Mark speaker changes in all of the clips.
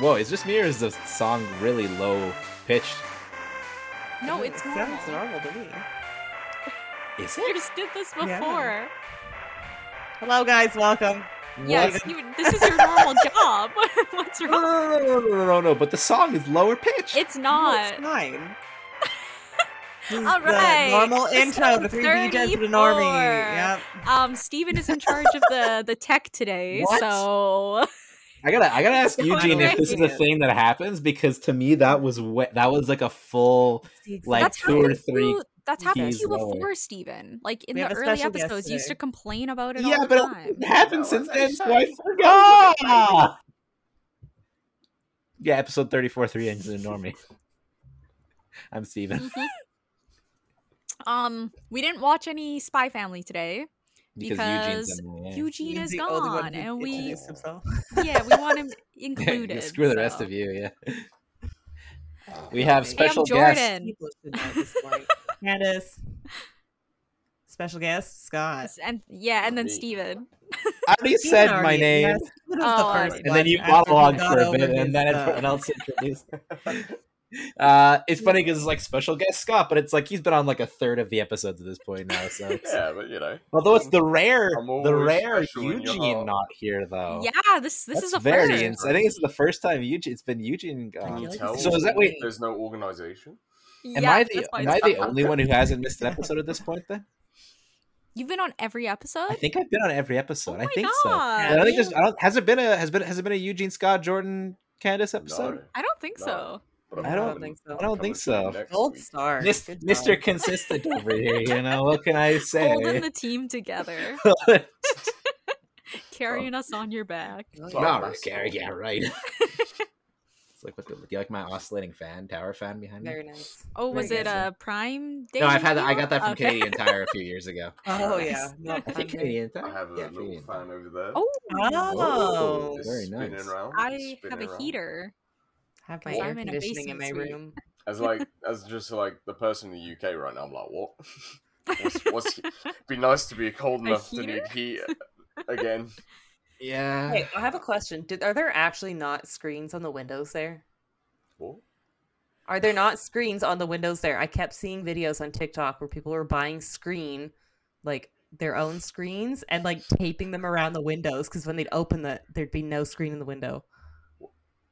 Speaker 1: Whoa, is just me or is the song really low pitched?
Speaker 2: No, it's
Speaker 3: it
Speaker 2: normal.
Speaker 3: sounds normal to me.
Speaker 1: Is
Speaker 2: You just did this before.
Speaker 3: Yeah. Hello, guys. Welcome.
Speaker 2: Yes, you, this is your normal job. What's
Speaker 1: No,
Speaker 2: wrong?
Speaker 1: no, no, no, no, no, no, Oh, no, but the song is lower pitched.
Speaker 2: It's
Speaker 3: No,
Speaker 2: not.
Speaker 3: it's fine. This is
Speaker 2: All right.
Speaker 3: The normal
Speaker 2: This
Speaker 3: intro to
Speaker 2: is
Speaker 3: three BJs to the normie.
Speaker 2: 34.
Speaker 3: Yep.
Speaker 2: Um, Steven is in charge of the the tech today,
Speaker 1: What?
Speaker 2: so
Speaker 1: I gotta, I gotta ask
Speaker 2: No,
Speaker 1: Eugene if
Speaker 2: I
Speaker 1: this is a
Speaker 3: can't.
Speaker 1: thing that happens because to me that was wet. That was like a full. Like,
Speaker 2: that's
Speaker 1: two or
Speaker 2: happened to
Speaker 1: three
Speaker 2: you- That's happened to
Speaker 1: keys
Speaker 2: you
Speaker 1: lower.
Speaker 2: before, Steven. Like in
Speaker 3: We have
Speaker 2: the
Speaker 3: a
Speaker 2: early
Speaker 3: special guest
Speaker 2: episodes, you used to
Speaker 3: today.
Speaker 2: complain about it.
Speaker 1: Yeah,
Speaker 2: all Ah! the
Speaker 1: but
Speaker 2: time.
Speaker 1: it happened
Speaker 4: That
Speaker 1: since
Speaker 4: was
Speaker 1: then, so I
Speaker 4: exciting.
Speaker 1: forgot. Yeah, episode thirty-four, three inches in normie. I'm Steven.
Speaker 2: Mhm. um, we didn't watch any Spy Family today.
Speaker 1: Because, Eugene's
Speaker 2: Because
Speaker 1: in there.
Speaker 2: Eugene
Speaker 3: He's
Speaker 2: is
Speaker 3: the only one
Speaker 2: gone,
Speaker 3: who
Speaker 2: and we
Speaker 3: introduced himself.
Speaker 2: yeah we want him
Speaker 1: Yeah,
Speaker 2: included.
Speaker 1: Screw the rest of you. Yeah. We have
Speaker 2: Hey, I'm
Speaker 1: special guest.
Speaker 2: Jordan.
Speaker 3: People should know at this point. Candace. Special guest Scott.
Speaker 2: And yeah, and then
Speaker 4: Me.
Speaker 2: Steven.
Speaker 1: I already
Speaker 3: He
Speaker 1: said my
Speaker 3: already-
Speaker 1: name,
Speaker 3: yes, he was the
Speaker 2: Oh, I
Speaker 3: first
Speaker 2: see.
Speaker 1: and then
Speaker 3: one
Speaker 1: you
Speaker 3: after
Speaker 1: monologued
Speaker 3: he got
Speaker 1: for a
Speaker 3: over
Speaker 1: bit, and
Speaker 3: his,
Speaker 1: then
Speaker 3: uh,
Speaker 1: everyone else introduced. Uh, it's funny because it's like special guest Scott, but it's like he's been on like a third of the episodes at this point now. So, it's-
Speaker 4: Yeah, but you know.
Speaker 1: although it's the rare,
Speaker 4: I'm
Speaker 1: the
Speaker 4: always
Speaker 1: rare
Speaker 4: special in your
Speaker 1: Eugene
Speaker 4: heart.
Speaker 1: not here though.
Speaker 2: Yeah, this this
Speaker 1: Oh. That's
Speaker 2: is a
Speaker 1: very
Speaker 2: first.
Speaker 1: ins- I think it's the first time Eugene. It's been Eugene.
Speaker 4: Can
Speaker 1: Gone.
Speaker 4: you
Speaker 3: like
Speaker 4: tell?
Speaker 1: So is that- wait.
Speaker 4: There's no organization.
Speaker 1: Am
Speaker 2: Yeah,
Speaker 1: I
Speaker 2: that's
Speaker 1: the
Speaker 2: why
Speaker 1: am
Speaker 2: it's
Speaker 1: I the
Speaker 2: fun.
Speaker 1: only one who hasn't missed an episode at this point? Then
Speaker 2: You've been on every episode.
Speaker 1: I think I've been on every episode.
Speaker 2: oh
Speaker 1: I
Speaker 2: my
Speaker 1: think so.
Speaker 2: God.
Speaker 1: I don't think there's. I don't. Has it been a? Has been? Has it been a Eugene Scott Jordan Candace episode?
Speaker 4: No,
Speaker 2: I don't think
Speaker 4: No.
Speaker 2: so.
Speaker 4: but I'm
Speaker 1: I don't
Speaker 4: coming-
Speaker 3: think so.
Speaker 1: I don't
Speaker 4: coming
Speaker 1: think
Speaker 4: to
Speaker 1: so.
Speaker 4: next
Speaker 3: Gold
Speaker 4: week.
Speaker 3: star.
Speaker 1: Mis-
Speaker 3: Good
Speaker 1: Mr.
Speaker 3: job.
Speaker 1: Consistent over here, you know. What can I say?
Speaker 2: Holding the team together,
Speaker 1: Oh.
Speaker 2: carrying us on your back.
Speaker 4: Sorry,
Speaker 1: Nah,
Speaker 4: that's-
Speaker 1: Gary, yeah, right. it's like what the, do you like my oscillating fan, tower fan behind me?
Speaker 3: Very nice.
Speaker 2: Oh,
Speaker 3: Very
Speaker 2: was it
Speaker 3: good.
Speaker 2: a Prime Day?
Speaker 1: No, I've had that. I got that from
Speaker 2: Okay.
Speaker 1: Canadian Tire a feoo years ago.
Speaker 3: Oh
Speaker 2: Nice.
Speaker 3: yeah. No,
Speaker 1: I think
Speaker 3: I'm
Speaker 1: Canadian
Speaker 4: I
Speaker 1: Tire.
Speaker 4: have a
Speaker 1: yeah,
Speaker 4: little
Speaker 1: Canadian Tire.
Speaker 4: fan over there.
Speaker 2: Oh,
Speaker 3: Oh.
Speaker 1: Whoa.
Speaker 4: It's
Speaker 1: very
Speaker 4: spinning
Speaker 1: nice.
Speaker 4: around, it's
Speaker 2: I have
Speaker 4: spinning
Speaker 2: a
Speaker 4: around.
Speaker 2: heater.
Speaker 3: have my
Speaker 2: Because
Speaker 3: air
Speaker 2: I'm in a
Speaker 3: conditioning in my
Speaker 2: basement suite.
Speaker 3: room.
Speaker 4: As like, as just like the person in the UK right now, I'm like, what? What's, what's be nice to be cold
Speaker 2: A
Speaker 4: enough to
Speaker 2: heater?
Speaker 4: need heat again?
Speaker 1: Yeah.
Speaker 3: Hey, I have a question. Did are there actually not screens on the windows there?
Speaker 4: What?
Speaker 3: Are there not screens on the windows there? I kept seeing videos on TikTok where people were buying screen, like their own screens, and like taping them around the windows because when they'd open the, there'd be no screen in the window.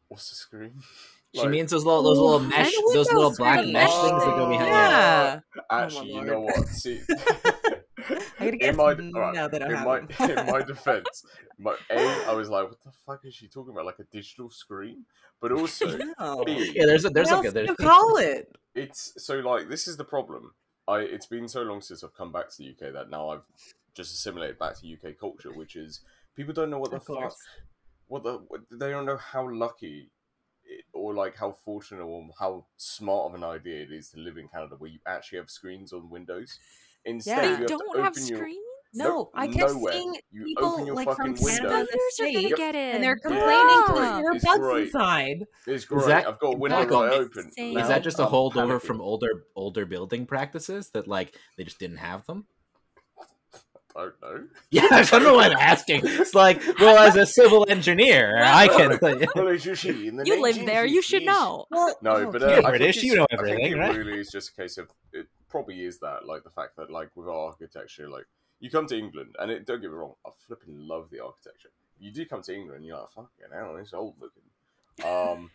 Speaker 4: What's the screen?
Speaker 1: She
Speaker 4: Like,
Speaker 1: means those little, those little
Speaker 2: Ooh,
Speaker 1: mesh,
Speaker 2: and
Speaker 1: those little
Speaker 2: windows for the
Speaker 1: black mesh things that go
Speaker 4: mesh.
Speaker 1: behind.
Speaker 3: Yeah,
Speaker 4: actually, you know
Speaker 3: Oh lord.
Speaker 4: what? See,
Speaker 3: I gotta guess
Speaker 4: in my
Speaker 3: no,
Speaker 4: alright,
Speaker 3: they don't
Speaker 4: in
Speaker 3: have
Speaker 4: my
Speaker 3: them.
Speaker 4: in my defense, my a I was like, what the fuck is she talking about? Like a digital screen, but also
Speaker 3: Oh, No.
Speaker 4: B,
Speaker 1: Yeah, there's a, there's like
Speaker 3: what
Speaker 1: a
Speaker 3: else
Speaker 1: there's
Speaker 3: do you call it.
Speaker 4: it's so like this is the problem. I it's been so long since I've come back to the UK that now I've just assimilated back to UK culture, which is people don't know what the
Speaker 3: Of course.
Speaker 4: fuck, what the what, they don't know how lucky it, or like how fortunate or how smart of an idea it is to live in Canada where you actually have screens on windows. Instead,
Speaker 3: Yeah.
Speaker 4: you
Speaker 2: They
Speaker 4: have
Speaker 2: don't
Speaker 4: to
Speaker 2: have
Speaker 4: open your
Speaker 2: screens.
Speaker 3: No,
Speaker 4: Nope,
Speaker 3: I kept
Speaker 4: nowhere.
Speaker 3: seeing
Speaker 4: You open
Speaker 3: people
Speaker 4: your
Speaker 3: like from
Speaker 4: fucking window.
Speaker 3: Canada the
Speaker 2: Spiders are gonna
Speaker 3: States,
Speaker 2: get in.
Speaker 3: and they're complaining
Speaker 4: Yeah.
Speaker 3: because
Speaker 4: Right.
Speaker 3: there are
Speaker 4: It's
Speaker 3: bugs
Speaker 4: right.
Speaker 3: inside.
Speaker 4: It's great.
Speaker 1: that-
Speaker 4: I've got a window
Speaker 1: that
Speaker 4: right
Speaker 2: is
Speaker 4: open.
Speaker 2: insane.
Speaker 1: Is
Speaker 4: now.
Speaker 1: that just a
Speaker 4: I'm
Speaker 1: holdover
Speaker 4: panicking.
Speaker 1: from older older building practices that like they just didn't have them?
Speaker 4: I don't know.
Speaker 1: Yeah, I don't know why I'm asking. It's like, well, as a civil engineer, I can.
Speaker 4: Well, it's usually in the
Speaker 2: You live there. You should
Speaker 4: 1950s.
Speaker 2: know.
Speaker 4: No,
Speaker 3: oh,
Speaker 4: but uh,
Speaker 1: you
Speaker 4: I
Speaker 1: know
Speaker 4: think
Speaker 1: Oh, British,
Speaker 4: it's-
Speaker 1: you know
Speaker 4: I think
Speaker 1: everything,
Speaker 4: it
Speaker 1: right?
Speaker 4: Really, is just a case of it. Probably is that like the fact that like with our architecture, like you come to England and it. Don't get me wrong, I flipping love the architecture. You do come to England, you're like fucking hell, it's old looking. Um,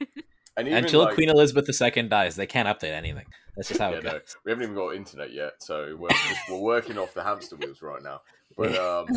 Speaker 4: and even,
Speaker 1: Until
Speaker 4: like,
Speaker 1: Queen Elizabeth II dies, they can't update anything. That's just how
Speaker 4: yeah,
Speaker 1: it
Speaker 4: no,
Speaker 1: goes.
Speaker 4: we haven't even got internet yet, so we're just, we're working off the hamster wheels right now. But um,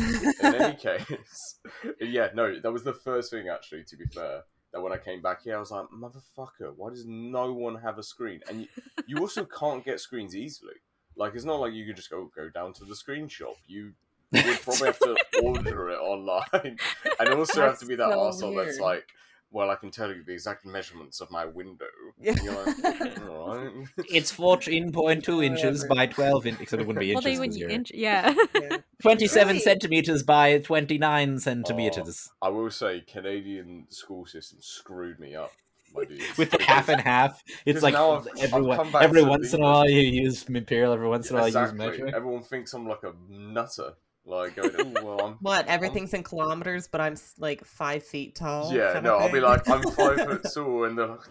Speaker 4: in any case, yeah, no, that was the first thing actually. To be fair, that when I came back here, I was like, motherfucker, why does no one have a screen? And you, you also can't get screens easily. Like it's not like you can just go go down to the screen shop. You would probably have to order it online, and also have to be that
Speaker 3: That's so
Speaker 4: arsehole that's
Speaker 3: weird.
Speaker 4: like. Well, I can tell you the exact measurements of my window.
Speaker 3: Yeah.
Speaker 4: And you're like, all right.
Speaker 1: It's
Speaker 4: Oh,
Speaker 1: 14.2 inches
Speaker 3: Whatever.
Speaker 1: by 12 inches. Except it wouldn't be
Speaker 2: Well,
Speaker 1: inches.
Speaker 2: they
Speaker 1: 'cause
Speaker 2: wouldn't
Speaker 1: you're-
Speaker 2: inch. Yeah.
Speaker 3: Yeah.
Speaker 1: 27
Speaker 3: Right.
Speaker 1: centimeters by 29 centimeters.
Speaker 4: I will say, Canadian school system screwed me up, my dude.
Speaker 1: with the
Speaker 4: Because-
Speaker 1: half and half. It's
Speaker 4: Because
Speaker 1: like
Speaker 4: now I've-
Speaker 1: every,
Speaker 4: I've
Speaker 1: one-
Speaker 4: come back
Speaker 1: every
Speaker 4: to
Speaker 1: once in a
Speaker 4: English.
Speaker 1: while you use imperial, every once in a while you use
Speaker 4: Exactly.
Speaker 1: metric.
Speaker 4: Everyone thinks I'm like a nutter Like, going, "Ooh, well, I'm
Speaker 3: What? Everything's in kilometers, but I'm s- like five feet tall.
Speaker 4: Yeah,
Speaker 3: kind
Speaker 4: no,
Speaker 3: of
Speaker 4: I'll be
Speaker 3: thing.
Speaker 4: like, I'm five foot tall, and they're like,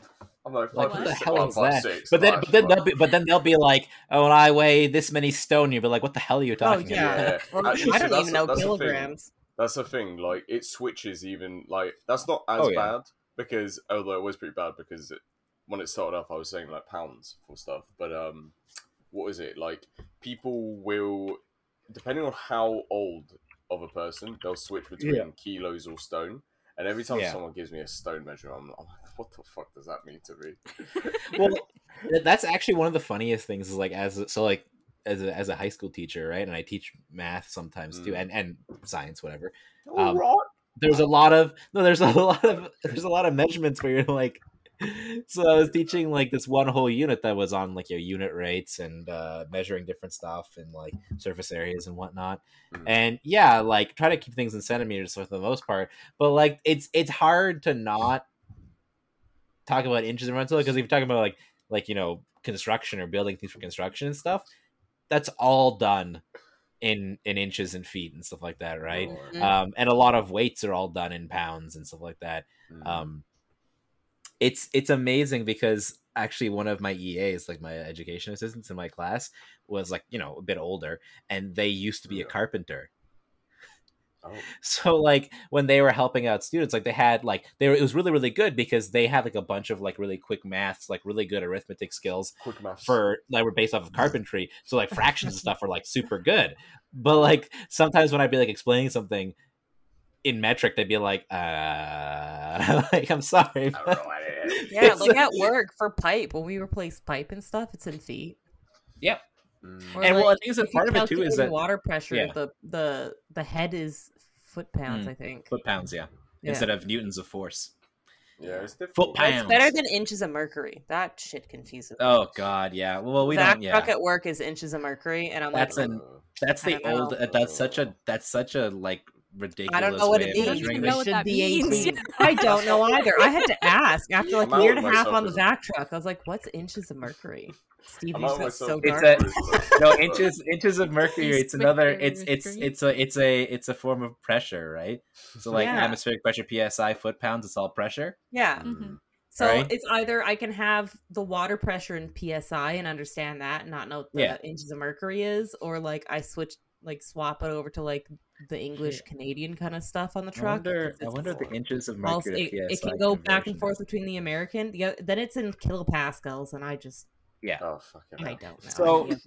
Speaker 4: I'm like
Speaker 1: Like what
Speaker 4: five foot
Speaker 1: the
Speaker 4: six,
Speaker 1: hell
Speaker 4: well,
Speaker 1: is
Speaker 4: five
Speaker 1: that?
Speaker 4: six,
Speaker 1: but then,
Speaker 4: like,
Speaker 1: but then
Speaker 4: like-
Speaker 1: they'll be, but then they'll be like, "Oh, and I weigh this many stone." You'll be like, "What the hell
Speaker 4: Oh,
Speaker 1: are you talking
Speaker 3: yeah.
Speaker 1: about?"
Speaker 3: Or-
Speaker 4: Actually,
Speaker 3: I
Speaker 4: so
Speaker 3: don't
Speaker 4: that's
Speaker 3: even
Speaker 4: the-
Speaker 3: know
Speaker 4: that's the thing.
Speaker 3: kilograms.
Speaker 4: That's the thing. Like it switches even. Like that's not as
Speaker 1: Oh, yeah.
Speaker 4: bad because although it was pretty bad because it, when it started off, I was saying like pounds for stuff. But um, what is it like? People will depending on how old of a person, they'll switch between
Speaker 1: Yeah.
Speaker 4: kilos or stone. And every time
Speaker 1: Yeah.
Speaker 4: someone gives me a stone measure, I'm, I'm like, what the fuck does that mean to me?
Speaker 1: well th- that's actually one of the funniest things is like as a- so like as a, as a high school teacher right and i teach math sometimes too
Speaker 4: Mm.
Speaker 1: and and science whatever
Speaker 4: All
Speaker 1: Um,
Speaker 4: Oh, right.
Speaker 1: there's a lot of no there's a lot of there's a lot of measurements where you're like so i was teaching like this one whole unit that was on like your unit rates and uh measuring different stuff and like surface areas and whatnot
Speaker 4: Mm.
Speaker 1: and yeah like try to keep things in centimeters for the most part but like it's it's hard to not talk about inches and rental because if you're talking about like like you know construction or building things for construction and stuff that's all done in in inches and feet and stuff like that right
Speaker 4: Alright.
Speaker 3: Mm.
Speaker 1: um, and a lot of weights are all done in pounds and stuff like that.
Speaker 4: Mm-hmm.
Speaker 1: Um, it's it's amazing because actually one of my EAs, like my education assistants in my class, was like you know a bit older, and they used to be a
Speaker 4: Yeah.
Speaker 1: carpenter.
Speaker 4: Oh,
Speaker 1: So like when they were helping out students, like they had like they were it was really really good because they had like a bunch of like really quick maths, like really good arithmetic skills
Speaker 4: quick maths.
Speaker 1: for that were based off of carpentry. So like fractions and stuff are like super good. But like sometimes when I'd be like explaining something in metric, they'd be like, uh like I'm sorry.
Speaker 4: I don't
Speaker 1: but-
Speaker 4: know what it is.
Speaker 3: Yeah,
Speaker 1: It's
Speaker 3: like at work for pipe, when we replace pipe and stuff, it's in feet.
Speaker 4: Mm.
Speaker 3: Or
Speaker 1: and well I
Speaker 3: like,
Speaker 1: think it's
Speaker 3: you
Speaker 1: part of it too
Speaker 3: calculate
Speaker 1: is
Speaker 3: the
Speaker 1: that
Speaker 3: water pressure.
Speaker 1: yeah.
Speaker 3: The the the head is foot pounds,
Speaker 4: Hmm.
Speaker 1: Mm.
Speaker 3: I think.
Speaker 1: foot pounds, yeah.
Speaker 3: Yeah.
Speaker 1: Instead of newtons of force.
Speaker 4: Yeah, it's
Speaker 1: Foot
Speaker 4: difficult.
Speaker 1: pounds.
Speaker 3: Better than inches of mercury. That shit confuses. me.
Speaker 1: Oh god, yeah. Well we
Speaker 3: Zach
Speaker 1: don't yeah.
Speaker 3: Truck at work is inches of mercury, and I'm
Speaker 1: That's
Speaker 3: like,
Speaker 1: an-
Speaker 4: uh,
Speaker 1: That's the
Speaker 3: I don't
Speaker 1: old uh,
Speaker 4: know.
Speaker 1: that's such a that's such a like ridiculous
Speaker 3: I don't know what
Speaker 1: way
Speaker 3: it
Speaker 1: of
Speaker 2: don't
Speaker 3: means.
Speaker 1: measuring things.
Speaker 2: even know what
Speaker 3: should
Speaker 2: that
Speaker 3: be
Speaker 2: means.
Speaker 3: 18. I don't know either. I had to ask after like
Speaker 4: I'm out
Speaker 3: a year
Speaker 4: with
Speaker 3: and a half
Speaker 4: myself
Speaker 3: on the
Speaker 4: as-
Speaker 3: Zach Truck. I was like, what's inches of mercury? Steve,
Speaker 4: I'm
Speaker 3: you
Speaker 4: out
Speaker 3: sound
Speaker 4: myself
Speaker 3: so
Speaker 4: with
Speaker 1: It's
Speaker 3: dark.
Speaker 1: a
Speaker 4: Mercury.
Speaker 1: no inches inches of mercury
Speaker 2: Please
Speaker 1: it's another
Speaker 2: quicker,
Speaker 1: it's it's
Speaker 2: Mercury.
Speaker 1: it's a it's a it's a form of pressure right so like
Speaker 3: Yeah.
Speaker 1: atmospheric pressure psi foot pounds it's all pressure
Speaker 3: Yeah.
Speaker 2: Mhm.
Speaker 3: So
Speaker 1: Right?
Speaker 3: it's either I can have the water pressure in psi and understand that and not know what the
Speaker 1: Yeah.
Speaker 3: inches of mercury is, or like I switch like swap it over to like the English Canadian kind of stuff on the
Speaker 1: i
Speaker 3: truck.
Speaker 1: wonder
Speaker 3: because
Speaker 1: i
Speaker 3: it's
Speaker 1: wonder the inches of
Speaker 3: false-
Speaker 1: mercury
Speaker 3: it,
Speaker 1: to
Speaker 3: it
Speaker 1: PSI
Speaker 3: can go back and
Speaker 1: conversion.
Speaker 3: forth between the American. The oth- then it's in kilopascals, and I just
Speaker 4: Oh fucking.
Speaker 3: I
Speaker 4: hell.
Speaker 3: don't know.
Speaker 1: So-
Speaker 3: any of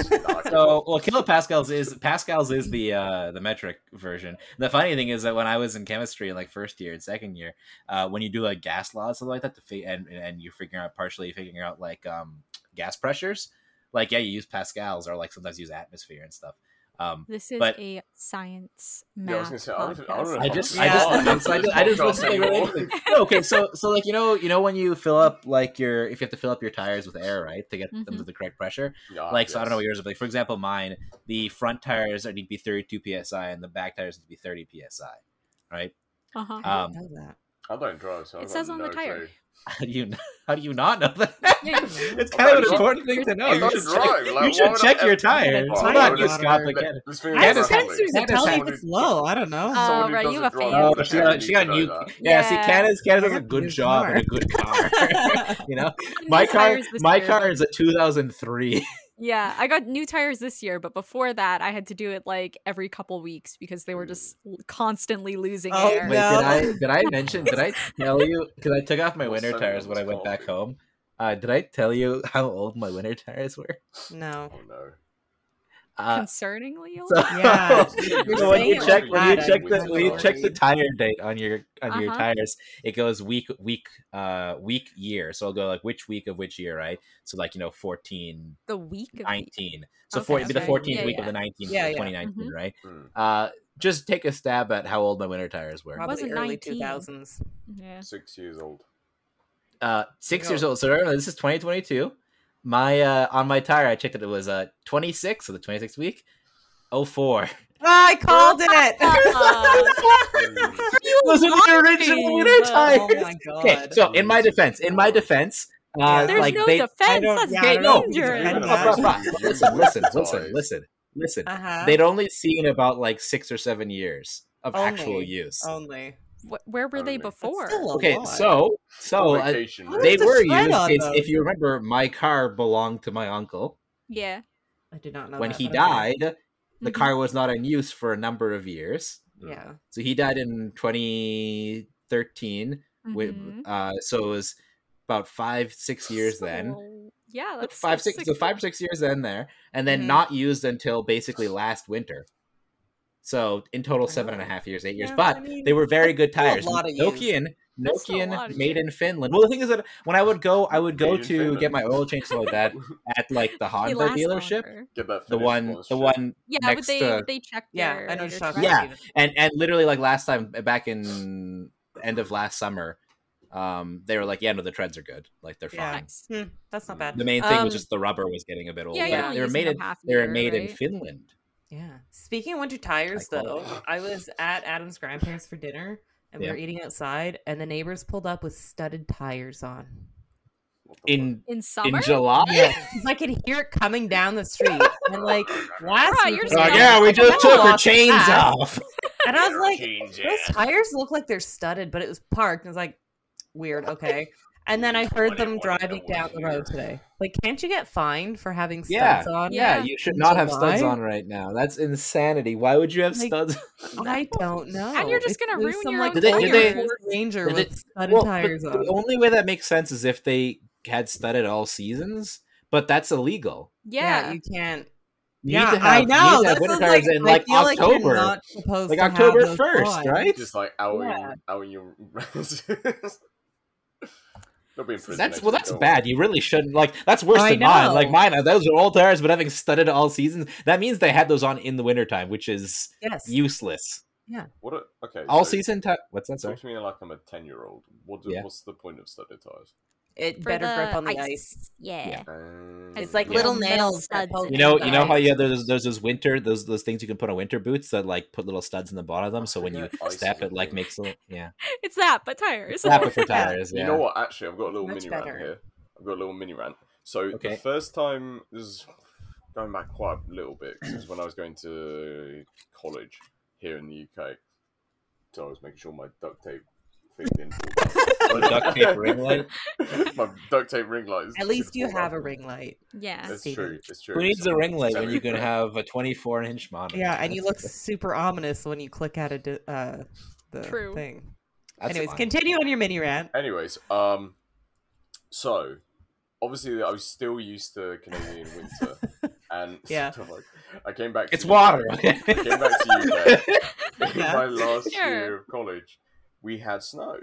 Speaker 3: that.
Speaker 4: Nah, I can-
Speaker 1: so well kilopascals is pascals is the uh the metric version the funny thing is that when i was in chemistry like first year and second year uh when you do like gas laws something like that to fi- and and you're figuring out partially figuring out like um gas pressures like yeah you use pascals or like sometimes use atmosphere and stuff um
Speaker 2: This is
Speaker 1: But-
Speaker 2: a science math
Speaker 4: Yeah, I was gonna say, I don't- I don't
Speaker 2: podcast.
Speaker 4: know
Speaker 1: I
Speaker 4: if
Speaker 1: just,
Speaker 4: I'm
Speaker 1: I just,
Speaker 4: smart
Speaker 1: I
Speaker 4: enough
Speaker 1: just,
Speaker 4: for
Speaker 1: I
Speaker 4: this
Speaker 1: just, I just
Speaker 4: podcast
Speaker 1: listened to it really
Speaker 4: anymore.
Speaker 1: quickly. No, okay, so, so like you know, you know when you fill up like your, if you have to fill up your tires with air, right, to get them to
Speaker 2: Mhm.
Speaker 1: the correct pressure.
Speaker 4: Yeah,
Speaker 1: Like, so I don't know what
Speaker 4: Ah, yes.
Speaker 1: yours are, but like, for example, mine, the front tires are need to be 32 psi and the back tires need to be 30 psi. Right?
Speaker 2: Uh-huh.
Speaker 3: I didn't
Speaker 1: Um,
Speaker 3: know that.
Speaker 4: I don't drive, so
Speaker 2: It
Speaker 4: I've got
Speaker 2: says on the
Speaker 4: no
Speaker 2: tire.
Speaker 4: clue.
Speaker 1: How do you, kn- how do you not know that?
Speaker 2: Yeah.
Speaker 1: it's kind of an
Speaker 4: Well,
Speaker 1: important thing to know.
Speaker 4: I
Speaker 1: You
Speaker 4: don't
Speaker 1: should
Speaker 4: drive,
Speaker 1: check,
Speaker 4: like,
Speaker 1: you
Speaker 4: why
Speaker 1: should
Speaker 4: would I
Speaker 1: check your
Speaker 4: ever-
Speaker 1: tires.
Speaker 3: Well,
Speaker 1: It's
Speaker 3: why
Speaker 1: not
Speaker 3: would
Speaker 1: you,
Speaker 3: I
Speaker 1: Scott.
Speaker 3: drive?
Speaker 1: Like,
Speaker 4: Let- let's figure
Speaker 3: I have
Speaker 4: out
Speaker 1: Canada's-
Speaker 4: something.
Speaker 3: sensors that
Speaker 1: Canada's
Speaker 3: tell me if
Speaker 1: sound-
Speaker 3: it's low. I don't know.
Speaker 2: Uh,
Speaker 4: Someone who
Speaker 2: right, you
Speaker 4: doesn't
Speaker 2: have
Speaker 4: drive
Speaker 2: fans.
Speaker 1: Oh,
Speaker 4: would
Speaker 1: she
Speaker 4: have
Speaker 1: got, she got
Speaker 4: to know
Speaker 1: new.
Speaker 4: that.
Speaker 1: Yeah, see, Canada's, Canada's a
Speaker 3: have
Speaker 1: good
Speaker 3: new
Speaker 1: job and a good car. you know,
Speaker 2: I got
Speaker 1: my car
Speaker 2: new tires this
Speaker 1: my
Speaker 2: year,
Speaker 1: car
Speaker 2: but-
Speaker 1: is a 2003
Speaker 2: Yeah, I got new tires this year, but before that, I had to do it like every couple weeks because they were
Speaker 4: Mm.
Speaker 2: just l- constantly losing
Speaker 3: Oh,
Speaker 2: air.
Speaker 1: wait did
Speaker 3: no.
Speaker 1: i did i mention did i tell you because i took off my
Speaker 4: Well,
Speaker 1: winter
Speaker 4: some
Speaker 1: tires
Speaker 4: of
Speaker 1: when i
Speaker 4: us
Speaker 1: went
Speaker 4: call
Speaker 1: back
Speaker 4: it.
Speaker 1: home uh, did i tell you how old my winter tires were
Speaker 3: no.
Speaker 4: Oh no.
Speaker 1: uh,
Speaker 2: concerningly old.
Speaker 1: so,
Speaker 3: Yeah.
Speaker 4: You're
Speaker 1: so when
Speaker 4: saying
Speaker 1: you
Speaker 4: it
Speaker 1: check
Speaker 4: like
Speaker 1: when you
Speaker 4: that, I
Speaker 1: check the
Speaker 4: guess.
Speaker 1: when you check the tire date on your on your
Speaker 2: Uh-huh.
Speaker 1: tires it goes week week uh week year so i'll go like which week of which year right so like you know 14
Speaker 2: the week of
Speaker 1: 19 so
Speaker 2: Okay,
Speaker 1: four, it'd be the
Speaker 2: okay.
Speaker 1: 14th
Speaker 2: Yeah,
Speaker 1: week of
Speaker 2: yeah.
Speaker 1: the 19th
Speaker 3: Yeah, yeah.
Speaker 1: 2019
Speaker 2: Mhm.
Speaker 1: right
Speaker 4: Mm.
Speaker 1: uh just take a stab at how old my winter tires were
Speaker 3: Probably
Speaker 2: wasn't
Speaker 3: early
Speaker 2: 19.
Speaker 3: 2000s.
Speaker 2: Yeah.
Speaker 4: Six years old.
Speaker 1: uh six
Speaker 3: Yo.
Speaker 1: years old so remember, this is 2022 my uh on my tire i checked that it was uh 26 so the 26th week Oh, 04
Speaker 3: I called
Speaker 2: Uh,
Speaker 3: it.
Speaker 1: those are the original winter
Speaker 3: oh
Speaker 1: tires
Speaker 3: my god.
Speaker 1: okay so in my defense in my defense uh
Speaker 3: Yeah.
Speaker 2: There's
Speaker 1: like
Speaker 2: no
Speaker 1: they I
Speaker 2: defense.
Speaker 1: don't-
Speaker 2: That's
Speaker 3: yeah, I
Speaker 1: Hey,
Speaker 3: don't know
Speaker 1: no,
Speaker 3: if you
Speaker 2: dangerous.
Speaker 3: can
Speaker 1: Bro, bro, bro. listen, listen, listen,
Speaker 4: Guys.
Speaker 1: listen. Listen,
Speaker 3: Uh-huh.
Speaker 1: they'd only seen about like six or seven years of
Speaker 3: Only.
Speaker 1: actual use.
Speaker 3: only.
Speaker 2: Wh- where were they
Speaker 4: Only. That's
Speaker 2: before?
Speaker 3: Still oh, a
Speaker 1: okay,
Speaker 3: lot.
Speaker 1: so so uh,
Speaker 4: vacation.
Speaker 3: What
Speaker 1: they
Speaker 3: is the
Speaker 1: were
Speaker 3: thread
Speaker 1: used.
Speaker 3: on
Speaker 1: It's,
Speaker 3: them?
Speaker 1: if you remember, my car belonged to my uncle.
Speaker 2: yeah.
Speaker 3: I did not know
Speaker 1: when
Speaker 3: that,
Speaker 1: he
Speaker 3: but okay.
Speaker 1: died, the
Speaker 2: Mhm.
Speaker 1: car was not in use for a number of years.
Speaker 3: Yeah.
Speaker 1: So he died in 2013. wi-
Speaker 2: Mhm.
Speaker 1: uh, so it was about five, six years then.
Speaker 2: So- Yeah, that's
Speaker 1: five,
Speaker 2: still
Speaker 1: six, so five or six years then there, and then
Speaker 3: Mhm.
Speaker 1: not used until basically last winter. So in total, seven and a
Speaker 3: Oh.
Speaker 1: half years, eight years.
Speaker 3: Yeah,
Speaker 1: But
Speaker 3: I mean,
Speaker 1: they were very good
Speaker 3: still a
Speaker 1: tires.
Speaker 3: lot of use.
Speaker 1: Nokian,
Speaker 2: That's still a lot
Speaker 1: Nokian,
Speaker 2: of
Speaker 1: made
Speaker 2: use.
Speaker 1: in Finland. Well, the thing is that when I would go, I would go
Speaker 4: Made in
Speaker 1: to
Speaker 4: Finland.
Speaker 1: get my oil change and like that at like the
Speaker 2: They
Speaker 1: Honda
Speaker 2: last
Speaker 1: dealership,
Speaker 2: longer.
Speaker 4: Get that
Speaker 1: the
Speaker 4: finished
Speaker 1: one, the
Speaker 4: sponsorship.
Speaker 1: one
Speaker 2: Yeah,
Speaker 1: next
Speaker 2: but they
Speaker 1: to
Speaker 2: they checked.
Speaker 3: Yeah,
Speaker 2: their,
Speaker 3: I know
Speaker 2: their
Speaker 3: Shock
Speaker 2: track.
Speaker 1: Yeah. and and literally like last time uh, back in end of last summer um they were like yeah no the treads are good like they're
Speaker 3: Yeah.
Speaker 1: fine
Speaker 2: Nice.
Speaker 3: Hmm, that's not bad.
Speaker 1: the main thing
Speaker 3: Um,
Speaker 1: was just the rubber was getting a bit old
Speaker 2: Yeah,
Speaker 1: but
Speaker 2: you're
Speaker 1: it-
Speaker 2: only
Speaker 1: they were
Speaker 2: using
Speaker 1: made
Speaker 2: them
Speaker 1: in
Speaker 2: half a
Speaker 1: they were
Speaker 2: year,
Speaker 1: made in
Speaker 2: right?
Speaker 1: finland
Speaker 3: Yeah. Speaking of winter tires,
Speaker 1: High
Speaker 3: though, I was at Adam's grandparents for dinner and
Speaker 1: Yeah.
Speaker 3: we were eating outside, and the neighbors pulled up with studded tires on.
Speaker 4: What the fuck?
Speaker 1: in
Speaker 2: in summer.
Speaker 1: in july
Speaker 3: Yeah, 'cause I could hear it coming down the street, and like last
Speaker 2: Bruh,
Speaker 3: week
Speaker 2: you're
Speaker 3: was
Speaker 2: Like,
Speaker 3: like-
Speaker 2: yeah,
Speaker 3: I got a lot of that,
Speaker 1: off
Speaker 3: and I was like,
Speaker 4: Jeans, yeah.
Speaker 3: those tires look like they're studded, but it was parked. And I was like, weird, okay. And then I heard them
Speaker 4: 21
Speaker 3: driving
Speaker 4: no
Speaker 3: down
Speaker 4: one's
Speaker 3: the road
Speaker 4: here.
Speaker 3: today. Like, can't you get fined for having
Speaker 1: Yeah.
Speaker 3: studs on?
Speaker 1: yeah,
Speaker 2: Yeah.
Speaker 1: you should
Speaker 3: In
Speaker 1: not have studs
Speaker 3: July?
Speaker 1: on right now that's insanity why would you have
Speaker 3: Like,
Speaker 1: studs
Speaker 3: I don't know.
Speaker 2: And you're just
Speaker 3: It's-
Speaker 2: gonna
Speaker 3: there's
Speaker 2: ruin
Speaker 3: some,
Speaker 2: your
Speaker 3: like,
Speaker 2: own
Speaker 1: Did they- did they-
Speaker 3: Ford Ranger
Speaker 1: did
Speaker 3: with
Speaker 1: they-
Speaker 3: studded
Speaker 1: Well, but
Speaker 3: tires on.
Speaker 1: the only way that makes sense is if they had studded all seasons but that's illegal
Speaker 3: yeah.
Speaker 2: Yeah.
Speaker 3: you can't.
Speaker 1: You
Speaker 3: yeah,
Speaker 1: need to have,
Speaker 3: I
Speaker 1: you need to
Speaker 3: know.
Speaker 1: have
Speaker 3: That's
Speaker 1: winter
Speaker 3: what,
Speaker 1: tires
Speaker 3: like,
Speaker 1: in
Speaker 3: I
Speaker 1: like
Speaker 3: feel like you're
Speaker 1: October.
Speaker 3: not supposed
Speaker 1: like
Speaker 3: to have
Speaker 1: October
Speaker 3: those
Speaker 1: 1st,
Speaker 3: on.
Speaker 1: right?
Speaker 4: Just like outing,
Speaker 3: Yeah.
Speaker 4: outing your relatives. They'll be in prison
Speaker 1: That's
Speaker 4: next
Speaker 1: well,
Speaker 4: week,
Speaker 1: that's
Speaker 4: don't
Speaker 1: bad. You really shouldn't like. That's worse
Speaker 3: I
Speaker 1: than mine. Like
Speaker 3: know.
Speaker 1: mine, uh, those are all tires, but having studded all seasons, that means they had those on in the wintertime, which is
Speaker 3: Yes.
Speaker 1: useless.
Speaker 4: worry. What? A, okay.
Speaker 1: All
Speaker 4: so
Speaker 1: season time. What's that? Sorry.
Speaker 4: Talk to me like I'm a ten-year-old. What? Do,
Speaker 1: Yeah.
Speaker 4: What's the point of studded tires?
Speaker 3: it
Speaker 2: For
Speaker 3: better grip
Speaker 2: the
Speaker 3: on the ice.
Speaker 2: Yeah.
Speaker 3: It's like
Speaker 1: Yeah.
Speaker 3: little
Speaker 2: Metal
Speaker 3: nails. that
Speaker 2: studs
Speaker 3: poke
Speaker 2: in
Speaker 1: You know,
Speaker 3: the
Speaker 1: you know how
Speaker 3: ice.
Speaker 1: you have those those those winter those those things you can put on winter boots that like put little studs in the bottom of
Speaker 4: Oh,
Speaker 1: them, so when you
Speaker 4: Forget ice
Speaker 1: step,
Speaker 4: is a
Speaker 1: it like
Speaker 4: thing.
Speaker 1: makes a yeah.
Speaker 2: It's that, but tires.
Speaker 1: Snap it for
Speaker 3: Yeah.
Speaker 1: tires. Yeah.
Speaker 4: You know what? Actually, I've got a little
Speaker 3: Much
Speaker 4: mini
Speaker 3: better.
Speaker 4: rant here. I've got a little mini rant. So
Speaker 1: Okay.
Speaker 4: the first time this is going back quite a little bit. 'cause it was when I was going to college here in the UK. So I was making sure my duct tape thing didn't. fall down.
Speaker 1: The Oh, duct tape ring light?
Speaker 4: my duct tape ring light.
Speaker 3: At least you have a ring light.
Speaker 2: Yeah.
Speaker 4: It's true. It's true.
Speaker 1: Who needs a
Speaker 4: Someone
Speaker 1: ring light
Speaker 4: said
Speaker 1: when
Speaker 4: it.
Speaker 1: you can have a twenty four inch monitor?
Speaker 3: Yeah, and you look super ominous when you click out of uh, the
Speaker 2: True.
Speaker 3: thing.
Speaker 1: That's
Speaker 3: Anyways,
Speaker 1: fine.
Speaker 3: continue on your mini rant.
Speaker 4: Anyways, um, so obviously I was still used to Canadian winter, and
Speaker 3: Yeah.
Speaker 4: I came back.
Speaker 1: it's
Speaker 4: to-
Speaker 1: water.
Speaker 4: I came back to
Speaker 2: Mm-hmm,
Speaker 4: UK in
Speaker 3: Yeah.
Speaker 4: my last
Speaker 2: Sure.
Speaker 4: year of college. We had snow,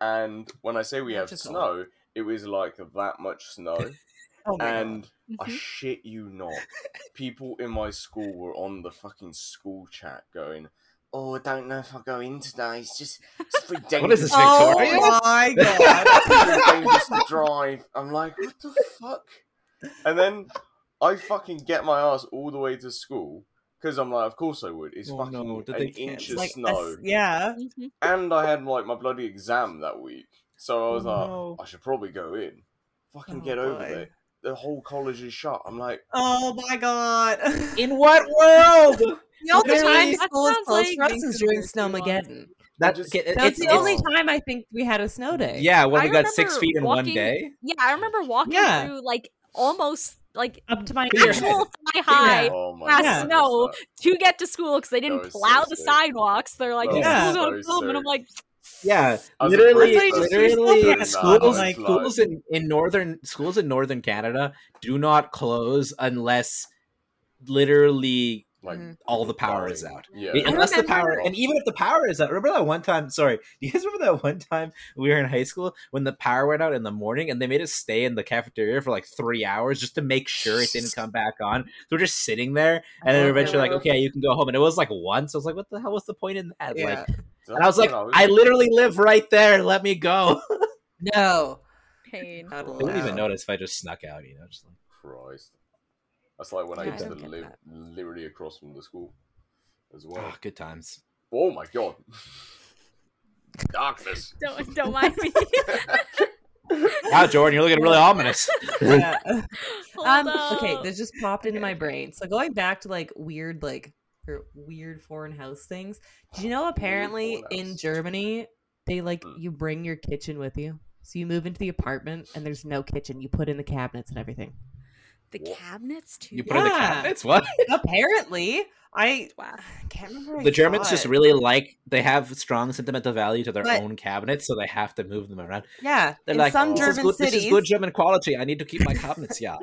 Speaker 4: and when I say we have
Speaker 3: Magical.
Speaker 4: snow, it was like that much snow,
Speaker 3: Oh my
Speaker 4: and I
Speaker 2: Mhm.
Speaker 4: shit you not. People in my school were on the fucking school chat going, Oh, I don't know if I'll go in today. It's just it's pretty dangerous.
Speaker 1: What is this,
Speaker 4: to drive."
Speaker 1: Victoria?
Speaker 3: Oh my god.
Speaker 4: It's pretty dangerous to drive. I'm like, what the fuck? And then I fucking get my ass all the way to school because I'm like, of course I would. It's
Speaker 1: Oh,
Speaker 4: fucking
Speaker 1: no, did
Speaker 4: an
Speaker 1: they
Speaker 4: inch
Speaker 1: cancel?
Speaker 4: of
Speaker 3: like a
Speaker 4: snow,
Speaker 3: s- yeah.
Speaker 2: Mhm.
Speaker 4: and I had like my bloody exam that week, so I was like,
Speaker 1: No.
Speaker 4: I should probably go in. Fucking
Speaker 3: Oh,
Speaker 4: get over
Speaker 3: boy.
Speaker 4: there. The whole college is shut. I'm like,
Speaker 3: Oh my god.
Speaker 1: In what world?
Speaker 3: the only
Speaker 1: Literally,
Speaker 3: time
Speaker 2: that
Speaker 3: school is
Speaker 2: sounds
Speaker 3: closed
Speaker 2: like
Speaker 3: for us is during Snowmageddon.
Speaker 1: That,
Speaker 4: just-
Speaker 1: okay, it- it's,
Speaker 3: That's the
Speaker 1: it's-
Speaker 3: only time I think we had a snow day.
Speaker 1: Yeah, when
Speaker 2: I
Speaker 1: we got six
Speaker 2: remember
Speaker 1: feet in one
Speaker 2: walking-
Speaker 1: day.
Speaker 2: Yeah, I remember walking
Speaker 3: Yeah.
Speaker 2: through like almost like
Speaker 3: Up to my
Speaker 1: Clear
Speaker 3: ears.
Speaker 1: head.
Speaker 2: actual thigh high
Speaker 4: oh my
Speaker 2: Past
Speaker 4: God, uh,
Speaker 2: snow,
Speaker 4: that's
Speaker 2: to get to school because they didn't
Speaker 4: That was so
Speaker 2: plow the
Speaker 4: sick.
Speaker 2: sidewalks. They're like,
Speaker 4: That
Speaker 2: "Your
Speaker 3: was
Speaker 2: school's
Speaker 4: so
Speaker 2: on film," and I'm
Speaker 4: sick.
Speaker 2: like,
Speaker 1: Yeah,
Speaker 4: I was
Speaker 1: literally,
Speaker 4: impressed with
Speaker 3: Literally,
Speaker 4: that.
Speaker 1: literally,
Speaker 3: just
Speaker 1: schools,
Speaker 3: like-
Speaker 1: schools in, in northern schools in northern Canada do not close unless literally
Speaker 4: like
Speaker 3: Mhm.
Speaker 1: all the power is out.
Speaker 4: Yeah,
Speaker 1: I- unless the
Speaker 2: remember-
Speaker 1: power, and even if the power is out, remember that one time? Sorry, do you guys remember that one time we were in high school when the power went out in the morning, and they made us stay in the cafeteria for like three hours just to make sure it didn't come back on. So we're just sitting there, and then
Speaker 3: Oh,
Speaker 1: eventually, like,
Speaker 3: no.
Speaker 1: okay, you can go home. And it was like once, I was like, what the hell was the point in that? Like,
Speaker 3: Yeah.
Speaker 1: and I was like, I literally live right there. Let me go.
Speaker 3: No.
Speaker 2: pain.
Speaker 3: Not
Speaker 1: I wouldn't even
Speaker 3: allowed.
Speaker 1: notice if I just snuck out. You know, just like
Speaker 4: Christ. That's like when I
Speaker 3: Yeah, I
Speaker 4: used to
Speaker 3: don't get
Speaker 4: live
Speaker 3: that.
Speaker 4: literally across from the school as well.
Speaker 1: ah, good times.
Speaker 4: Oh my god. Darkness.
Speaker 2: Don't don't mind me.
Speaker 1: Wow, Jordan, you're looking really ominous.
Speaker 3: Yeah.
Speaker 2: Hold
Speaker 3: um, okay,
Speaker 2: up.
Speaker 3: this just popped into my brain. So going back to like weird, like or weird foreign house things. Do you know apparently
Speaker 4: foreign
Speaker 3: in
Speaker 4: house.
Speaker 3: Germany they like
Speaker 1: Hmm.
Speaker 4: Mm.
Speaker 3: you bring your kitchen with you. So you move into the apartment and there's no kitchen. You put in the cabinets and everything.
Speaker 2: the cabinets too.
Speaker 1: You put in the
Speaker 3: Yeah.
Speaker 1: cabinets? What?
Speaker 3: apparently, I
Speaker 2: wow.
Speaker 3: I can't remember. where
Speaker 1: The
Speaker 3: I
Speaker 1: Germans
Speaker 3: saw
Speaker 1: just
Speaker 3: it.
Speaker 1: really like they have strong sentimental value to their
Speaker 3: But-
Speaker 1: own cabinets, so they have to move them around.
Speaker 3: yeah.
Speaker 1: They're
Speaker 3: in
Speaker 1: like, "Oh,
Speaker 3: some
Speaker 1: "This is
Speaker 3: German
Speaker 1: good-
Speaker 3: cities,
Speaker 1: this is good German quality. I need to keep my cabinets. Yeah,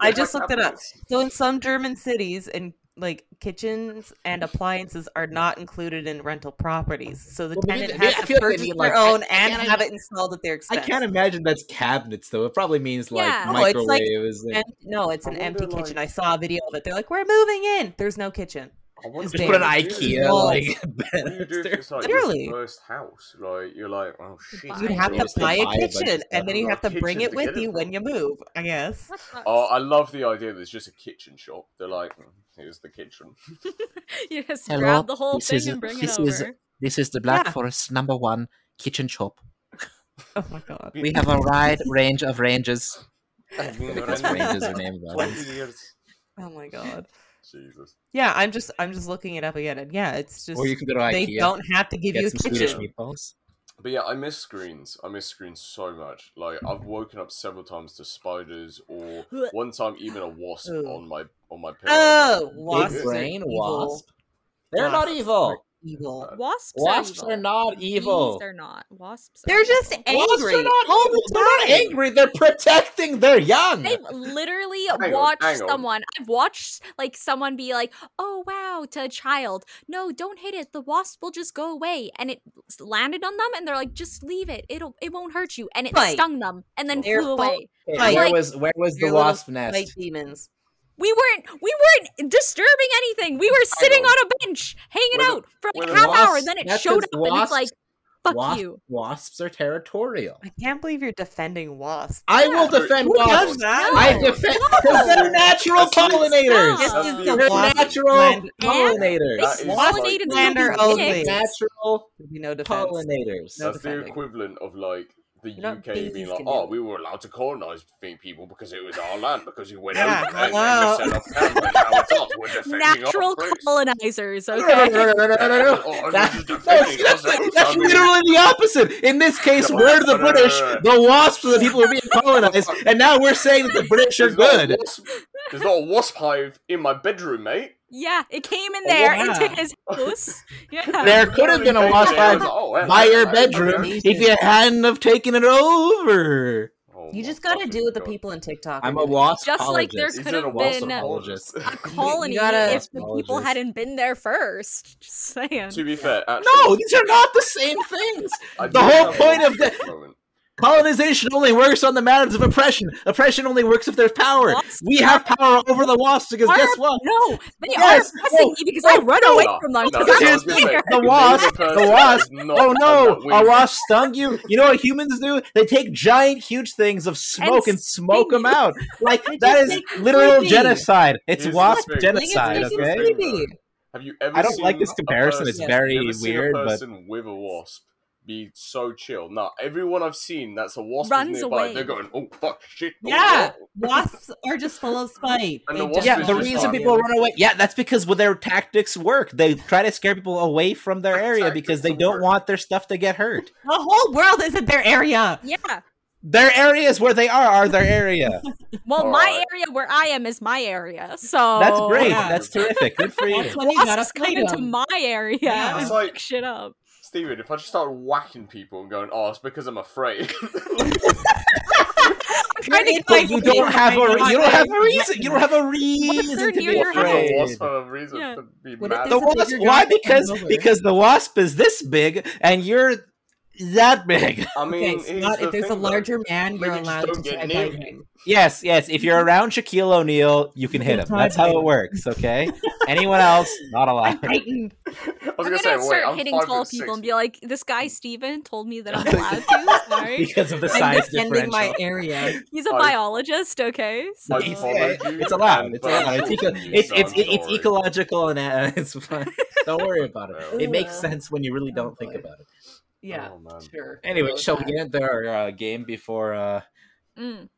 Speaker 3: I just looked it up. So in some German cities and like kitchens and appliances are not included in rental properties. So the
Speaker 1: Well, maybe
Speaker 3: tenant
Speaker 1: they-
Speaker 3: has
Speaker 1: I
Speaker 3: to
Speaker 1: feel like they
Speaker 3: purchase
Speaker 1: need,
Speaker 3: their
Speaker 1: like, I-
Speaker 3: own and
Speaker 1: can't
Speaker 3: have it installed at their
Speaker 1: I
Speaker 3: expense.
Speaker 1: can't imagine that's cabinets though. It probably means like
Speaker 2: Yeah.
Speaker 3: No, Oh, it's like-
Speaker 1: microwaves. and-
Speaker 3: And- no, it's
Speaker 4: I
Speaker 3: an
Speaker 4: wonder,
Speaker 3: empty kitchen.
Speaker 4: like-
Speaker 3: I saw a video of it. They're like, "We're moving in. There's no kitchen."
Speaker 1: just put an IKEA
Speaker 3: Walls.
Speaker 1: like
Speaker 4: What do you
Speaker 1: bed
Speaker 4: do if
Speaker 1: upstairs.
Speaker 4: it's like
Speaker 3: Literally.
Speaker 4: your first house? Like you're like, oh shit.
Speaker 2: buy
Speaker 3: You'd
Speaker 2: I
Speaker 3: have
Speaker 1: agree.
Speaker 3: to
Speaker 1: Just to
Speaker 3: buy
Speaker 1: buy
Speaker 3: a
Speaker 1: a bunch of
Speaker 3: kitchen,
Speaker 1: stuff.
Speaker 3: and then you
Speaker 4: Not
Speaker 3: have to
Speaker 4: kitchen
Speaker 3: bring it
Speaker 4: to
Speaker 3: with
Speaker 4: get it
Speaker 3: you when
Speaker 4: from.
Speaker 3: you move. I guess.
Speaker 2: That sucks.
Speaker 4: Oh, I love the idea. There's just a kitchen shop. They're like, "Mm, here's the kitchen.
Speaker 2: you just
Speaker 1: Hello,
Speaker 2: grab the whole
Speaker 1: this
Speaker 2: thing
Speaker 1: is-
Speaker 2: and bring
Speaker 1: this
Speaker 2: it over.
Speaker 1: is- This is the
Speaker 3: Black Yeah.
Speaker 1: Forest number one kitchen shop.
Speaker 3: Oh my god.
Speaker 4: We
Speaker 1: have a wide range of ranges.
Speaker 4: I've been
Speaker 1: That's
Speaker 4: running
Speaker 1: ranges
Speaker 4: for
Speaker 1: are named that.
Speaker 4: 20 years.
Speaker 3: Oh my god.
Speaker 4: Jesus.
Speaker 3: Yeah, I'm just I'm just looking it up again, and yeah, it's just
Speaker 1: Or you can go to IKEA.
Speaker 3: they don't have to give
Speaker 1: get
Speaker 3: you a
Speaker 1: some Swedish
Speaker 3: kitchen.
Speaker 1: meatballs.
Speaker 4: But yeah, I miss screens. I miss screens so much. Like I've woken up several times to spiders, or one time even a wasp
Speaker 3: Ooh.
Speaker 4: on my on my pillow.
Speaker 3: Oh, wasps
Speaker 1: Big
Speaker 3: are
Speaker 1: brain
Speaker 3: evil.
Speaker 1: wasp. They're not
Speaker 3: Wasps
Speaker 1: evil.
Speaker 3: are evil.
Speaker 4: Uh,
Speaker 2: Wasps,
Speaker 1: Wasps
Speaker 2: are
Speaker 1: are
Speaker 2: evil.
Speaker 1: not evil.
Speaker 2: Bees are not. Wasps. Are
Speaker 3: They're just
Speaker 2: evil.
Speaker 3: angry
Speaker 1: Wasps are not
Speaker 3: all
Speaker 1: evil.
Speaker 3: the
Speaker 1: They're not
Speaker 3: time.
Speaker 1: angry. They're protecting their young.
Speaker 2: I've literally
Speaker 4: on,
Speaker 2: watched
Speaker 4: hang on.
Speaker 2: someone. I've watched like someone be like, "Oh wow," to a child. No, don't hit it. The wasp will just go away, and it s- landed on them, and they're like, "Just leave it. It'll it won't hurt you." And it
Speaker 3: Right.
Speaker 2: stung them, and then
Speaker 3: Their
Speaker 2: flew
Speaker 3: fault.
Speaker 2: away.
Speaker 1: Okay,
Speaker 3: like-
Speaker 1: where was where was the
Speaker 3: Your little
Speaker 1: wasp nest?
Speaker 3: Like demons.
Speaker 2: We weren't we weren't disturbing anything. We were sitting
Speaker 4: know.
Speaker 2: on a bench, hanging
Speaker 4: When the-
Speaker 2: out for like
Speaker 4: when the
Speaker 2: half hour,
Speaker 1: wasps-
Speaker 2: and then it
Speaker 1: that's
Speaker 2: showed
Speaker 1: 'cause
Speaker 2: up, and it's like,
Speaker 1: wasps-
Speaker 2: "Fuck
Speaker 1: wasp-
Speaker 2: you."
Speaker 1: Wasps are territorial.
Speaker 3: I can't believe you're defending wasps.
Speaker 1: I will
Speaker 4: Yeah.
Speaker 1: defend
Speaker 3: Who does
Speaker 1: wasps.
Speaker 3: that?
Speaker 2: No.
Speaker 1: I defend because they're natural
Speaker 4: That's really-
Speaker 1: pollinators.
Speaker 2: Stop.
Speaker 3: This is the
Speaker 4: They're
Speaker 1: They're
Speaker 3: wasp
Speaker 1: natural
Speaker 3: land-
Speaker 1: pollinators.
Speaker 4: That is
Speaker 3: Wasp
Speaker 4: like-
Speaker 2: pollinated
Speaker 3: slander
Speaker 2: little
Speaker 3: only.
Speaker 2: dicks.
Speaker 1: Natural
Speaker 3: There'd be no defense.
Speaker 1: pollinators.
Speaker 3: No
Speaker 4: That's the
Speaker 3: defending.
Speaker 4: equivalent of like the
Speaker 3: You're not
Speaker 4: UK being
Speaker 3: bees,
Speaker 4: like,
Speaker 3: can you?
Speaker 4: oh, we were allowed to colonize fe- people because it was our land because we went
Speaker 3: Yeah,
Speaker 4: over there and we
Speaker 3: hello.
Speaker 4: set up camp and now it's us. We're defending
Speaker 2: Natural
Speaker 4: our place.
Speaker 2: colonizers.
Speaker 1: No, no,
Speaker 2: Okay.
Speaker 1: no, no, no, no, no, no.
Speaker 4: Oh, I'm
Speaker 1: That-
Speaker 4: just
Speaker 1: that's,
Speaker 4: defending
Speaker 1: that's-
Speaker 4: myself.
Speaker 1: that's
Speaker 4: I mean-
Speaker 1: literally the opposite. In this case,
Speaker 4: Come on,
Speaker 1: we're the
Speaker 4: no, no, no,
Speaker 1: British,
Speaker 4: no,
Speaker 1: the wasps are the people who are being colonized, and now we're saying that the British are
Speaker 4: There's not a
Speaker 1: good.
Speaker 4: wasp- There's not a wasp hive in my bedroom, mate.
Speaker 2: Yeah, it came in
Speaker 1: Oh,
Speaker 2: there
Speaker 1: yeah.
Speaker 2: into his house. Yeah.
Speaker 1: There could have been a wasp hive by your bedroom
Speaker 3: okay.
Speaker 1: if you hadn't have taken it over.
Speaker 3: You just gotta do what the people in TikTok. are
Speaker 1: I'm a
Speaker 3: doing.
Speaker 1: wasp.
Speaker 2: Just like there
Speaker 4: He's
Speaker 2: could
Speaker 4: a
Speaker 2: have
Speaker 4: wasp
Speaker 2: been a
Speaker 4: apologist.
Speaker 2: colony
Speaker 3: gotta-
Speaker 2: if the people
Speaker 1: Apologist.
Speaker 2: hadn't been there first. Just saying.
Speaker 4: To be fair, actually,
Speaker 1: No, these are not the same things.
Speaker 4: I
Speaker 1: the
Speaker 4: do
Speaker 1: whole
Speaker 4: have a
Speaker 1: point of
Speaker 4: wasp moment.
Speaker 1: Colonization only works on the matters of oppression. Oppression only works if there's power.
Speaker 2: Wasps
Speaker 1: We have power over the wasps because
Speaker 2: Are-
Speaker 1: guess what?
Speaker 2: No, they
Speaker 1: Yes,
Speaker 2: are pressing
Speaker 1: no,
Speaker 2: me because I run away
Speaker 4: no,
Speaker 2: from them.
Speaker 4: no,
Speaker 2: because
Speaker 4: that's
Speaker 2: I'm
Speaker 4: what I was gonna
Speaker 2: scared.
Speaker 4: say.
Speaker 1: The
Speaker 4: Name
Speaker 1: wasp,
Speaker 4: person
Speaker 1: the
Speaker 4: that
Speaker 1: wasp.
Speaker 4: has not
Speaker 1: Oh
Speaker 4: done
Speaker 1: no,
Speaker 4: that with
Speaker 1: a wasp stung you. You know what humans do? They take giant, huge things of smoke and, smoke
Speaker 2: sting
Speaker 1: them
Speaker 2: you.
Speaker 1: out. Like
Speaker 3: They
Speaker 1: that
Speaker 3: just
Speaker 1: is
Speaker 3: make
Speaker 1: literal
Speaker 3: creepy.
Speaker 1: genocide. It's
Speaker 4: Here's the
Speaker 1: wasp
Speaker 4: thing.
Speaker 3: Like, it's
Speaker 1: genocide.
Speaker 3: making
Speaker 4: okay?
Speaker 3: it creepy.
Speaker 4: Have you ever?
Speaker 1: I don't like
Speaker 4: seen
Speaker 1: this
Speaker 4: a
Speaker 1: comparison. It's
Speaker 4: person-
Speaker 1: very
Speaker 4: have you ever seen
Speaker 1: weird,
Speaker 4: A
Speaker 1: but
Speaker 4: person with a wasp be so chill. Now everyone I've seen that's a wasp
Speaker 2: Runs
Speaker 4: is nearby.
Speaker 2: away.
Speaker 4: They're going, oh fuck, shit. oh,
Speaker 3: Yeah.
Speaker 4: oh."
Speaker 3: Wasps are just full of spite.
Speaker 4: And
Speaker 3: They
Speaker 4: the
Speaker 3: just
Speaker 4: wasp
Speaker 1: yeah,
Speaker 4: is
Speaker 1: the
Speaker 4: just
Speaker 1: reason
Speaker 4: fine.
Speaker 1: people run away, yeah, that's because well, their tactics work. They try to scare people away from their
Speaker 4: Their
Speaker 1: area because they
Speaker 4: tactics
Speaker 1: don't
Speaker 4: work.
Speaker 1: want their stuff to get hurt.
Speaker 3: The whole world is in their area.
Speaker 2: Yeah.
Speaker 1: Their areas where they are are their area.
Speaker 2: Well,
Speaker 4: All
Speaker 2: my
Speaker 4: right.
Speaker 2: area where I am is my area. So
Speaker 1: That's great.
Speaker 3: yeah.
Speaker 1: That's terrific. Good for you.
Speaker 3: That's when you gotta
Speaker 2: Wasps come
Speaker 3: fight
Speaker 2: into
Speaker 3: 'em.
Speaker 2: my area
Speaker 3: Yeah.
Speaker 2: and
Speaker 4: It's like-
Speaker 2: fuck shit up.
Speaker 4: Steven, if I just start whacking people and going, oh, it's because I'm afraid.
Speaker 2: I'm trying to
Speaker 3: in
Speaker 1: But
Speaker 3: my
Speaker 1: you don't
Speaker 3: brain,
Speaker 1: have a
Speaker 3: my
Speaker 1: re-
Speaker 3: mind.
Speaker 1: you don't have a reason. You don't have a reason
Speaker 2: they're
Speaker 1: to
Speaker 2: near
Speaker 1: be
Speaker 2: your house.
Speaker 1: afraid.
Speaker 4: a wasp have a reason
Speaker 2: Yeah.
Speaker 4: to be
Speaker 3: What if
Speaker 4: mad.
Speaker 1: The
Speaker 3: There's a
Speaker 1: wasp.
Speaker 3: bigger
Speaker 1: Why?
Speaker 3: guy that
Speaker 1: Because
Speaker 3: comes over.
Speaker 1: because the wasp is this big and you're that big.
Speaker 4: I mean,
Speaker 3: Okay, so
Speaker 4: here's
Speaker 3: not,
Speaker 4: the
Speaker 3: if there's a
Speaker 4: thing, though.
Speaker 3: larger man,
Speaker 4: Maybe
Speaker 3: you're
Speaker 4: just
Speaker 3: allowed to
Speaker 4: don't get
Speaker 3: try
Speaker 4: near
Speaker 3: bite
Speaker 4: me.
Speaker 3: him.
Speaker 1: Yes, yes. If you're around Shaquille O'Neal, you can hit him. That's how it works. Okay. Anyone else, not allowed.
Speaker 3: Frightened.
Speaker 4: I was
Speaker 2: I'm
Speaker 4: gonna
Speaker 2: gonna
Speaker 4: say, wait,
Speaker 2: start
Speaker 4: I'm
Speaker 2: hitting
Speaker 4: five
Speaker 2: tall
Speaker 4: foot
Speaker 2: people and
Speaker 4: six.
Speaker 2: be like, "This guy Steven told me that I'm allowed to. Sorry,
Speaker 1: because of the
Speaker 3: I'm
Speaker 1: size
Speaker 3: defending
Speaker 1: differential.
Speaker 3: my area.
Speaker 2: he's a
Speaker 4: I-
Speaker 2: biologist, okay?" So
Speaker 1: It's,
Speaker 4: follow you
Speaker 1: it's allowed.
Speaker 4: and
Speaker 1: It's allowed. It's,
Speaker 4: vote
Speaker 1: eco-
Speaker 4: for you,
Speaker 1: it's,
Speaker 4: so
Speaker 1: it's,
Speaker 4: I'm
Speaker 1: it's
Speaker 4: sorry.
Speaker 1: ecological and uh, it's fine. Don't worry about it. It makes
Speaker 3: Ugh.
Speaker 1: sense when you really
Speaker 3: Oh,
Speaker 1: don't think
Speaker 3: boy.
Speaker 1: about it.
Speaker 3: Yeah,
Speaker 4: Oh, man.
Speaker 3: sure.
Speaker 1: Anyway,
Speaker 3: Go
Speaker 1: shall we
Speaker 3: with
Speaker 1: get into our uh, game before uh,
Speaker 2: Mm.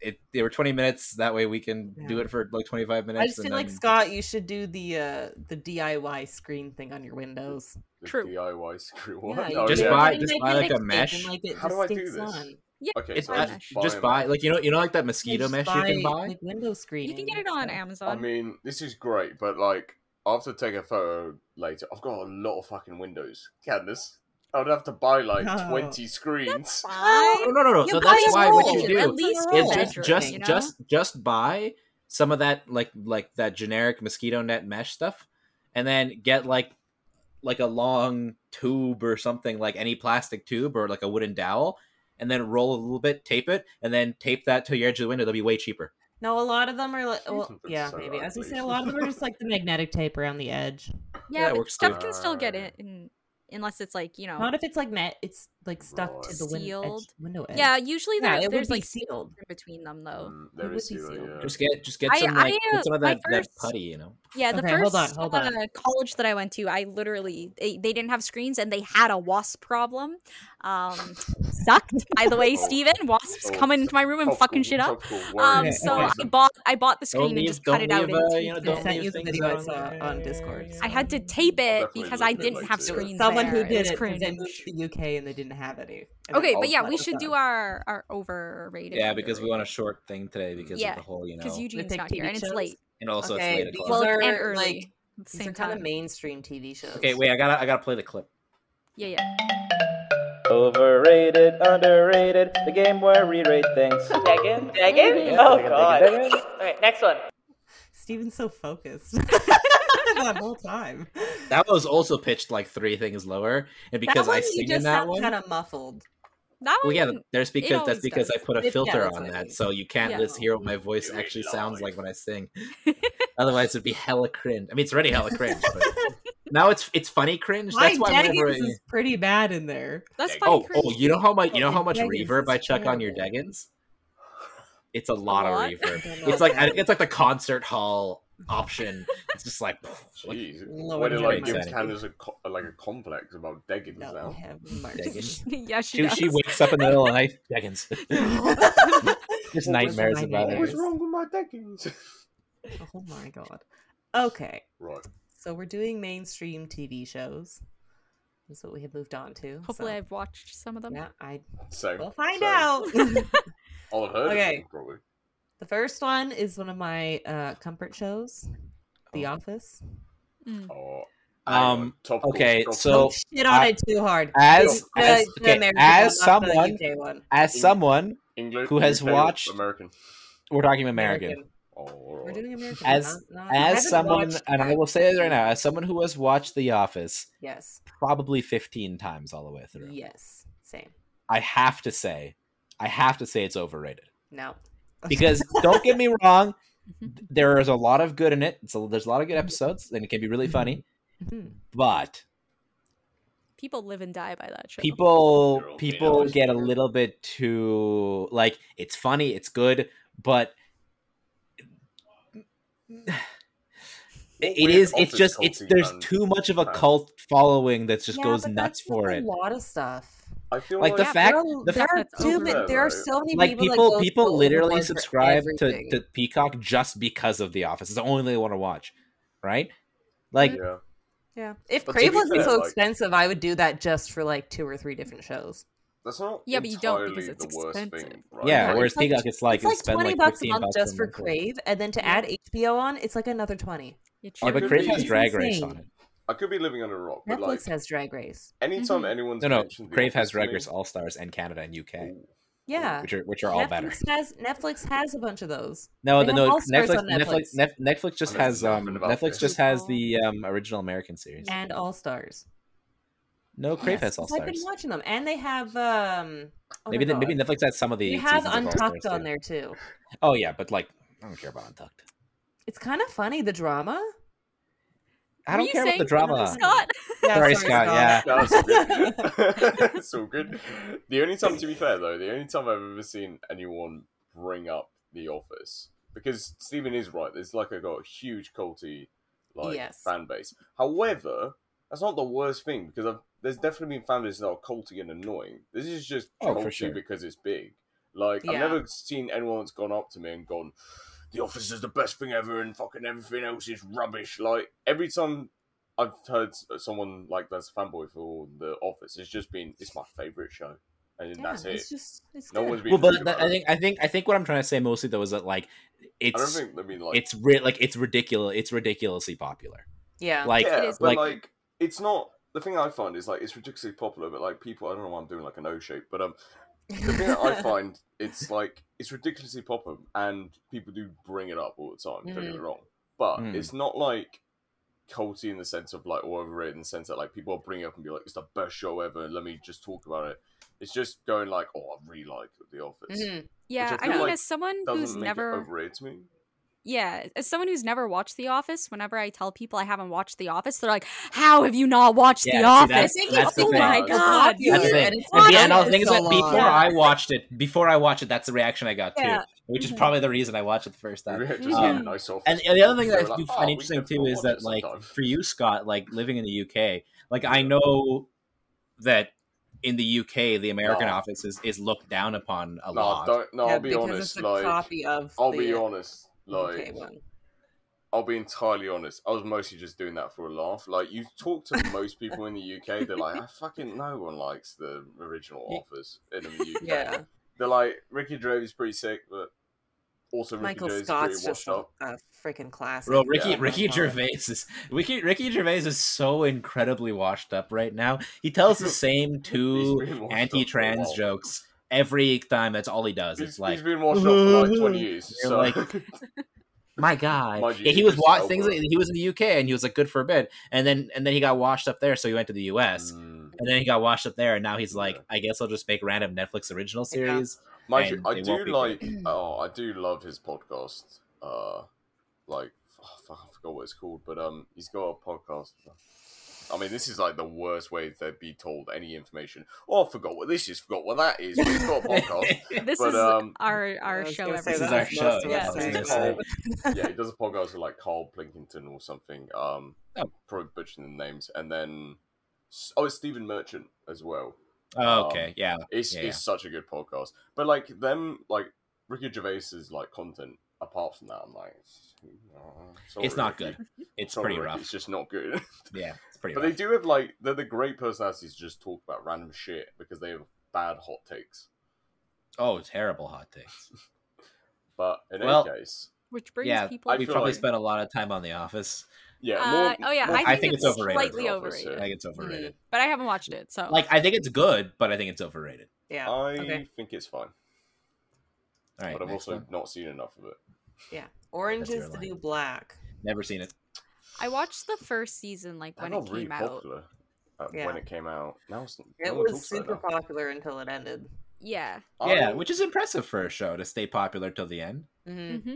Speaker 1: it? They were twenty minutes. That way we can do
Speaker 3: Yeah.
Speaker 1: it for like twenty five
Speaker 3: that.
Speaker 1: minutes.
Speaker 3: I just
Speaker 1: and
Speaker 3: feel like
Speaker 1: then-
Speaker 3: Scott, you should do the uh the DIY screen thing on your windows.
Speaker 4: The
Speaker 2: True.
Speaker 4: DIY screw. What?
Speaker 3: Yeah, you
Speaker 4: Oh,
Speaker 1: Just
Speaker 4: yeah.
Speaker 1: buy-
Speaker 3: You
Speaker 1: just
Speaker 3: make
Speaker 1: buy,
Speaker 3: a
Speaker 1: like, a
Speaker 3: mixtape and,
Speaker 1: mesh.
Speaker 3: like, it
Speaker 4: How do I do
Speaker 3: stinks
Speaker 4: this?
Speaker 3: on. Yeah,
Speaker 4: Okay,
Speaker 1: It's
Speaker 4: so
Speaker 1: uh,
Speaker 4: I
Speaker 2: not-
Speaker 4: just,
Speaker 1: just
Speaker 4: buy 'em.
Speaker 1: buy like you know you know like that mosquito
Speaker 3: just
Speaker 1: mesh you can buy.
Speaker 3: like window screen.
Speaker 2: You can get it on
Speaker 4: I
Speaker 2: Amazon.
Speaker 4: mean, this is great, but like, I'll have to take a photo later. I've got a lot of fucking windows, Candace. I would have to buy like
Speaker 3: No.
Speaker 4: 20 screens.
Speaker 1: No, no, no, no.
Speaker 3: You
Speaker 1: so
Speaker 3: buy
Speaker 1: that's
Speaker 3: a
Speaker 1: why what
Speaker 3: roll.
Speaker 1: you
Speaker 2: At
Speaker 1: do
Speaker 2: least for
Speaker 3: It's a
Speaker 1: is
Speaker 3: roll.
Speaker 1: just
Speaker 2: bedroom,
Speaker 1: just
Speaker 2: you know?
Speaker 1: just just buy some of that like like that generic mosquito net mesh stuff, and then get like like a long tube or something like any plastic tube or like a wooden dowel, and then roll a little bit, tape it, and then tape that to your edge of the window. They'll be way cheaper.
Speaker 3: No, a lot of them are like, well,
Speaker 4: That's
Speaker 3: yeah,
Speaker 4: so
Speaker 3: maybe. As I was gonna say, a
Speaker 4: ugly.
Speaker 3: lot of them are just like the magnetic tape around the edge.
Speaker 1: Yeah,
Speaker 2: yeah,
Speaker 1: it
Speaker 2: but
Speaker 1: works
Speaker 2: stuff
Speaker 4: too.
Speaker 2: can still get it in, unless it's like you know.
Speaker 3: Not if it's like met, it's like
Speaker 4: Oh,
Speaker 3: stuck to the win- edge,
Speaker 2: Sealed.
Speaker 3: window edge.
Speaker 2: yeah, usually there,
Speaker 3: yeah, it would
Speaker 2: there's
Speaker 3: be
Speaker 2: like space
Speaker 3: sealed.
Speaker 2: in between them though.
Speaker 4: Mm,
Speaker 3: It
Speaker 4: there
Speaker 3: would
Speaker 4: is
Speaker 3: be
Speaker 4: sealed,
Speaker 3: sealed.
Speaker 4: yeah.
Speaker 1: Just get just get
Speaker 2: I-
Speaker 1: some
Speaker 2: I,
Speaker 1: like
Speaker 2: uh,
Speaker 1: get some of
Speaker 2: my
Speaker 1: that, that
Speaker 2: first-
Speaker 1: putty, you know.
Speaker 2: Yeah, the
Speaker 3: Okay, hold
Speaker 2: first
Speaker 3: on, hold
Speaker 2: uh,
Speaker 3: on.
Speaker 2: college that I went to, I literally they, they didn't have screens and they had a wasp problem. Um, sucked by the way,
Speaker 4: Oh.
Speaker 2: Steven. Wasps
Speaker 4: Oh,
Speaker 2: coming into my room and
Speaker 4: Topical-
Speaker 2: fucking shit up.
Speaker 4: topical
Speaker 2: Um,
Speaker 4: worry.
Speaker 2: so
Speaker 4: Yeah.
Speaker 2: I bought I bought the screen and
Speaker 1: leave-
Speaker 2: just cut it out.
Speaker 1: leave,
Speaker 2: into
Speaker 1: uh, you know,
Speaker 2: pieces.
Speaker 1: don't
Speaker 3: sent
Speaker 1: leave
Speaker 3: you the
Speaker 1: things
Speaker 3: video I
Speaker 1: on-
Speaker 3: saw
Speaker 2: uh,
Speaker 3: on Discord,
Speaker 2: I had to tape
Speaker 4: I'll
Speaker 2: it
Speaker 4: definitely
Speaker 2: because
Speaker 4: look
Speaker 2: I
Speaker 4: at it
Speaker 2: didn't
Speaker 4: later.
Speaker 2: have
Speaker 4: It was
Speaker 2: screens.
Speaker 3: Someone
Speaker 2: there.
Speaker 3: who did it,
Speaker 2: was
Speaker 3: because they
Speaker 2: cringe.
Speaker 3: moved to the UK and they didn't have any. And
Speaker 2: Okay,
Speaker 3: all
Speaker 2: but
Speaker 3: the
Speaker 2: yeah,
Speaker 3: stuff
Speaker 2: we
Speaker 3: was
Speaker 2: should
Speaker 3: done.
Speaker 2: do our our overrated.
Speaker 1: Yeah, because we want a short thing today because
Speaker 2: Yeah,
Speaker 1: of the whole, you know,
Speaker 2: because
Speaker 3: We
Speaker 2: Eugene's
Speaker 3: pick
Speaker 2: not
Speaker 3: TV
Speaker 2: here and it's
Speaker 3: shows?
Speaker 2: late.
Speaker 1: and also
Speaker 3: Okay,
Speaker 1: it's late
Speaker 3: these
Speaker 1: o'clock.
Speaker 2: Well, and
Speaker 3: are, like,
Speaker 2: early. at the
Speaker 3: These are
Speaker 2: Same
Speaker 3: kind of
Speaker 2: time.
Speaker 3: mainstream TV shows.
Speaker 1: Okay, wait, I gotta I gotta play the clip.
Speaker 2: Yeah, yeah.
Speaker 1: Overrated, underrated, the game where we rate things.
Speaker 5: Megan? Megan? Oh, God. All right, next one.
Speaker 3: Steven's so focused that whole time.
Speaker 1: That was also pitched like three things lower, and because I sing in that one,
Speaker 3: kind of muffled.
Speaker 2: That
Speaker 1: well,
Speaker 2: one.
Speaker 1: yeah, there's because that's
Speaker 2: always
Speaker 1: because
Speaker 2: does.
Speaker 1: I put a
Speaker 3: It- yeah,
Speaker 1: filter
Speaker 3: that's
Speaker 1: on
Speaker 3: what I
Speaker 1: that,
Speaker 3: mean.
Speaker 1: so you can't
Speaker 2: Yeah.
Speaker 1: just hear what my voice
Speaker 4: Do it
Speaker 1: actually sounds like
Speaker 4: live.
Speaker 1: when I sing. Otherwise, it'd be hella cringe. I mean, it's already hella cringe. But now it's it's funny cringe. That's
Speaker 3: My
Speaker 1: why whenever
Speaker 3: Deggins
Speaker 1: it-
Speaker 3: is pretty bad in there.
Speaker 2: That's funny.
Speaker 1: oh
Speaker 2: cringe.
Speaker 1: oh, you know how much you know
Speaker 3: Oh,
Speaker 1: how much
Speaker 3: Deggins
Speaker 1: reverb
Speaker 3: is
Speaker 1: I chuck on your
Speaker 3: terrible.
Speaker 1: Deggins? It's a lot,
Speaker 2: lot?
Speaker 1: of reverb. It's like it's like the concert hall option. It's just like, like
Speaker 4: Jeez.
Speaker 3: Lord
Speaker 4: When it
Speaker 1: have
Speaker 4: like
Speaker 1: mercy.
Speaker 4: gives Candace a co- like a complex about Deggins
Speaker 3: No,
Speaker 4: now.
Speaker 3: have
Speaker 1: Deggins.
Speaker 2: yeah, she,
Speaker 1: oh, She,
Speaker 2: does.
Speaker 1: she wakes up in the middle of the night, Deggins. Just nightmares
Speaker 3: my
Speaker 1: about
Speaker 4: What was
Speaker 1: it.
Speaker 3: nightmares?
Speaker 4: wrong with my Deggins?
Speaker 3: oh my god. Okay,
Speaker 4: right.
Speaker 3: so we're doing mainstream TV shows. That's what we have moved on to.
Speaker 2: Hopefully,
Speaker 3: so-
Speaker 2: I've watched some of them.
Speaker 3: yeah, I
Speaker 4: So
Speaker 3: will find
Speaker 4: so,
Speaker 3: out.
Speaker 4: I'll have heard
Speaker 3: Okay.
Speaker 4: of them, probably.
Speaker 3: the first one is one of my uh, comfort shows, The
Speaker 1: Oh.
Speaker 3: Office.
Speaker 2: Mm.
Speaker 4: Oh, hang on.
Speaker 1: Um.
Speaker 4: Topical,
Speaker 1: Okay.
Speaker 4: topical.
Speaker 1: So
Speaker 3: Don't shit on
Speaker 1: I-
Speaker 3: it too hard.
Speaker 1: as
Speaker 3: It's the-
Speaker 1: as,
Speaker 3: the
Speaker 1: okay,
Speaker 3: American
Speaker 1: as
Speaker 3: one, not the
Speaker 1: someone
Speaker 3: UK one.
Speaker 1: as someone
Speaker 4: English
Speaker 1: who has
Speaker 4: UK,
Speaker 1: watched-
Speaker 4: American?
Speaker 1: we're talking American.
Speaker 4: Oh, all
Speaker 3: We're
Speaker 4: right.
Speaker 3: doing American.
Speaker 1: As-
Speaker 3: not- not- I
Speaker 1: As
Speaker 3: haven't
Speaker 1: someone,
Speaker 3: watched
Speaker 1: and I
Speaker 3: that.
Speaker 1: will say this right now, as someone who has watched The Office
Speaker 3: Yes.
Speaker 1: probably 15 times all the way through,
Speaker 3: Yes. Same.
Speaker 1: I have to say, I have to say it's overrated.
Speaker 3: No.
Speaker 1: Because don't get me wrong,
Speaker 2: Mm-hmm.
Speaker 1: there is a lot of good in it. It's a, there's a lot of good episodes, and it can be really funny.
Speaker 3: Mhm.
Speaker 1: But
Speaker 2: People live and die by that show.
Speaker 1: people
Speaker 4: They're all
Speaker 1: people
Speaker 4: females.
Speaker 1: get a little bit too like it's funny it's good but it
Speaker 4: weird
Speaker 1: is it's
Speaker 4: office
Speaker 1: just it's
Speaker 4: culty
Speaker 1: there's
Speaker 4: man
Speaker 1: too much of a
Speaker 4: has.
Speaker 1: cult following that just
Speaker 3: Yeah,
Speaker 1: goes
Speaker 3: but
Speaker 1: nuts
Speaker 3: that's with
Speaker 1: for
Speaker 3: a
Speaker 1: it
Speaker 3: lot of stuff.
Speaker 4: I feel
Speaker 1: like
Speaker 4: like,
Speaker 1: the
Speaker 2: Yeah,
Speaker 1: fact
Speaker 3: there are,
Speaker 1: the
Speaker 3: there
Speaker 1: fact
Speaker 3: are
Speaker 2: that's
Speaker 3: too
Speaker 2: over
Speaker 3: many.
Speaker 4: it,
Speaker 3: There are
Speaker 4: right?
Speaker 3: so many
Speaker 1: like
Speaker 3: people. that
Speaker 1: people
Speaker 3: go
Speaker 1: people
Speaker 3: overboard
Speaker 1: literally
Speaker 3: for
Speaker 1: subscribe to,
Speaker 3: everything.
Speaker 1: to peacock just because of the office it's the only thing they want to watch right like
Speaker 4: yeah.
Speaker 3: Yeah. If
Speaker 4: But to
Speaker 3: Crave
Speaker 4: be
Speaker 3: wasn't
Speaker 4: fair,
Speaker 3: so
Speaker 4: like-
Speaker 3: expensive, I would do that just for like two or three different shows.
Speaker 4: That's not
Speaker 2: Yeah, but you don't
Speaker 4: entirely
Speaker 2: because it's
Speaker 4: the worst
Speaker 2: expensive.
Speaker 4: thing, right?
Speaker 1: yeah
Speaker 3: Right.
Speaker 1: whereas
Speaker 3: It's like-
Speaker 1: peacock it's like
Speaker 3: It's like
Speaker 1: spend
Speaker 3: twenty
Speaker 1: like
Speaker 3: bucks a
Speaker 1: 15
Speaker 3: month
Speaker 1: bucks
Speaker 3: just
Speaker 1: a
Speaker 3: for
Speaker 1: month.
Speaker 3: Crave, and then to
Speaker 2: Yeah.
Speaker 3: add HBO on, it's like another twenty.
Speaker 2: It's
Speaker 1: yeah but
Speaker 4: It's
Speaker 2: true.
Speaker 1: Crave has
Speaker 4: insane.
Speaker 1: drag race on it
Speaker 4: I could be living on a rock, but like
Speaker 3: Netflix has Mm-hmm. Drag Race.
Speaker 4: anytime
Speaker 2: Mhm.
Speaker 4: anyone's
Speaker 1: No, no.
Speaker 4: mentioned The
Speaker 1: Crave has
Speaker 4: Office to me-
Speaker 1: Drag Race All Stars and Canada and UK,
Speaker 4: Ooh,
Speaker 3: Yeah.
Speaker 1: which are which are all
Speaker 3: Netflix
Speaker 1: better.
Speaker 3: has Netflix has a bunch of those.
Speaker 1: No,
Speaker 3: They
Speaker 1: the,
Speaker 3: have
Speaker 1: no.
Speaker 3: All-Stars
Speaker 1: Netflix,
Speaker 3: on
Speaker 1: Netflix,
Speaker 3: Netflix.
Speaker 1: Nef- Netflix just
Speaker 4: Unless
Speaker 1: has
Speaker 4: it's
Speaker 1: um,
Speaker 4: nothing about
Speaker 1: Netflix
Speaker 4: this.
Speaker 1: just has the um original American series.
Speaker 3: and All Stars.
Speaker 1: No, Crave has All
Speaker 3: I've been
Speaker 1: Stars.
Speaker 3: watching them, and they have um. oh my
Speaker 1: Maybe the,
Speaker 3: God.
Speaker 1: maybe Netflix has some of the.
Speaker 3: you have
Speaker 1: seasons of All-Stars,
Speaker 3: Untucked on
Speaker 1: too.
Speaker 3: there too.
Speaker 1: Oh yeah, but like I don't care about Untucked.
Speaker 3: It's kind of funny the drama.
Speaker 1: I
Speaker 2: Were
Speaker 1: don't
Speaker 2: you
Speaker 1: care about the
Speaker 2: saying
Speaker 1: drama.
Speaker 2: Scott.
Speaker 3: Yeah,
Speaker 1: Sorry, Scott, yeah.
Speaker 4: No, it's all good. it's all good. The only time, to be fair though, the only time I've ever seen anyone bring up The Office because Stephen is right. There's like a got a huge culty like
Speaker 3: Yes.
Speaker 4: fan base. However, that's not the worst thing because I've there's definitely been families that are culty and annoying. This is just
Speaker 1: Oh, for
Speaker 4: culty
Speaker 1: sure.
Speaker 4: because it's big. Like I've
Speaker 3: Yeah.
Speaker 4: never seen anyone that's gone up to me and gone, "The office is the best thing ever," and fucking everything else is rubbish. Like every time I've heard s- someone like that's a fanboy for the office, it's just been it's my favorite show, and that's it.
Speaker 3: It's just it's
Speaker 4: No
Speaker 3: good.
Speaker 4: one's been.
Speaker 1: Well,
Speaker 4: rude
Speaker 1: but
Speaker 4: about
Speaker 1: I
Speaker 4: it.
Speaker 1: think I think I think what I'm trying to say mostly though is that like
Speaker 4: I don't
Speaker 1: it's
Speaker 4: think. I mean, like
Speaker 1: it's ri- like it's ridiculous. It's ridiculously popular.
Speaker 3: yeah.
Speaker 1: Like
Speaker 4: yeah,
Speaker 2: It is
Speaker 4: but like,
Speaker 1: like-
Speaker 4: it's not the thing I find is like it's ridiculously popular, but like people, I don't know why I'm doing like an O shape, but um, the thing that I find it's like it's ridiculously popular, and people do bring it up all the time. Don't get me wrong, but
Speaker 1: Mm.
Speaker 4: it's not like culty in the sense of like or overrated in the sense that like people bring it up and be like it's the best show ever. Let me just talk about it. It's just going like, oh, I really like The Office.
Speaker 3: Mhm.
Speaker 2: Yeah,
Speaker 4: I
Speaker 2: I
Speaker 4: feel
Speaker 2: mean,
Speaker 4: like
Speaker 2: as someone
Speaker 4: Doesn't
Speaker 2: Mm. who's
Speaker 4: make
Speaker 2: never
Speaker 4: it overrated to me.
Speaker 2: Yeah, as someone who's never watched The Office, whenever I tell people I haven't watched The Office, they're like, "How have you not watched
Speaker 1: Yeah, see,
Speaker 2: The Office?"
Speaker 1: that's- that's the
Speaker 2: oh
Speaker 1: thing.
Speaker 2: my
Speaker 4: That's
Speaker 2: god!
Speaker 1: That's the
Speaker 2: you-
Speaker 1: thing.
Speaker 3: it's
Speaker 1: And,
Speaker 2: not
Speaker 1: be- and
Speaker 2: out
Speaker 1: all
Speaker 2: for
Speaker 1: the things
Speaker 3: so
Speaker 1: that
Speaker 3: long.
Speaker 1: before I watched it, before I watched it, that's the reaction I got
Speaker 2: Yeah.
Speaker 1: too, which is
Speaker 3: Mm-hmm.
Speaker 2: Mhm.
Speaker 1: probably the reason I watched it the first time.
Speaker 4: Maybe it just
Speaker 2: Mhm.
Speaker 4: had a nice Office.
Speaker 1: And, and the other thing
Speaker 4: They
Speaker 1: that
Speaker 4: were
Speaker 1: I do
Speaker 4: like, "Oh,
Speaker 1: find
Speaker 4: we
Speaker 1: interesting
Speaker 4: can
Speaker 1: too is
Speaker 4: watch
Speaker 1: that,
Speaker 4: it
Speaker 1: like,
Speaker 4: sometime."
Speaker 1: for you, Scott, like living in the UK, like I know that in the UK, the American
Speaker 4: No.
Speaker 1: office is, is looked down upon a
Speaker 4: No,
Speaker 1: lot.
Speaker 4: don't. No,
Speaker 3: Yeah,
Speaker 4: I'll be
Speaker 3: because
Speaker 4: honest.
Speaker 3: It's a
Speaker 4: Like,
Speaker 3: copy of
Speaker 4: I'll
Speaker 3: the uh,
Speaker 4: be honest. Like,
Speaker 3: UK one.
Speaker 4: I'll be entirely honest. I was mostly just doing that for a laugh. Like, you talk to most people in the UK, they're like, I fucking no one likes the original
Speaker 1: Yeah.
Speaker 4: Office in the UK.
Speaker 3: Yeah,
Speaker 4: They're like, Ricky Gervais is pretty sick, but also Ricky
Speaker 3: Michael
Speaker 4: Gervais is
Speaker 3: Scott's
Speaker 4: pretty
Speaker 3: just
Speaker 4: washed
Speaker 3: a,
Speaker 4: up.
Speaker 3: a freaking classic.
Speaker 1: Bro, Ricky
Speaker 4: Yeah.
Speaker 1: Ricky Gervais is Ricky, Ricky Gervais is so incredibly washed up right now. He tells the same
Speaker 4: He's
Speaker 1: two
Speaker 4: been washed up for a
Speaker 1: anti-trans
Speaker 4: while.
Speaker 1: jokes every time. That's all he does.
Speaker 4: He's-
Speaker 1: It's like
Speaker 4: he's been washed up for like 20 years.
Speaker 1: You're
Speaker 4: So.
Speaker 1: like- My God,
Speaker 4: Mind you,
Speaker 1: yeah,
Speaker 4: he
Speaker 1: he was
Speaker 4: just
Speaker 1: watching things.
Speaker 4: elbowed.
Speaker 1: He was in the UK and he was like, "Good for a bit," and then and then he got washed up there, so he went to the US,
Speaker 4: Mm.
Speaker 1: and then he got washed up there, and now he's like,
Speaker 4: Yeah.
Speaker 1: "I guess I'll just make random Netflix original
Speaker 3: Yeah.
Speaker 1: series."
Speaker 4: Mind you,
Speaker 1: and
Speaker 4: I
Speaker 1: they
Speaker 4: do
Speaker 1: won't be
Speaker 4: like.
Speaker 1: good.
Speaker 4: Oh, I do love his podcast. Uh, like oh, fuck, I forgot what it's called, but um, he's got a podcast. I mean, this is like the worst way to be told any information. Oh, I forgot what this is. Forgot what that is. But he's got a podcast.
Speaker 2: This
Speaker 4: But,
Speaker 2: is
Speaker 4: um,
Speaker 2: our our
Speaker 3: I was
Speaker 2: show.
Speaker 3: gonna say
Speaker 1: This
Speaker 2: everyone.
Speaker 1: is
Speaker 3: that
Speaker 1: our
Speaker 3: was
Speaker 1: show,
Speaker 3: most of
Speaker 1: yeah,
Speaker 3: us
Speaker 1: I was
Speaker 3: saying.
Speaker 1: gonna say.
Speaker 4: yeah, he does a podcast with like Carl Plinkington or something. Um,
Speaker 1: Oh.
Speaker 4: probably butchering the names, and then oh, it's Stephen Merchant as well.
Speaker 1: Oh,
Speaker 4: Um,
Speaker 1: okay, yeah,
Speaker 4: It's
Speaker 1: Yeah, yeah.
Speaker 4: it's such a good podcast. But like them, like Ricky Gervais's like content. Apart from that, I'm like, "Oh,
Speaker 1: it's
Speaker 4: sorry,
Speaker 1: not
Speaker 4: Ricky.
Speaker 1: good. It's
Speaker 4: Sorry,
Speaker 1: pretty
Speaker 4: Ricky,
Speaker 1: rough.
Speaker 4: It's just not good.
Speaker 1: Yeah, it's pretty
Speaker 4: but they
Speaker 1: rough.
Speaker 4: do have like they're the great personalities to just talk about random shit because they have bad hot takes.
Speaker 1: Oh, terrible hot takes.
Speaker 4: But in
Speaker 1: Well,
Speaker 4: any case,
Speaker 2: which brings
Speaker 1: Yeah,
Speaker 2: people.
Speaker 4: I
Speaker 1: We
Speaker 4: feel
Speaker 1: probably
Speaker 4: like-
Speaker 1: spent a lot of time on The Office.
Speaker 4: yeah,
Speaker 2: Uh,
Speaker 4: more,
Speaker 2: oh, yeah,
Speaker 4: more
Speaker 2: I
Speaker 1: I think it's overrated.
Speaker 2: slightly
Speaker 4: Office, yeah.
Speaker 1: I think it's overrated.
Speaker 2: but I haven't watched it, so
Speaker 1: Like, I think it's good, but I think it's overrated.
Speaker 3: Yeah,
Speaker 4: I
Speaker 3: okay.
Speaker 4: think it's fine,
Speaker 1: All right,
Speaker 4: but I've
Speaker 1: next
Speaker 4: also
Speaker 1: one.
Speaker 4: not seen enough of it.
Speaker 3: yeah. Orange
Speaker 1: That's
Speaker 3: is
Speaker 1: your
Speaker 3: the
Speaker 1: line.
Speaker 3: new black.
Speaker 1: never seen it.
Speaker 2: I watched the first season like
Speaker 4: That
Speaker 2: when
Speaker 4: got
Speaker 2: it
Speaker 4: really
Speaker 2: came out.
Speaker 4: popular uh,
Speaker 3: Yeah.
Speaker 4: when it came out. Now it's no
Speaker 3: It
Speaker 4: one
Speaker 3: was
Speaker 4: talks about Oh,
Speaker 3: super
Speaker 4: now.
Speaker 3: popular until it ended.
Speaker 2: Yeah,
Speaker 1: Yeah,
Speaker 4: I-
Speaker 1: which is impressive for a show to stay popular till the end.
Speaker 3: hmm
Speaker 2: hmm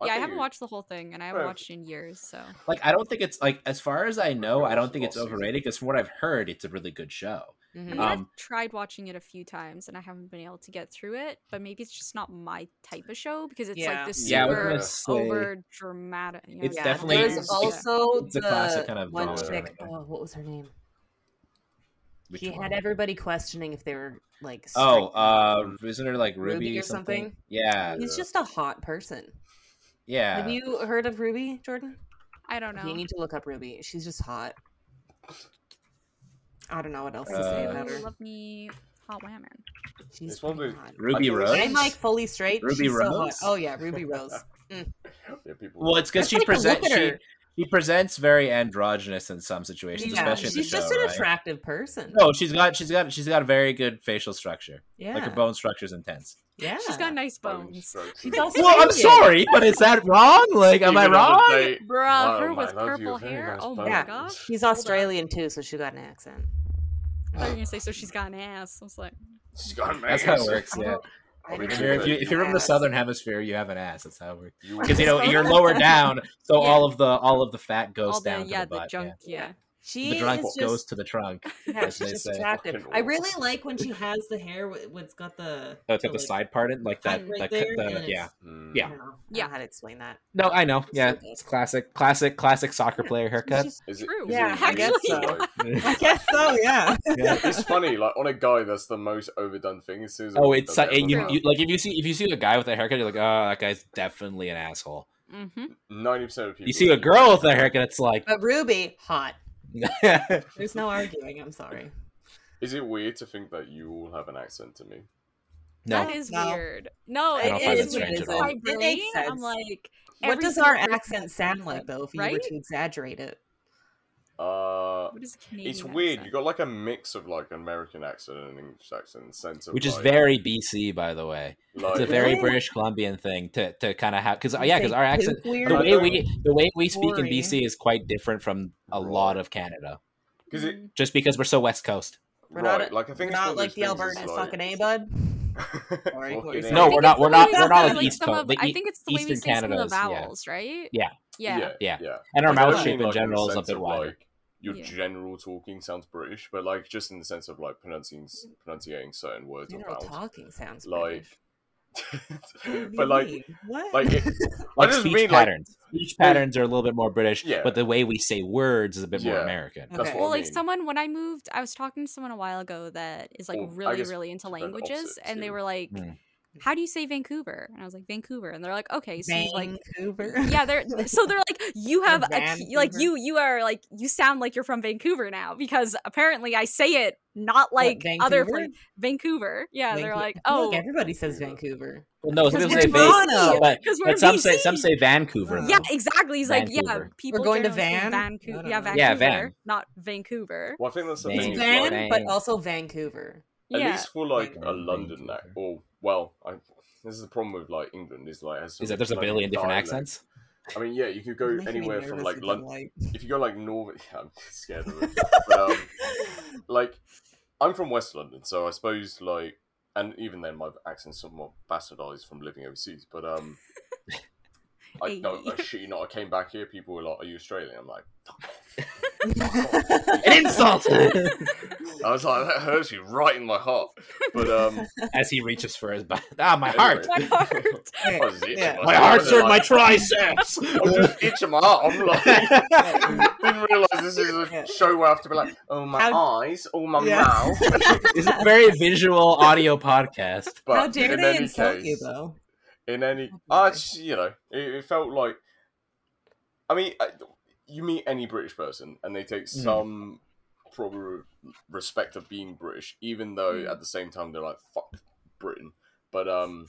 Speaker 4: I
Speaker 2: yeah. I
Speaker 4: think
Speaker 2: haven't
Speaker 4: it-
Speaker 2: watched the whole thing, and I haven't
Speaker 4: Right.
Speaker 2: watched it in years. So
Speaker 1: Like, I don't think it's like as far as I know, I
Speaker 4: watched
Speaker 1: don't
Speaker 4: the
Speaker 1: think it's
Speaker 4: last season.
Speaker 1: overrated because from what I've heard, it's a really good show.
Speaker 2: I
Speaker 3: hmm
Speaker 1: Um,
Speaker 2: mean, I've tried watching it a few times, and I haven't been able to get through it. But maybe it's just not my type of show because it's
Speaker 3: Yeah.
Speaker 2: like this
Speaker 1: Yeah, I was
Speaker 4: we're
Speaker 2: super
Speaker 1: gonna
Speaker 4: Yeah.
Speaker 1: say
Speaker 2: over dramatic. You know,
Speaker 1: It's
Speaker 2: like,
Speaker 1: definitely-
Speaker 3: There's
Speaker 2: dramatized.
Speaker 1: it's-
Speaker 3: also
Speaker 1: it's a
Speaker 3: the
Speaker 1: classic kind of
Speaker 3: one
Speaker 4: drama.
Speaker 3: chick. Oh, what was her name?
Speaker 1: which
Speaker 3: she
Speaker 1: one?
Speaker 3: had everybody questioning if they were like.
Speaker 1: Oh,
Speaker 3: strict.
Speaker 1: uh, isn't there like Ruby,
Speaker 3: Ruby
Speaker 1: or
Speaker 3: or
Speaker 1: something?
Speaker 3: something?
Speaker 1: Yeah,
Speaker 3: he's just a hot person.
Speaker 1: yeah.
Speaker 3: Have you heard of Ruby Jordan?
Speaker 2: I don't know.
Speaker 3: You need to look up Ruby. She's just hot. I don't know what else to say
Speaker 1: Uh,
Speaker 3: about her.
Speaker 2: "Oh, Love me, hot women.
Speaker 3: She's
Speaker 4: It's probably-
Speaker 3: pretty hot.
Speaker 1: Ruby
Speaker 4: I-
Speaker 1: Rose.
Speaker 3: I'm like fully straight.
Speaker 1: Ruby
Speaker 3: She's so hot.
Speaker 1: Rose?
Speaker 3: oh yeah, Ruby Rose.
Speaker 4: yeah, people.
Speaker 1: well, it's because
Speaker 3: Just
Speaker 1: she
Speaker 3: take a look
Speaker 1: presents
Speaker 3: at
Speaker 1: she,
Speaker 3: her.
Speaker 1: she presents very androgynous in some situations,
Speaker 3: Yeah,
Speaker 1: especially in the
Speaker 3: she's just
Speaker 1: show,
Speaker 3: an
Speaker 1: right? Oh,
Speaker 3: attractive person.
Speaker 1: No, she's got she's got she's got a very good facial structure.
Speaker 3: yeah,
Speaker 1: Like her bone structure's intense.
Speaker 3: yeah.
Speaker 2: She's got nice
Speaker 4: bone
Speaker 2: bones.
Speaker 4: strokes.
Speaker 3: She's also
Speaker 1: Well, I'm
Speaker 3: Period.
Speaker 1: sorry, but is that wrong? Like, am I
Speaker 4: Even on a
Speaker 1: wrong?
Speaker 4: date,
Speaker 2: Bruh,
Speaker 4: Wow,
Speaker 2: her
Speaker 4: my
Speaker 2: with
Speaker 4: love, you
Speaker 2: purple
Speaker 4: have very
Speaker 2: hair.
Speaker 4: nice
Speaker 2: Oh my
Speaker 4: bones.
Speaker 2: gosh.
Speaker 3: She's Australian too, so she got an accent.
Speaker 2: I thought you were gonna say so she's got an ass. I was like,
Speaker 4: she's got
Speaker 1: That's how it works. Yeah.
Speaker 4: I
Speaker 1: If
Speaker 4: didn't
Speaker 1: you're, if,
Speaker 4: know
Speaker 1: you,
Speaker 4: that.
Speaker 1: if you're from the
Speaker 3: Yes.
Speaker 1: southern hemisphere, you have an ass. That's how it works.
Speaker 4: You
Speaker 1: Because you know you're lower down, so
Speaker 2: Yeah.
Speaker 1: all of the all of the fat goes
Speaker 2: all the
Speaker 1: down.
Speaker 2: yeah,
Speaker 1: to the,
Speaker 2: the
Speaker 1: butt,
Speaker 2: junk.
Speaker 3: yeah.
Speaker 2: Yeah.
Speaker 3: She
Speaker 1: The drunk
Speaker 3: is just,
Speaker 1: goes to the trunk.
Speaker 3: yeah,
Speaker 1: as
Speaker 3: she's
Speaker 1: they
Speaker 3: just
Speaker 1: say.
Speaker 3: attractive.
Speaker 4: Fucking
Speaker 3: I really
Speaker 4: awesome.
Speaker 3: like when she has the hair. wi- What's got the?
Speaker 1: Oh, it's got the
Speaker 3: like,
Speaker 1: side part in like that.
Speaker 3: button
Speaker 1: that cut-
Speaker 3: right there,
Speaker 1: the-
Speaker 3: and it's-
Speaker 1: yeah.
Speaker 4: Mm.
Speaker 1: Yeah.
Speaker 3: I don't know, I don't
Speaker 2: Yeah.
Speaker 3: know how to explain that.
Speaker 1: No, I know. Yeah,
Speaker 3: good.
Speaker 1: it's classic, classic, classic soccer player haircut.
Speaker 2: Which is
Speaker 4: Is it-
Speaker 2: true.
Speaker 4: is it
Speaker 3: Yeah, I
Speaker 4: weird,
Speaker 3: guess so.
Speaker 4: though?
Speaker 3: I guess so. Yeah.
Speaker 1: Yeah.
Speaker 4: it's funny, like on a guy, that's the most overdone thing. As soon as a
Speaker 1: Oh,
Speaker 4: woman
Speaker 1: it's
Speaker 4: does it,
Speaker 1: and you,
Speaker 4: everyone
Speaker 1: you like if you see if you see a guy with a haircut, you're like, oh, that guy's definitely an asshole.
Speaker 2: Mm-hmm.
Speaker 4: ninety percent of people.
Speaker 1: You see a girl with a haircut, it's like,
Speaker 3: But Ruby, hot.
Speaker 1: yeah,
Speaker 3: There's no arguing. I'm sorry.
Speaker 4: Is it weird to think that you all have an accent to me?
Speaker 1: no,
Speaker 2: That is
Speaker 3: No.
Speaker 2: weird. No,
Speaker 1: I
Speaker 2: it
Speaker 1: don't find
Speaker 2: is
Speaker 1: that strange
Speaker 2: weird.
Speaker 1: at all.
Speaker 2: By
Speaker 3: It
Speaker 2: Brie,
Speaker 3: makes
Speaker 2: I'm
Speaker 3: sense.
Speaker 2: like,
Speaker 3: What
Speaker 2: every
Speaker 3: does our
Speaker 2: single
Speaker 3: accent sound like though? If you were
Speaker 2: right?
Speaker 3: to exaggerate it,
Speaker 4: Uh,
Speaker 2: What is Canadian?
Speaker 4: it's weird. You
Speaker 2: accent?
Speaker 4: got like a mix of like an American accent and an English accent, and sense of
Speaker 1: which is
Speaker 4: like-
Speaker 1: very BC, by the way.
Speaker 4: Like,
Speaker 1: It's a very
Speaker 3: Really?
Speaker 1: British Columbian thing to to kind of have because
Speaker 3: You
Speaker 1: yeah, because
Speaker 3: say
Speaker 1: our accent,
Speaker 3: poop weird?
Speaker 1: the
Speaker 4: I
Speaker 1: way
Speaker 4: don't-
Speaker 1: we the way we speak in
Speaker 3: Rory.
Speaker 1: BC is quite different from a lot of Canada,
Speaker 4: 'cause it-
Speaker 2: Mm.
Speaker 1: just because we're so West Coast.
Speaker 3: We're
Speaker 4: right,
Speaker 3: not a-
Speaker 4: like I
Speaker 3: We're
Speaker 4: think it's
Speaker 3: not
Speaker 4: one
Speaker 3: like
Speaker 4: of
Speaker 3: the
Speaker 4: those things
Speaker 3: Albertans
Speaker 4: that's
Speaker 3: fucking
Speaker 4: like-
Speaker 3: a bud. Sorry, what
Speaker 4: Fucking
Speaker 3: you're
Speaker 4: A.
Speaker 1: No,
Speaker 2: I
Speaker 3: saying.
Speaker 2: think
Speaker 1: we're
Speaker 2: it's
Speaker 1: not-
Speaker 2: the
Speaker 1: Uh, we're
Speaker 2: way
Speaker 1: not-
Speaker 2: we
Speaker 3: we're
Speaker 2: say,
Speaker 3: not on
Speaker 2: like,
Speaker 1: East
Speaker 2: some
Speaker 1: Coast,
Speaker 2: of-
Speaker 1: the
Speaker 2: I
Speaker 1: e-
Speaker 2: think it's the way we
Speaker 1: Eastern
Speaker 2: say some of the
Speaker 1: Canada's, yeah.
Speaker 2: vowels, right?
Speaker 1: Yeah.
Speaker 2: Yeah.
Speaker 1: Yeah.
Speaker 4: yeah.
Speaker 1: And our
Speaker 4: Like, I
Speaker 1: mouth shape
Speaker 4: mean,
Speaker 1: in
Speaker 4: like, the
Speaker 1: general is a
Speaker 4: sense
Speaker 1: bit
Speaker 4: of,
Speaker 1: wider.
Speaker 4: Like, your
Speaker 2: Yeah.
Speaker 4: general talking sounds British, but like just in the sense of like pronouncing pronunciating certain words or
Speaker 3: General
Speaker 4: vowels,
Speaker 3: talking sounds
Speaker 4: like.
Speaker 3: British. What do
Speaker 4: but
Speaker 3: you
Speaker 4: like,
Speaker 3: mean? what?
Speaker 4: like it, I
Speaker 1: like
Speaker 4: just
Speaker 1: speech
Speaker 4: mean, like-
Speaker 1: patterns. speech patterns are a little bit more British,
Speaker 4: Yeah.
Speaker 1: but the way we say words is a bit more
Speaker 4: Yeah.
Speaker 1: American.
Speaker 4: that's
Speaker 3: Okay.
Speaker 4: what
Speaker 2: Well,
Speaker 4: I
Speaker 2: like
Speaker 4: mean.
Speaker 2: someone when I moved, I was talking to someone a while ago that is like
Speaker 4: Well, I
Speaker 2: really,
Speaker 4: guess
Speaker 2: really into
Speaker 4: they're the
Speaker 2: languages,
Speaker 4: opposite
Speaker 2: and they
Speaker 4: too.
Speaker 2: were like,
Speaker 1: Mm.
Speaker 2: "How do you say Vancouver?" And I was like, "Vancouver," and they're like, "Okay, so you, like."
Speaker 3: Vancouver.
Speaker 2: Yeah, they're so they're like you have a key, like
Speaker 3: Vancouver.
Speaker 2: you you are like you sound like you're from Vancouver now because apparently I say it not like other
Speaker 3: Vancouver?
Speaker 2: place Vancouver. Yeah, they're
Speaker 3: Vancou-
Speaker 2: like
Speaker 3: Look,
Speaker 2: oh
Speaker 3: everybody says
Speaker 4: Yeah.
Speaker 3: Vancouver.
Speaker 1: Well, no, some
Speaker 2: Because
Speaker 1: people say
Speaker 2: we're
Speaker 1: Van-
Speaker 3: Toronto.
Speaker 1: but,
Speaker 2: because we're
Speaker 1: but some say some
Speaker 2: BC.
Speaker 1: say Vancouver.
Speaker 3: Uh,
Speaker 1: though.
Speaker 2: Yeah, exactly. He's like, yeah,
Speaker 1: Vancouver.
Speaker 2: people
Speaker 3: We're going to
Speaker 2: generally say
Speaker 3: Van? I
Speaker 2: Vancouver.
Speaker 3: don't
Speaker 2: Yeah,
Speaker 3: know.
Speaker 2: Vancouver,
Speaker 1: Yeah, Van.
Speaker 2: not Vancouver.
Speaker 4: Well, I think that's the
Speaker 1: Van-
Speaker 4: thing.
Speaker 3: It's
Speaker 4: is,
Speaker 3: Van,
Speaker 4: like,
Speaker 3: but
Speaker 1: Van.
Speaker 3: also Vancouver.
Speaker 4: At
Speaker 2: yeah.
Speaker 4: least for like a
Speaker 1: Van-
Speaker 4: London
Speaker 1: Vancouver.
Speaker 4: accent. Or well, I, this is the problem with like England is like has so
Speaker 1: Is that
Speaker 4: much,
Speaker 1: there's a
Speaker 4: like,
Speaker 1: billion different
Speaker 4: dialect.
Speaker 1: accents?
Speaker 4: I mean, yeah, you could go
Speaker 3: You're making me
Speaker 4: anywhere from
Speaker 3: nervous
Speaker 4: like
Speaker 3: with the
Speaker 4: London.
Speaker 3: light.
Speaker 4: If you go like northern, yeah, I'm scared of it. but, um, like, I'm from West London, so I suppose like, and even then, my accent's somewhat bastardized from living overseas. But um, I no,
Speaker 2: Hey.
Speaker 4: I shit you not. I came back here. People were like, "Are you Australian?" I'm like, "Fuck off."
Speaker 1: An insult!
Speaker 4: I was like, "That hurts you right in my heart." But um,
Speaker 1: As he reaches for his butt. Ah, my heart!
Speaker 2: my heart.
Speaker 4: I was itching
Speaker 3: Yeah.
Speaker 1: My heart's in my triceps!
Speaker 4: I'm just itching my arm. I'm like,
Speaker 3: Yeah.
Speaker 4: didn't realize this is a
Speaker 3: Yeah.
Speaker 4: show where I have to be like, oh my
Speaker 3: How-
Speaker 4: eyes, oh my
Speaker 3: Yeah.
Speaker 4: mouth.
Speaker 1: it's a very visual audio podcast.
Speaker 4: But
Speaker 3: How dare
Speaker 4: in
Speaker 3: they
Speaker 4: any
Speaker 3: insult
Speaker 4: case,
Speaker 3: you though?
Speaker 4: In any,
Speaker 3: How
Speaker 4: ah,
Speaker 3: dare
Speaker 4: it's- you know, it, it felt like. I mean, I, you meet any British person, and they take
Speaker 1: Mm.
Speaker 4: some proper respect of being British, even though
Speaker 2: Mm.
Speaker 4: at the same time they're like, "fuck Britain." But um,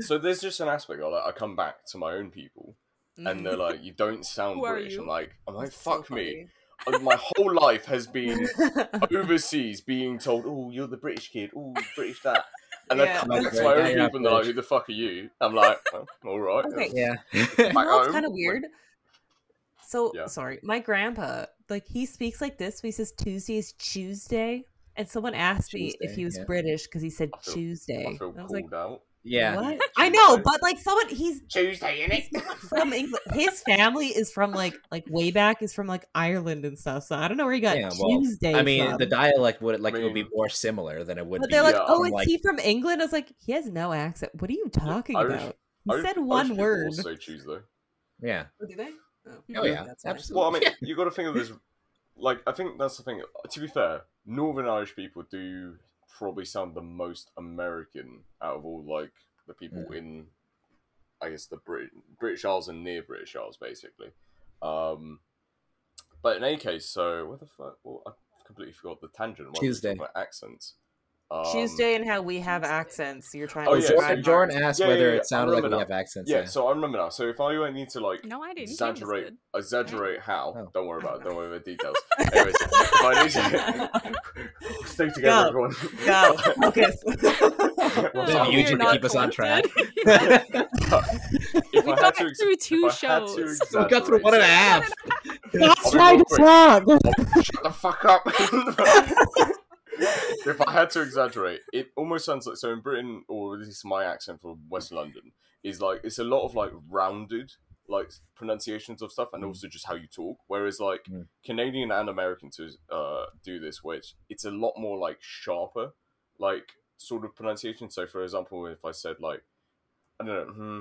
Speaker 4: so there's just an aspect of like, I come back to my own people,
Speaker 3: Mm.
Speaker 4: and they're like, "You don't sound
Speaker 2: Who are
Speaker 4: British."
Speaker 2: you?
Speaker 4: I'm like, "I'm like,
Speaker 3: It's so
Speaker 4: fuck me." And my whole life has been
Speaker 3: funny.
Speaker 4: overseas being told, "Oh, you're the British kid. Oh, British that." And
Speaker 3: Yeah.
Speaker 4: I come back to my
Speaker 1: Yeah,
Speaker 4: own
Speaker 1: yeah,
Speaker 4: people and they're like,
Speaker 1: British.
Speaker 4: "Who the fuck are you?" I'm like, well, "All right."
Speaker 3: Okay.
Speaker 1: Yeah.
Speaker 4: My
Speaker 3: you know what's
Speaker 4: own-
Speaker 3: kind of weird? So
Speaker 4: Yeah.
Speaker 3: sorry, my grandpa, like he speaks like this. But he says Tuesday is Tuesday, and someone asked me if
Speaker 1: Tuesday,
Speaker 3: he was
Speaker 1: yeah.
Speaker 3: British because he said
Speaker 4: I feel-
Speaker 3: Tuesday.
Speaker 4: I feel
Speaker 3: And I was
Speaker 4: called
Speaker 3: like,
Speaker 4: out.
Speaker 1: yeah.
Speaker 3: what?
Speaker 4: Tuesday.
Speaker 3: I know, but like someone, he's
Speaker 4: Tuesday, in it.
Speaker 3: from England. His family is from like like way back is from like Ireland and stuff. So I don't know where he got
Speaker 1: Yeah, well,
Speaker 3: Tuesday.
Speaker 1: I mean,
Speaker 3: from.
Speaker 1: the dialect would like it would be
Speaker 4: mean-
Speaker 1: more similar than it would
Speaker 3: but
Speaker 1: be.
Speaker 3: they're like,
Speaker 4: yeah,
Speaker 3: oh,
Speaker 1: I'm
Speaker 3: is
Speaker 1: like-
Speaker 3: he from England? I was like, he has no accent. What are you talking
Speaker 4: Irish-
Speaker 3: about? He said one word.
Speaker 4: Also Tuesday.
Speaker 1: yeah.
Speaker 3: Oh, do they? Oh,
Speaker 1: Oh yeah,
Speaker 3: that's why.
Speaker 1: absolutely.
Speaker 4: Well, I mean, oh, you got to think of this. Like, I think that's the thing. To be fair, Northern Irish people do probably sound the most American out of all like the people in, I guess, the Brit- British Isles and near British Isles, basically. Um, but in any case, so what the fuck? Well, I completely forgot the tangent. while we were
Speaker 1: Tuesday.
Speaker 4: talking about accents. Um,
Speaker 3: Tuesday and how we have accents. You're trying
Speaker 4: Oh,
Speaker 1: Oh,
Speaker 3: to
Speaker 1: Jordan,
Speaker 4: yeah, so-
Speaker 3: describe
Speaker 1: Jordan asked
Speaker 4: Yeah, yeah,
Speaker 1: whether
Speaker 4: yeah, I
Speaker 1: it sounded like we
Speaker 4: remember
Speaker 1: have accents.
Speaker 4: Yeah, so I remember now. So if I were need to like
Speaker 2: No, I didn't. That was
Speaker 4: exaggerate,
Speaker 2: good.
Speaker 4: exaggerate how.
Speaker 1: Oh.
Speaker 4: Don't worry about it. Don't worry about the details. Anyways, if I need to stay together, everyone.
Speaker 3: Go. Focus.
Speaker 1: Well,
Speaker 2: Oh,
Speaker 1: so you
Speaker 2: we're
Speaker 1: two to
Speaker 2: not
Speaker 1: keep us on track.
Speaker 2: connected.
Speaker 4: if
Speaker 2: we
Speaker 4: I had
Speaker 2: got
Speaker 4: to,
Speaker 2: through two
Speaker 4: if I had to
Speaker 2: shows.
Speaker 1: we got through one and a
Speaker 4: exaggerate
Speaker 1: half.
Speaker 3: That's
Speaker 4: I'll be real quick.
Speaker 3: talk.
Speaker 4: it- Shut the fuck up. if I had to exaggerate, it almost sounds like so in Britain, or at least my accent for West London is like it's a lot of like rounded like pronunciations of stuff and
Speaker 1: Mm.
Speaker 4: also just how you talk. Whereas like
Speaker 1: Mm.
Speaker 4: Canadian and American to uh, do this, which it's a lot more like sharper, like sort of pronunciation. So for example, if I said like I don't know, hmm,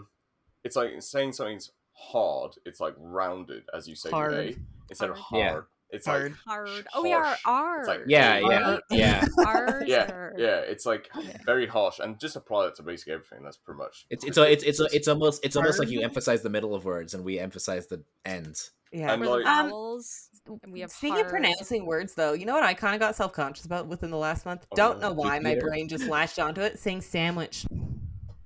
Speaker 4: it's like saying something's hard. It's like rounded as you say
Speaker 3: Hard.
Speaker 4: today instead of
Speaker 1: Hard. Yeah.
Speaker 4: hard. It's like
Speaker 3: Hard.
Speaker 2: Hard. Oh, yeah,
Speaker 4: Harsh.
Speaker 2: R.
Speaker 4: It's like-
Speaker 1: Yeah, yeah,
Speaker 2: Right?
Speaker 1: yeah.
Speaker 2: R's
Speaker 4: Yeah,
Speaker 2: are-
Speaker 4: Yeah, it's like very harsh, and just apply that to basically everything. That's pretty much.
Speaker 1: It's it's a- it's it's, a- it's almost it's almost like
Speaker 3: Hard.
Speaker 1: you emphasize the middle of words and we emphasize the ends.
Speaker 3: Yeah.
Speaker 4: And
Speaker 2: We're the
Speaker 4: like-
Speaker 3: Um,
Speaker 2: vowels, and we have
Speaker 3: Speaking
Speaker 2: hard.
Speaker 3: of pronouncing words, though, you know what I kind of got self conscious about within the last month?
Speaker 4: Oh,
Speaker 3: Don't
Speaker 4: no.
Speaker 3: know why my
Speaker 1: Either.
Speaker 3: brain just latched onto it saying sandwich.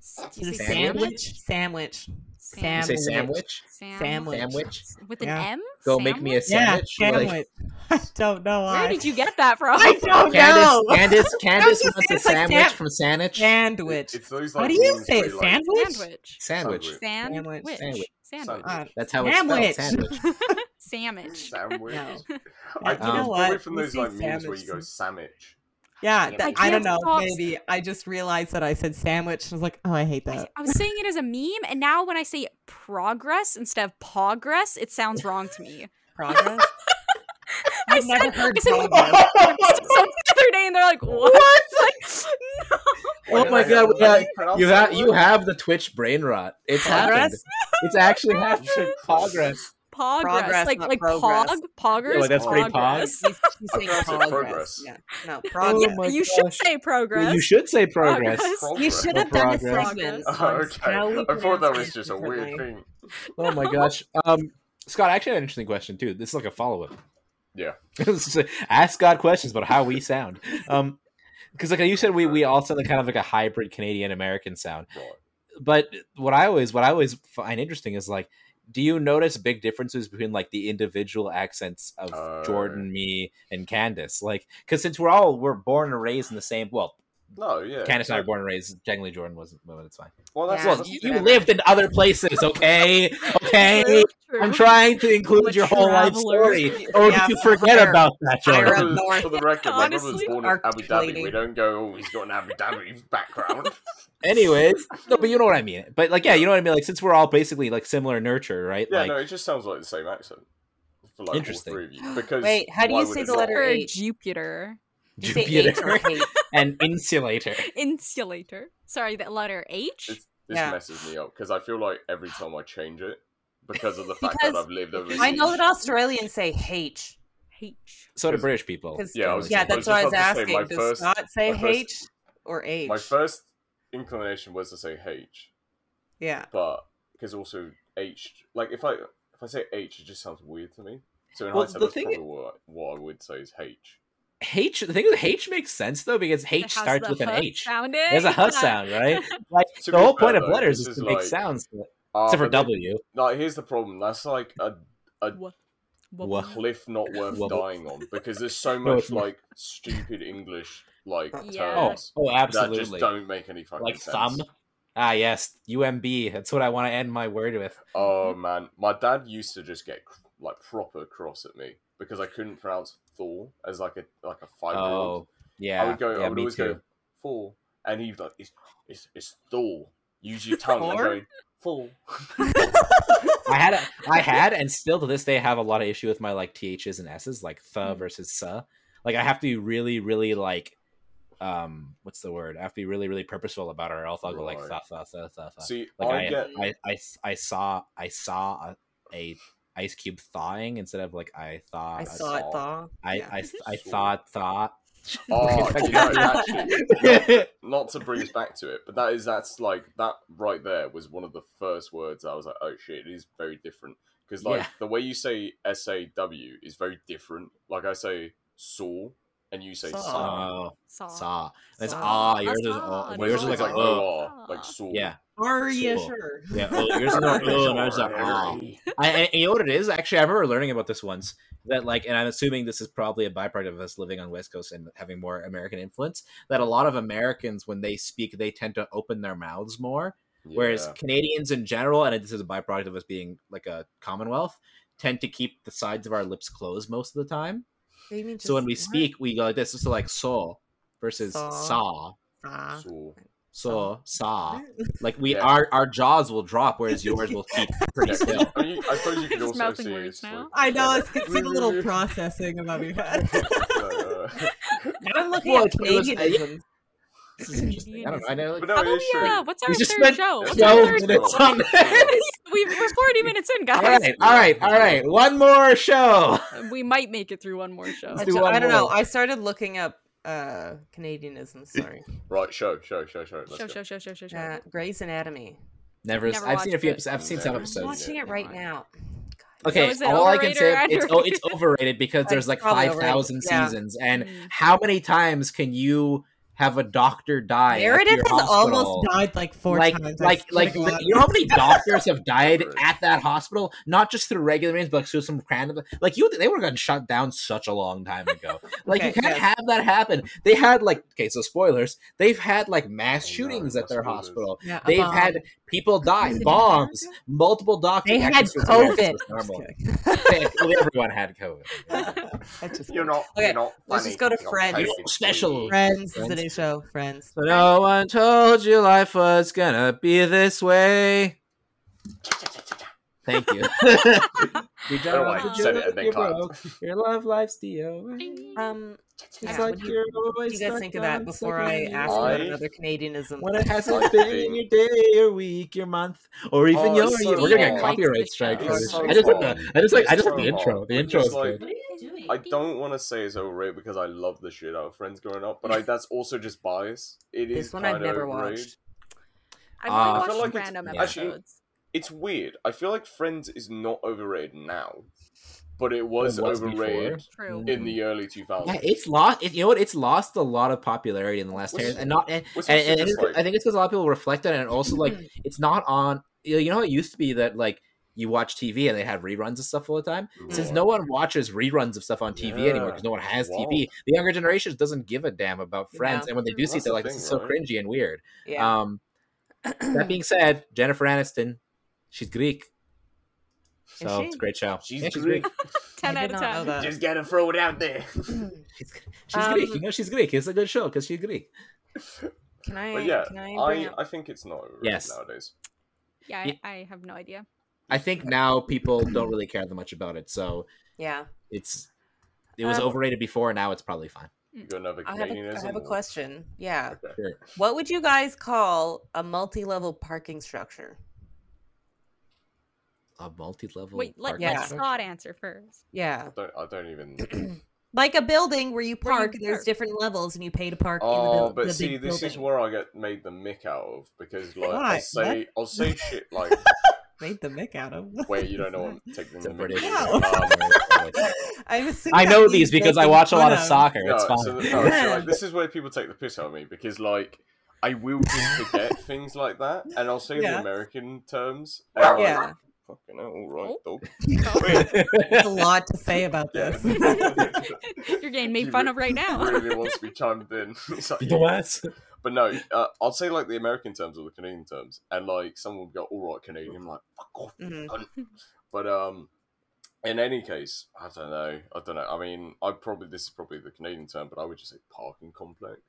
Speaker 2: S-
Speaker 3: Is
Speaker 2: you
Speaker 3: it
Speaker 2: say
Speaker 3: sandwich? Sandwich.
Speaker 1: You
Speaker 2: Sam-
Speaker 1: say
Speaker 3: Sandwich.
Speaker 1: sandwich,
Speaker 2: Sam-
Speaker 3: Sandwich.
Speaker 1: sandwich.
Speaker 2: With an
Speaker 3: Yeah.
Speaker 2: M?
Speaker 1: Go make me a sandwich. like-
Speaker 3: I don't know
Speaker 2: Where did you get that from?
Speaker 3: I don't
Speaker 1: Candace,
Speaker 4: Oh,
Speaker 3: know.
Speaker 1: Candace, Candace
Speaker 3: just
Speaker 1: wants
Speaker 3: say
Speaker 1: a
Speaker 3: it's like
Speaker 1: sandwich
Speaker 3: sam-
Speaker 1: from Sandwich.
Speaker 3: Sandwich.
Speaker 4: It's those like.
Speaker 3: How do you
Speaker 4: things
Speaker 3: say
Speaker 4: where
Speaker 3: it?
Speaker 4: you, like-
Speaker 3: Sandwich?
Speaker 2: Sandwich.
Speaker 1: Sandwich.
Speaker 4: Sandwich.
Speaker 2: Sandwich.
Speaker 1: Sandwich.
Speaker 2: Sandwich.
Speaker 3: Uh,
Speaker 1: That's how it's spelled.
Speaker 3: Sandwich.
Speaker 1: Sandwich.
Speaker 2: Sandwich.
Speaker 4: Sandwich.
Speaker 3: Uh, No.
Speaker 4: I
Speaker 3: You
Speaker 4: don't
Speaker 1: know
Speaker 4: know
Speaker 3: what?
Speaker 4: probably from
Speaker 3: You
Speaker 4: those
Speaker 3: say
Speaker 4: like memes where
Speaker 3: sandwich
Speaker 4: you go sandwich.
Speaker 3: Yeah,
Speaker 4: Yeah,
Speaker 3: that,
Speaker 4: but
Speaker 3: I
Speaker 4: you
Speaker 3: don't
Speaker 4: can't
Speaker 3: know.
Speaker 2: stop-
Speaker 3: Maybe I just realized that I said sandwich. and I was like, oh, I hate
Speaker 2: I,
Speaker 3: that.
Speaker 2: I was saying it as a meme, and now when I say progress instead of progress, it sounds wrong to me.
Speaker 3: Progress.
Speaker 2: I
Speaker 3: I've
Speaker 2: said,
Speaker 3: never heard
Speaker 2: I said
Speaker 3: progress.
Speaker 2: someone the other day, and they're like, "What?" Like,
Speaker 1: Oh
Speaker 4: Wait,
Speaker 1: my
Speaker 4: I
Speaker 1: God,
Speaker 4: don't
Speaker 1: we
Speaker 4: know how
Speaker 1: got-
Speaker 4: pronounce
Speaker 1: You
Speaker 4: that
Speaker 1: have you
Speaker 4: word.
Speaker 1: have the Twitch brain rot. It's happened.
Speaker 3: Progress?
Speaker 1: It's actually happened.
Speaker 4: You said
Speaker 1: Progress.
Speaker 2: progress,
Speaker 3: Progress,
Speaker 2: like
Speaker 3: not
Speaker 2: like
Speaker 3: progress. Oh
Speaker 2: pog, poggers.
Speaker 1: Yeah, Oh, that's
Speaker 4: pretty
Speaker 1: pog.
Speaker 2: progress.
Speaker 3: She's- she's
Speaker 4: I
Speaker 3: saying
Speaker 4: pronounce it
Speaker 3: progress.
Speaker 4: progress.
Speaker 3: Yeah. No,
Speaker 1: Oh
Speaker 3: progress.
Speaker 1: my
Speaker 2: you should
Speaker 1: gosh.
Speaker 2: say progress.
Speaker 1: You should say progress.
Speaker 2: Progress.
Speaker 3: you
Speaker 4: Progress.
Speaker 3: should
Speaker 1: Or
Speaker 3: have done a
Speaker 1: progress.
Speaker 3: segment.
Speaker 4: Oh,
Speaker 3: on
Speaker 4: okay.
Speaker 3: how we
Speaker 4: I thought that
Speaker 3: pronounce
Speaker 4: was
Speaker 3: things
Speaker 4: just a weird
Speaker 3: differently.
Speaker 4: thing.
Speaker 1: Oh my gosh. Um, Scott, I actually had an interesting question too. This is like a follow up.
Speaker 4: Yeah.
Speaker 1: Ask God questions about how we sound. Um, because like you said, we we all sound like kind of like a hybrid Canadian American sound.
Speaker 4: Right.
Speaker 1: But what I always what I always find interesting is like, do you notice big differences between like the individual accents of
Speaker 4: Uh.
Speaker 1: Jordan, me, and Candace? Like, because since we're all we're born and raised in the same. Well,
Speaker 4: No, yeah.
Speaker 1: Candace and I were born and raised. Technically, Jordan wasn't, but it's fine.
Speaker 4: Well, that's,
Speaker 3: Yeah.
Speaker 1: Well,
Speaker 4: that's
Speaker 1: you,
Speaker 4: the
Speaker 1: you
Speaker 4: thing.
Speaker 1: lived in other places, okay? Okay.
Speaker 2: True,
Speaker 1: I'm
Speaker 2: true.
Speaker 1: trying to include
Speaker 2: a
Speaker 1: your whole life
Speaker 2: traveler.
Speaker 1: story, or
Speaker 3: Yeah,
Speaker 1: did you forget
Speaker 3: fair.
Speaker 1: about that,
Speaker 4: My
Speaker 3: Ira.
Speaker 1: Jordan?
Speaker 4: brother-
Speaker 3: North.
Speaker 4: for the record, my brother was
Speaker 2: Honestly,
Speaker 4: born in Abu Dhabi.
Speaker 3: articulating.
Speaker 4: We don't go, oh, he's got an Abu Dhabi background.
Speaker 1: Anyways, no, but you know what I mean. But like, yeah, you know what I mean. Like, since we're all basically like similar nurture, right?
Speaker 4: Yeah,
Speaker 1: like,
Speaker 4: no, it just sounds like the same accent. For like
Speaker 1: Interesting.
Speaker 4: all three of you. Because
Speaker 3: Wait, how do
Speaker 4: why
Speaker 3: you
Speaker 4: would
Speaker 3: say
Speaker 4: it
Speaker 3: the
Speaker 4: not?
Speaker 3: letter-
Speaker 2: Or
Speaker 3: H.
Speaker 2: Jupiter,
Speaker 3: You say
Speaker 1: Jupiter
Speaker 3: H or H.
Speaker 1: and insulator.
Speaker 2: insulator. Sorry, that letter H.
Speaker 4: It's- This
Speaker 3: Yeah.
Speaker 4: messes me up because I feel like every time I change it, because of the fact that
Speaker 3: Because
Speaker 4: I've lived overseas.
Speaker 3: I know that Australians say H.
Speaker 2: H.
Speaker 1: So do
Speaker 4: Because-
Speaker 1: British people.
Speaker 3: 'cause-
Speaker 4: Yeah, I was-
Speaker 3: yeah,
Speaker 4: I
Speaker 3: that's
Speaker 4: was
Speaker 3: what I was
Speaker 4: just about to say,
Speaker 3: asking.
Speaker 4: my
Speaker 3: Does
Speaker 4: first-
Speaker 3: Scott say
Speaker 4: my first-
Speaker 3: H or H?
Speaker 4: My first inclination was to say H,
Speaker 3: yeah.
Speaker 4: but because also H, like if I if I say H, it just sounds weird to me. So in
Speaker 1: Well,
Speaker 4: hindsight,
Speaker 1: the
Speaker 4: that's
Speaker 1: thing-
Speaker 4: probably what, what I would say is H.
Speaker 1: H. The thing with H makes sense though because
Speaker 2: It
Speaker 1: H
Speaker 2: has
Speaker 1: starts
Speaker 2: the
Speaker 1: with an
Speaker 2: huh
Speaker 1: H.
Speaker 2: Sound
Speaker 1: There's a
Speaker 2: in
Speaker 1: huh
Speaker 2: it.
Speaker 1: sound, right? Like
Speaker 4: To
Speaker 1: the
Speaker 4: be
Speaker 1: whole
Speaker 4: fair,
Speaker 1: point of
Speaker 4: though,
Speaker 1: letters
Speaker 4: this
Speaker 1: is
Speaker 4: is
Speaker 1: to make
Speaker 4: like-
Speaker 1: sounds,
Speaker 4: Ah,
Speaker 1: except for
Speaker 4: but then-
Speaker 1: W.
Speaker 4: Like here's the problem. That's like a
Speaker 2: Wha-
Speaker 1: Wha-
Speaker 2: wha-
Speaker 4: cliff not worth
Speaker 1: Wobble.
Speaker 4: dying on because there's so
Speaker 1: No,
Speaker 4: much
Speaker 1: it's not.
Speaker 4: like stupid English like
Speaker 2: Yeah.
Speaker 1: Oh,
Speaker 4: terms
Speaker 1: oh,
Speaker 4: that
Speaker 1: absolutely.
Speaker 4: just don't make any fucking
Speaker 1: like
Speaker 4: sense.
Speaker 1: thumb. Ah, yes, UMB. That's what I want to end my word with.
Speaker 4: Oh man, my dad used to just get cr- like proper cross at me because I couldn't pronounce Thor as like a like a five year
Speaker 1: Oh,
Speaker 4: old.
Speaker 1: yeah.
Speaker 4: I would go.
Speaker 1: yeah,
Speaker 4: I would
Speaker 1: me
Speaker 4: always
Speaker 1: too.
Speaker 4: go Thor, and he'd be like, "It's it's, it's Thor." Use your tongue. I'm
Speaker 3: Thor?
Speaker 4: going, Thor.
Speaker 1: I had, a, I had, and still to this day have a lot of issue with my like ths and s's, like th
Speaker 3: Mm.
Speaker 1: versus sa. Like I have to be really, really like, um, what's the word? I have to be really, really purposeful about it, or else I'll go like
Speaker 4: Right.
Speaker 1: tha tha tha tha tha.
Speaker 4: See,
Speaker 1: Like
Speaker 4: I,
Speaker 1: I,
Speaker 4: get. ah,
Speaker 1: I, I, I saw, I saw a, a ice cube thawing instead of like I
Speaker 4: Ah,
Speaker 1: thought.
Speaker 3: I saw it, though.
Speaker 1: I,
Speaker 3: Yeah.
Speaker 1: I, I
Speaker 4: Saw.
Speaker 1: thought thought.
Speaker 4: Oh, you know, actually, not to bring us back to it, but that is that's like that right there was one of the first words I was like, oh shit, it is very different because like
Speaker 1: Yeah.
Speaker 4: the way you say saw is very different. Like I say saw and you say
Speaker 3: Saw.
Speaker 4: saw.
Speaker 1: oh,
Speaker 2: saw.
Speaker 1: saw. That's
Speaker 3: Saw.
Speaker 1: ah. Yours is
Speaker 2: Saw.
Speaker 1: oh.
Speaker 2: Whereas
Speaker 1: Yours is
Speaker 2: mine
Speaker 1: like
Speaker 2: is
Speaker 1: a
Speaker 2: like,
Speaker 1: oh.
Speaker 4: "oh," like saw.
Speaker 1: Yeah.
Speaker 3: Are you
Speaker 1: Cool.
Speaker 3: sure?
Speaker 1: Yeah, oh, yours is not oh, and ours are ah. I, and, and you know what it is? Actually, I remember learning about this once. That like, and I'm assuming this is probably a byproduct of us living on West Coast and having more American influence. That a lot of Americans, when they speak, they tend to open their mouths more, whereas
Speaker 4: Yeah.
Speaker 1: Canadians in general, and this is a byproduct of us being like a Commonwealth, tend to keep the sides of our lips closed most of the time.
Speaker 3: They mean
Speaker 1: so when we
Speaker 3: just-
Speaker 1: speak, we go like this. So like soul versus
Speaker 3: Saw.
Speaker 1: saw.
Speaker 3: Ah.
Speaker 4: saw.
Speaker 1: so, sa. Like we
Speaker 4: Yeah.
Speaker 1: our our jaws will drop, whereas yours will keep pretty still.
Speaker 4: I, mean, I suppose you could
Speaker 2: Just
Speaker 4: also
Speaker 2: mouthing
Speaker 4: see
Speaker 2: words
Speaker 4: it's like-
Speaker 2: now.
Speaker 6: I know it's, it's like a little processing above your head.
Speaker 4: No, no, no.
Speaker 3: Now I'm looking
Speaker 1: Well,
Speaker 3: at
Speaker 1: it was-
Speaker 3: Canadianisms.
Speaker 1: This is interesting. I don't know. I know.
Speaker 4: But
Speaker 1: Like,
Speaker 4: no,
Speaker 2: How
Speaker 4: it
Speaker 2: about
Speaker 4: is
Speaker 2: we,
Speaker 4: true.
Speaker 2: uh, what's our
Speaker 1: we just
Speaker 2: third
Speaker 1: spent
Speaker 2: show? What's our
Speaker 1: twelve
Speaker 2: third
Speaker 1: minutes on this.
Speaker 2: we, we're 40 minutes in,
Speaker 1: All
Speaker 2: guys. Uh,
Speaker 1: right, all right, all right. One more show.
Speaker 2: We might make it through one more show.
Speaker 1: Let's
Speaker 3: I
Speaker 1: do
Speaker 3: ju-
Speaker 1: one
Speaker 3: I don't know.
Speaker 1: more.
Speaker 3: I started looking up uh Canadianisms. Sorry,
Speaker 4: Right, show, show, show, show. Let's
Speaker 2: Show,
Speaker 4: go.
Speaker 2: show, show, show, show, show.
Speaker 3: uh, Grey's Anatomy.
Speaker 1: Never.
Speaker 2: Never
Speaker 1: I've seen a few.
Speaker 2: watched
Speaker 1: Episodes, I've seen some
Speaker 4: Never.
Speaker 3: I'm
Speaker 1: episodes.
Speaker 3: watching it right now.
Speaker 1: Okay,
Speaker 2: is it
Speaker 1: all I can say
Speaker 2: overrated or
Speaker 1: it's oh, it's overrated because
Speaker 3: Like,
Speaker 1: there's like
Speaker 3: probably
Speaker 1: five
Speaker 3: overrated,
Speaker 1: thousand
Speaker 3: yeah.
Speaker 1: seasons, and
Speaker 2: Mm.
Speaker 1: how many times can you have a doctor die? at
Speaker 3: Meredith
Speaker 1: your
Speaker 3: has almost
Speaker 1: hospital?
Speaker 6: Died like four
Speaker 1: like,
Speaker 6: times. I
Speaker 1: like,
Speaker 6: swear
Speaker 1: like,
Speaker 6: to God.
Speaker 1: you know how many doctors have died
Speaker 4: Right.
Speaker 1: at that hospital? Not just through regular means, but through some random. Like, you, they would have gotten shut down such a long time ago. Like, you
Speaker 3: Okay,
Speaker 1: can't
Speaker 3: yes.
Speaker 1: have that happen. They had like, okay, so spoilers. They've had like mass
Speaker 4: Oh, no,
Speaker 1: shootings
Speaker 4: no
Speaker 1: at their
Speaker 4: spoilers.
Speaker 1: hospital.
Speaker 3: Yeah,
Speaker 1: They've
Speaker 3: about-
Speaker 1: had people die, bombs, multiple doctors.
Speaker 3: They had
Speaker 1: actually, so yeah,
Speaker 3: COVID.
Speaker 1: it's
Speaker 3: I'm just
Speaker 1: normal.
Speaker 3: kidding.
Speaker 1: They- well, everyone had COVID.
Speaker 3: That's just
Speaker 4: You're not.
Speaker 3: Okay,
Speaker 4: you're not
Speaker 3: let's
Speaker 4: funny.
Speaker 3: just go to
Speaker 4: You're not
Speaker 3: Friends.
Speaker 4: taking
Speaker 1: Special.
Speaker 4: it.
Speaker 3: Friends is the
Speaker 1: Friends.
Speaker 3: new show. Friends.
Speaker 1: So no one told you life was gonna be this way. Thank you. we
Speaker 4: I
Speaker 1: don't
Speaker 4: don't like
Speaker 2: Aw.
Speaker 4: said it and then clapped.
Speaker 1: Your love life's the only.
Speaker 2: Ding.
Speaker 3: Um, yeah,
Speaker 1: It's
Speaker 3: what
Speaker 1: like
Speaker 3: do you-
Speaker 1: you're
Speaker 3: what
Speaker 1: always
Speaker 3: do you guys
Speaker 1: stuck
Speaker 3: think of that
Speaker 1: on
Speaker 3: before I
Speaker 1: second
Speaker 3: ask
Speaker 1: year.
Speaker 3: about
Speaker 4: I-
Speaker 3: another Canadianism?
Speaker 1: When it
Speaker 4: I
Speaker 1: hasn't been
Speaker 4: think-
Speaker 1: your day, your week, your month, or even
Speaker 4: Oh,
Speaker 1: your
Speaker 4: it's
Speaker 1: year.
Speaker 4: so
Speaker 1: We're gonna
Speaker 4: long.
Speaker 1: get copyright
Speaker 2: It's
Speaker 1: strike.
Speaker 2: so
Speaker 1: for this.
Speaker 4: long.
Speaker 1: I just like the, I just like, I
Speaker 4: It's
Speaker 1: just like
Speaker 4: so
Speaker 1: the intro.
Speaker 4: long.
Speaker 1: The
Speaker 4: We're
Speaker 1: intro is
Speaker 4: just like-
Speaker 1: good.
Speaker 4: I don't want to say it's overrated because I love the shit out of Friends growing up, but I, that's also just bias. It is
Speaker 3: This one I've
Speaker 4: kinda
Speaker 3: never
Speaker 4: overrated.
Speaker 3: watched.
Speaker 2: I've
Speaker 1: Ah.
Speaker 2: only
Speaker 1: I feel
Speaker 2: watched
Speaker 4: like it's-
Speaker 2: random
Speaker 1: yeah.
Speaker 4: actually-
Speaker 2: episodes.
Speaker 4: It's weird. I feel like Friends is not overrated now, but it was,
Speaker 1: It was
Speaker 4: overrated
Speaker 2: True.
Speaker 1: before.
Speaker 4: in
Speaker 3: Mm-hmm.
Speaker 4: the early 2000s.
Speaker 1: Yeah, it's lost. It, you know what? It's lost a lot of popularity in the last ten
Speaker 4: Which-
Speaker 1: years, and not. And,
Speaker 4: which
Speaker 1: and,
Speaker 4: is
Speaker 1: and it
Speaker 4: just
Speaker 1: is-
Speaker 4: like-
Speaker 1: I think it's because a lot of people reflect on it, and also like
Speaker 3: Mm-hmm.
Speaker 1: it's not on. You know, you know how it used to be that like you watch TV and they have reruns of stuff all the time.
Speaker 3: Mm-hmm.
Speaker 1: Since no one watches reruns of stuff on TV anymore
Speaker 4: Yeah.
Speaker 1: because no one has
Speaker 4: Wow.
Speaker 1: TV, the younger generation doesn't give a damn about Friends,
Speaker 3: Yeah.
Speaker 1: and when they do see it,
Speaker 4: That's
Speaker 1: they're
Speaker 4: the
Speaker 1: like, "This
Speaker 4: thing,
Speaker 1: is so
Speaker 4: right?
Speaker 1: cringy and weird."
Speaker 3: Yeah.
Speaker 1: Um, that being said, Jennifer Aniston, she's Greek, so
Speaker 3: she?
Speaker 1: it's a great show.
Speaker 4: She's
Speaker 1: Yeah,
Speaker 4: Greek.
Speaker 2: 10
Speaker 3: I
Speaker 2: out
Speaker 3: did
Speaker 2: of
Speaker 3: not know
Speaker 2: 10.
Speaker 3: that.
Speaker 4: Just gotta throw it out there.
Speaker 1: She's, she's Greek.
Speaker 3: Um,
Speaker 1: You know, she's Greek. It's a good show because she's Greek.
Speaker 3: Can I?
Speaker 4: But yeah,
Speaker 3: can I bring
Speaker 4: I,
Speaker 3: up?
Speaker 4: I think it's not overrated
Speaker 1: Yes.
Speaker 4: nowadays.
Speaker 2: Yeah,
Speaker 1: Yeah.
Speaker 2: I, I have no idea.
Speaker 1: I think now people don't really care that much about it, so
Speaker 3: Yeah.
Speaker 1: it's it was
Speaker 3: Um,
Speaker 1: overrated before. Now it's probably fine.
Speaker 4: You got another
Speaker 3: I have, a, I
Speaker 4: Canadianism?
Speaker 3: have a question. Yeah.
Speaker 4: Okay.
Speaker 1: Sure.
Speaker 3: What would you guys call a multi-level parking structure?
Speaker 1: A multi-level.
Speaker 2: Wait, let,
Speaker 1: parking
Speaker 3: yeah.
Speaker 2: let
Speaker 1: structure?
Speaker 2: Scott answer first.
Speaker 3: Yeah.
Speaker 4: I don't, I don't even.
Speaker 3: Like a building where you
Speaker 2: Where you
Speaker 3: park, and there's
Speaker 2: park.
Speaker 3: different levels, and you pay to park. in the
Speaker 4: Oh,
Speaker 3: buil-
Speaker 4: but
Speaker 3: the
Speaker 4: see,
Speaker 3: big
Speaker 4: this is
Speaker 3: building.
Speaker 4: where I get made the mick out of because, like,
Speaker 6: Why?
Speaker 4: I'll say, I'll say shit like,
Speaker 6: Made the mick out of.
Speaker 4: "Wait, you don't know what taking
Speaker 1: It's a
Speaker 4: the mick."
Speaker 1: British.
Speaker 4: is."
Speaker 6: No.
Speaker 4: Um,
Speaker 6: I'm assuming
Speaker 1: I know these because I watch a lot of soccer.
Speaker 4: no,
Speaker 1: It's fine.
Speaker 4: so, th- no, so, like, this is where people take the piss out of me because, like, I will just forget things like that, and I'll say
Speaker 6: Yeah.
Speaker 4: the American terms. And I'm like,
Speaker 3: Yeah.
Speaker 4: Fucking hell, all right,
Speaker 2: Oh.
Speaker 4: dog. oh.
Speaker 6: There's a lot to say about this.
Speaker 4: Yeah.
Speaker 2: You're getting made
Speaker 4: You
Speaker 2: fun
Speaker 4: re-
Speaker 2: of right
Speaker 4: He
Speaker 2: now.
Speaker 4: really wants to be chimed in. It's like,
Speaker 1: What?
Speaker 4: But no, uh, I'll say like the American terms or the Canadian terms, and like someone would go, "All right, Canadian," I'm like, "Fuck off."
Speaker 3: Mhm.
Speaker 4: But um, in any case, I don't know. I don't know. I mean, I probably this is probably the Canadian term, but I would just say parking complex.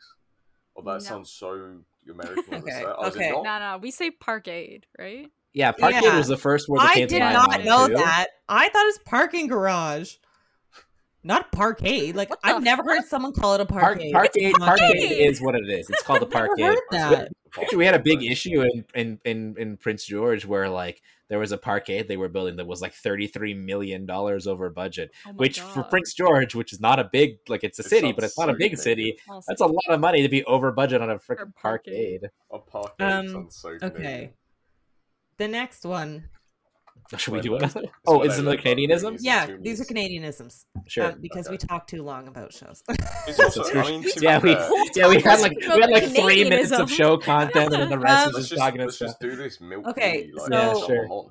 Speaker 4: Oh, that
Speaker 2: No.
Speaker 4: sounds so American.
Speaker 3: Okay,
Speaker 4: okay. Oh, is
Speaker 3: okay.
Speaker 4: It not?
Speaker 2: no, no, we say parkade, right?
Speaker 1: Yeah, parkade
Speaker 6: Yeah.
Speaker 1: was the first word that
Speaker 6: I
Speaker 1: came to
Speaker 6: did
Speaker 1: my
Speaker 6: not
Speaker 1: mind,
Speaker 6: know
Speaker 1: too.
Speaker 6: that. I thought it was parking garage, not parkade. Like
Speaker 2: What the
Speaker 6: I've never heard someone call it a
Speaker 1: Park,
Speaker 6: parkade.
Speaker 1: parkade,
Speaker 6: It's not
Speaker 1: parkade
Speaker 6: parkade.
Speaker 1: is what it is. It's called the
Speaker 6: I've
Speaker 1: parkade.
Speaker 6: heard that.
Speaker 4: Actually,
Speaker 1: Actually, we had a big
Speaker 4: complex.
Speaker 1: issue in, in in in Prince George where like there was a parkade they were building that was like thirty three million dollars over budget,
Speaker 2: Oh my
Speaker 1: which for
Speaker 2: God.
Speaker 1: Prince George, which is not a big like it's a
Speaker 4: It
Speaker 1: city,
Speaker 4: sounds
Speaker 1: but it's not a
Speaker 4: so
Speaker 1: big
Speaker 4: big.
Speaker 1: city.
Speaker 2: I'll say-
Speaker 1: That's a lot of money to be over budget on a freaking
Speaker 2: parkade.
Speaker 1: parkade.
Speaker 4: A parking
Speaker 6: Um,
Speaker 4: sounds so
Speaker 6: Okay. The next one.
Speaker 1: Should we do
Speaker 4: Whatever.
Speaker 1: it? Oh,
Speaker 4: what
Speaker 1: it's
Speaker 4: I
Speaker 1: another
Speaker 4: love about
Speaker 1: Canadianism?
Speaker 4: Canadians,
Speaker 6: Yeah,
Speaker 4: too,
Speaker 3: These are
Speaker 4: is-
Speaker 3: Canadianisms
Speaker 1: Sure.
Speaker 3: um, because we talk too long about shows.
Speaker 4: It's also, I mean, to be
Speaker 1: yeah, we,
Speaker 4: fair,
Speaker 1: yeah, we had like
Speaker 2: talking
Speaker 1: we had
Speaker 2: about
Speaker 1: like three minutes
Speaker 2: Canadianism.
Speaker 1: of show content, and then the rest
Speaker 3: Um,
Speaker 1: is
Speaker 4: Let's
Speaker 1: just
Speaker 4: just,
Speaker 1: talking about
Speaker 4: let's
Speaker 1: stuff.
Speaker 4: just do this milk.
Speaker 3: Okay,
Speaker 4: tea, like,
Speaker 3: so- Yeah,
Speaker 4: come
Speaker 1: sure.
Speaker 4: on.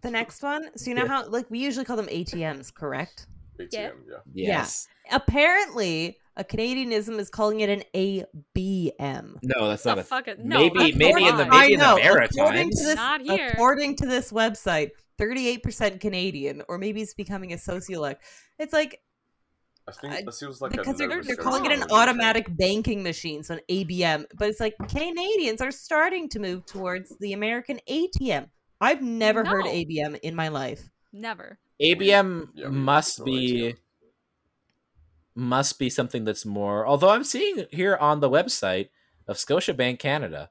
Speaker 3: the next one. So you know
Speaker 1: Yeah.
Speaker 3: how like we usually call them ATMs, correct?
Speaker 4: ATM,
Speaker 2: Yeah.
Speaker 4: yeah.
Speaker 1: Yes.
Speaker 3: Apparently, a Canadianism is calling it an ABM.
Speaker 1: No, that's not
Speaker 2: the
Speaker 1: a.
Speaker 2: fuck it- no,
Speaker 1: maybe
Speaker 2: that's
Speaker 1: maybe in the
Speaker 2: not.
Speaker 3: I
Speaker 1: maybe in the
Speaker 3: know, according to
Speaker 1: Maritimes.
Speaker 3: this-
Speaker 2: Not here.
Speaker 3: According to this website, 38% Canadian, or maybe it's becoming a sociolect. It's like,
Speaker 4: I think
Speaker 3: Uh,
Speaker 4: that feels like
Speaker 3: because they're,
Speaker 4: another
Speaker 3: they're
Speaker 4: show
Speaker 3: calling it an
Speaker 4: somewhere.
Speaker 3: automatic banking machine, so an ABM. But it's like Canadians are starting to move towards the American ATM. I've never heard
Speaker 2: No.
Speaker 3: ABM in my life.
Speaker 2: Never.
Speaker 4: ABM
Speaker 1: ABM
Speaker 4: Yeah, we-
Speaker 1: must
Speaker 4: it's
Speaker 1: be
Speaker 4: always,
Speaker 1: must be something that's more. Although I'm seeing here on the website of Scotiabank Canada,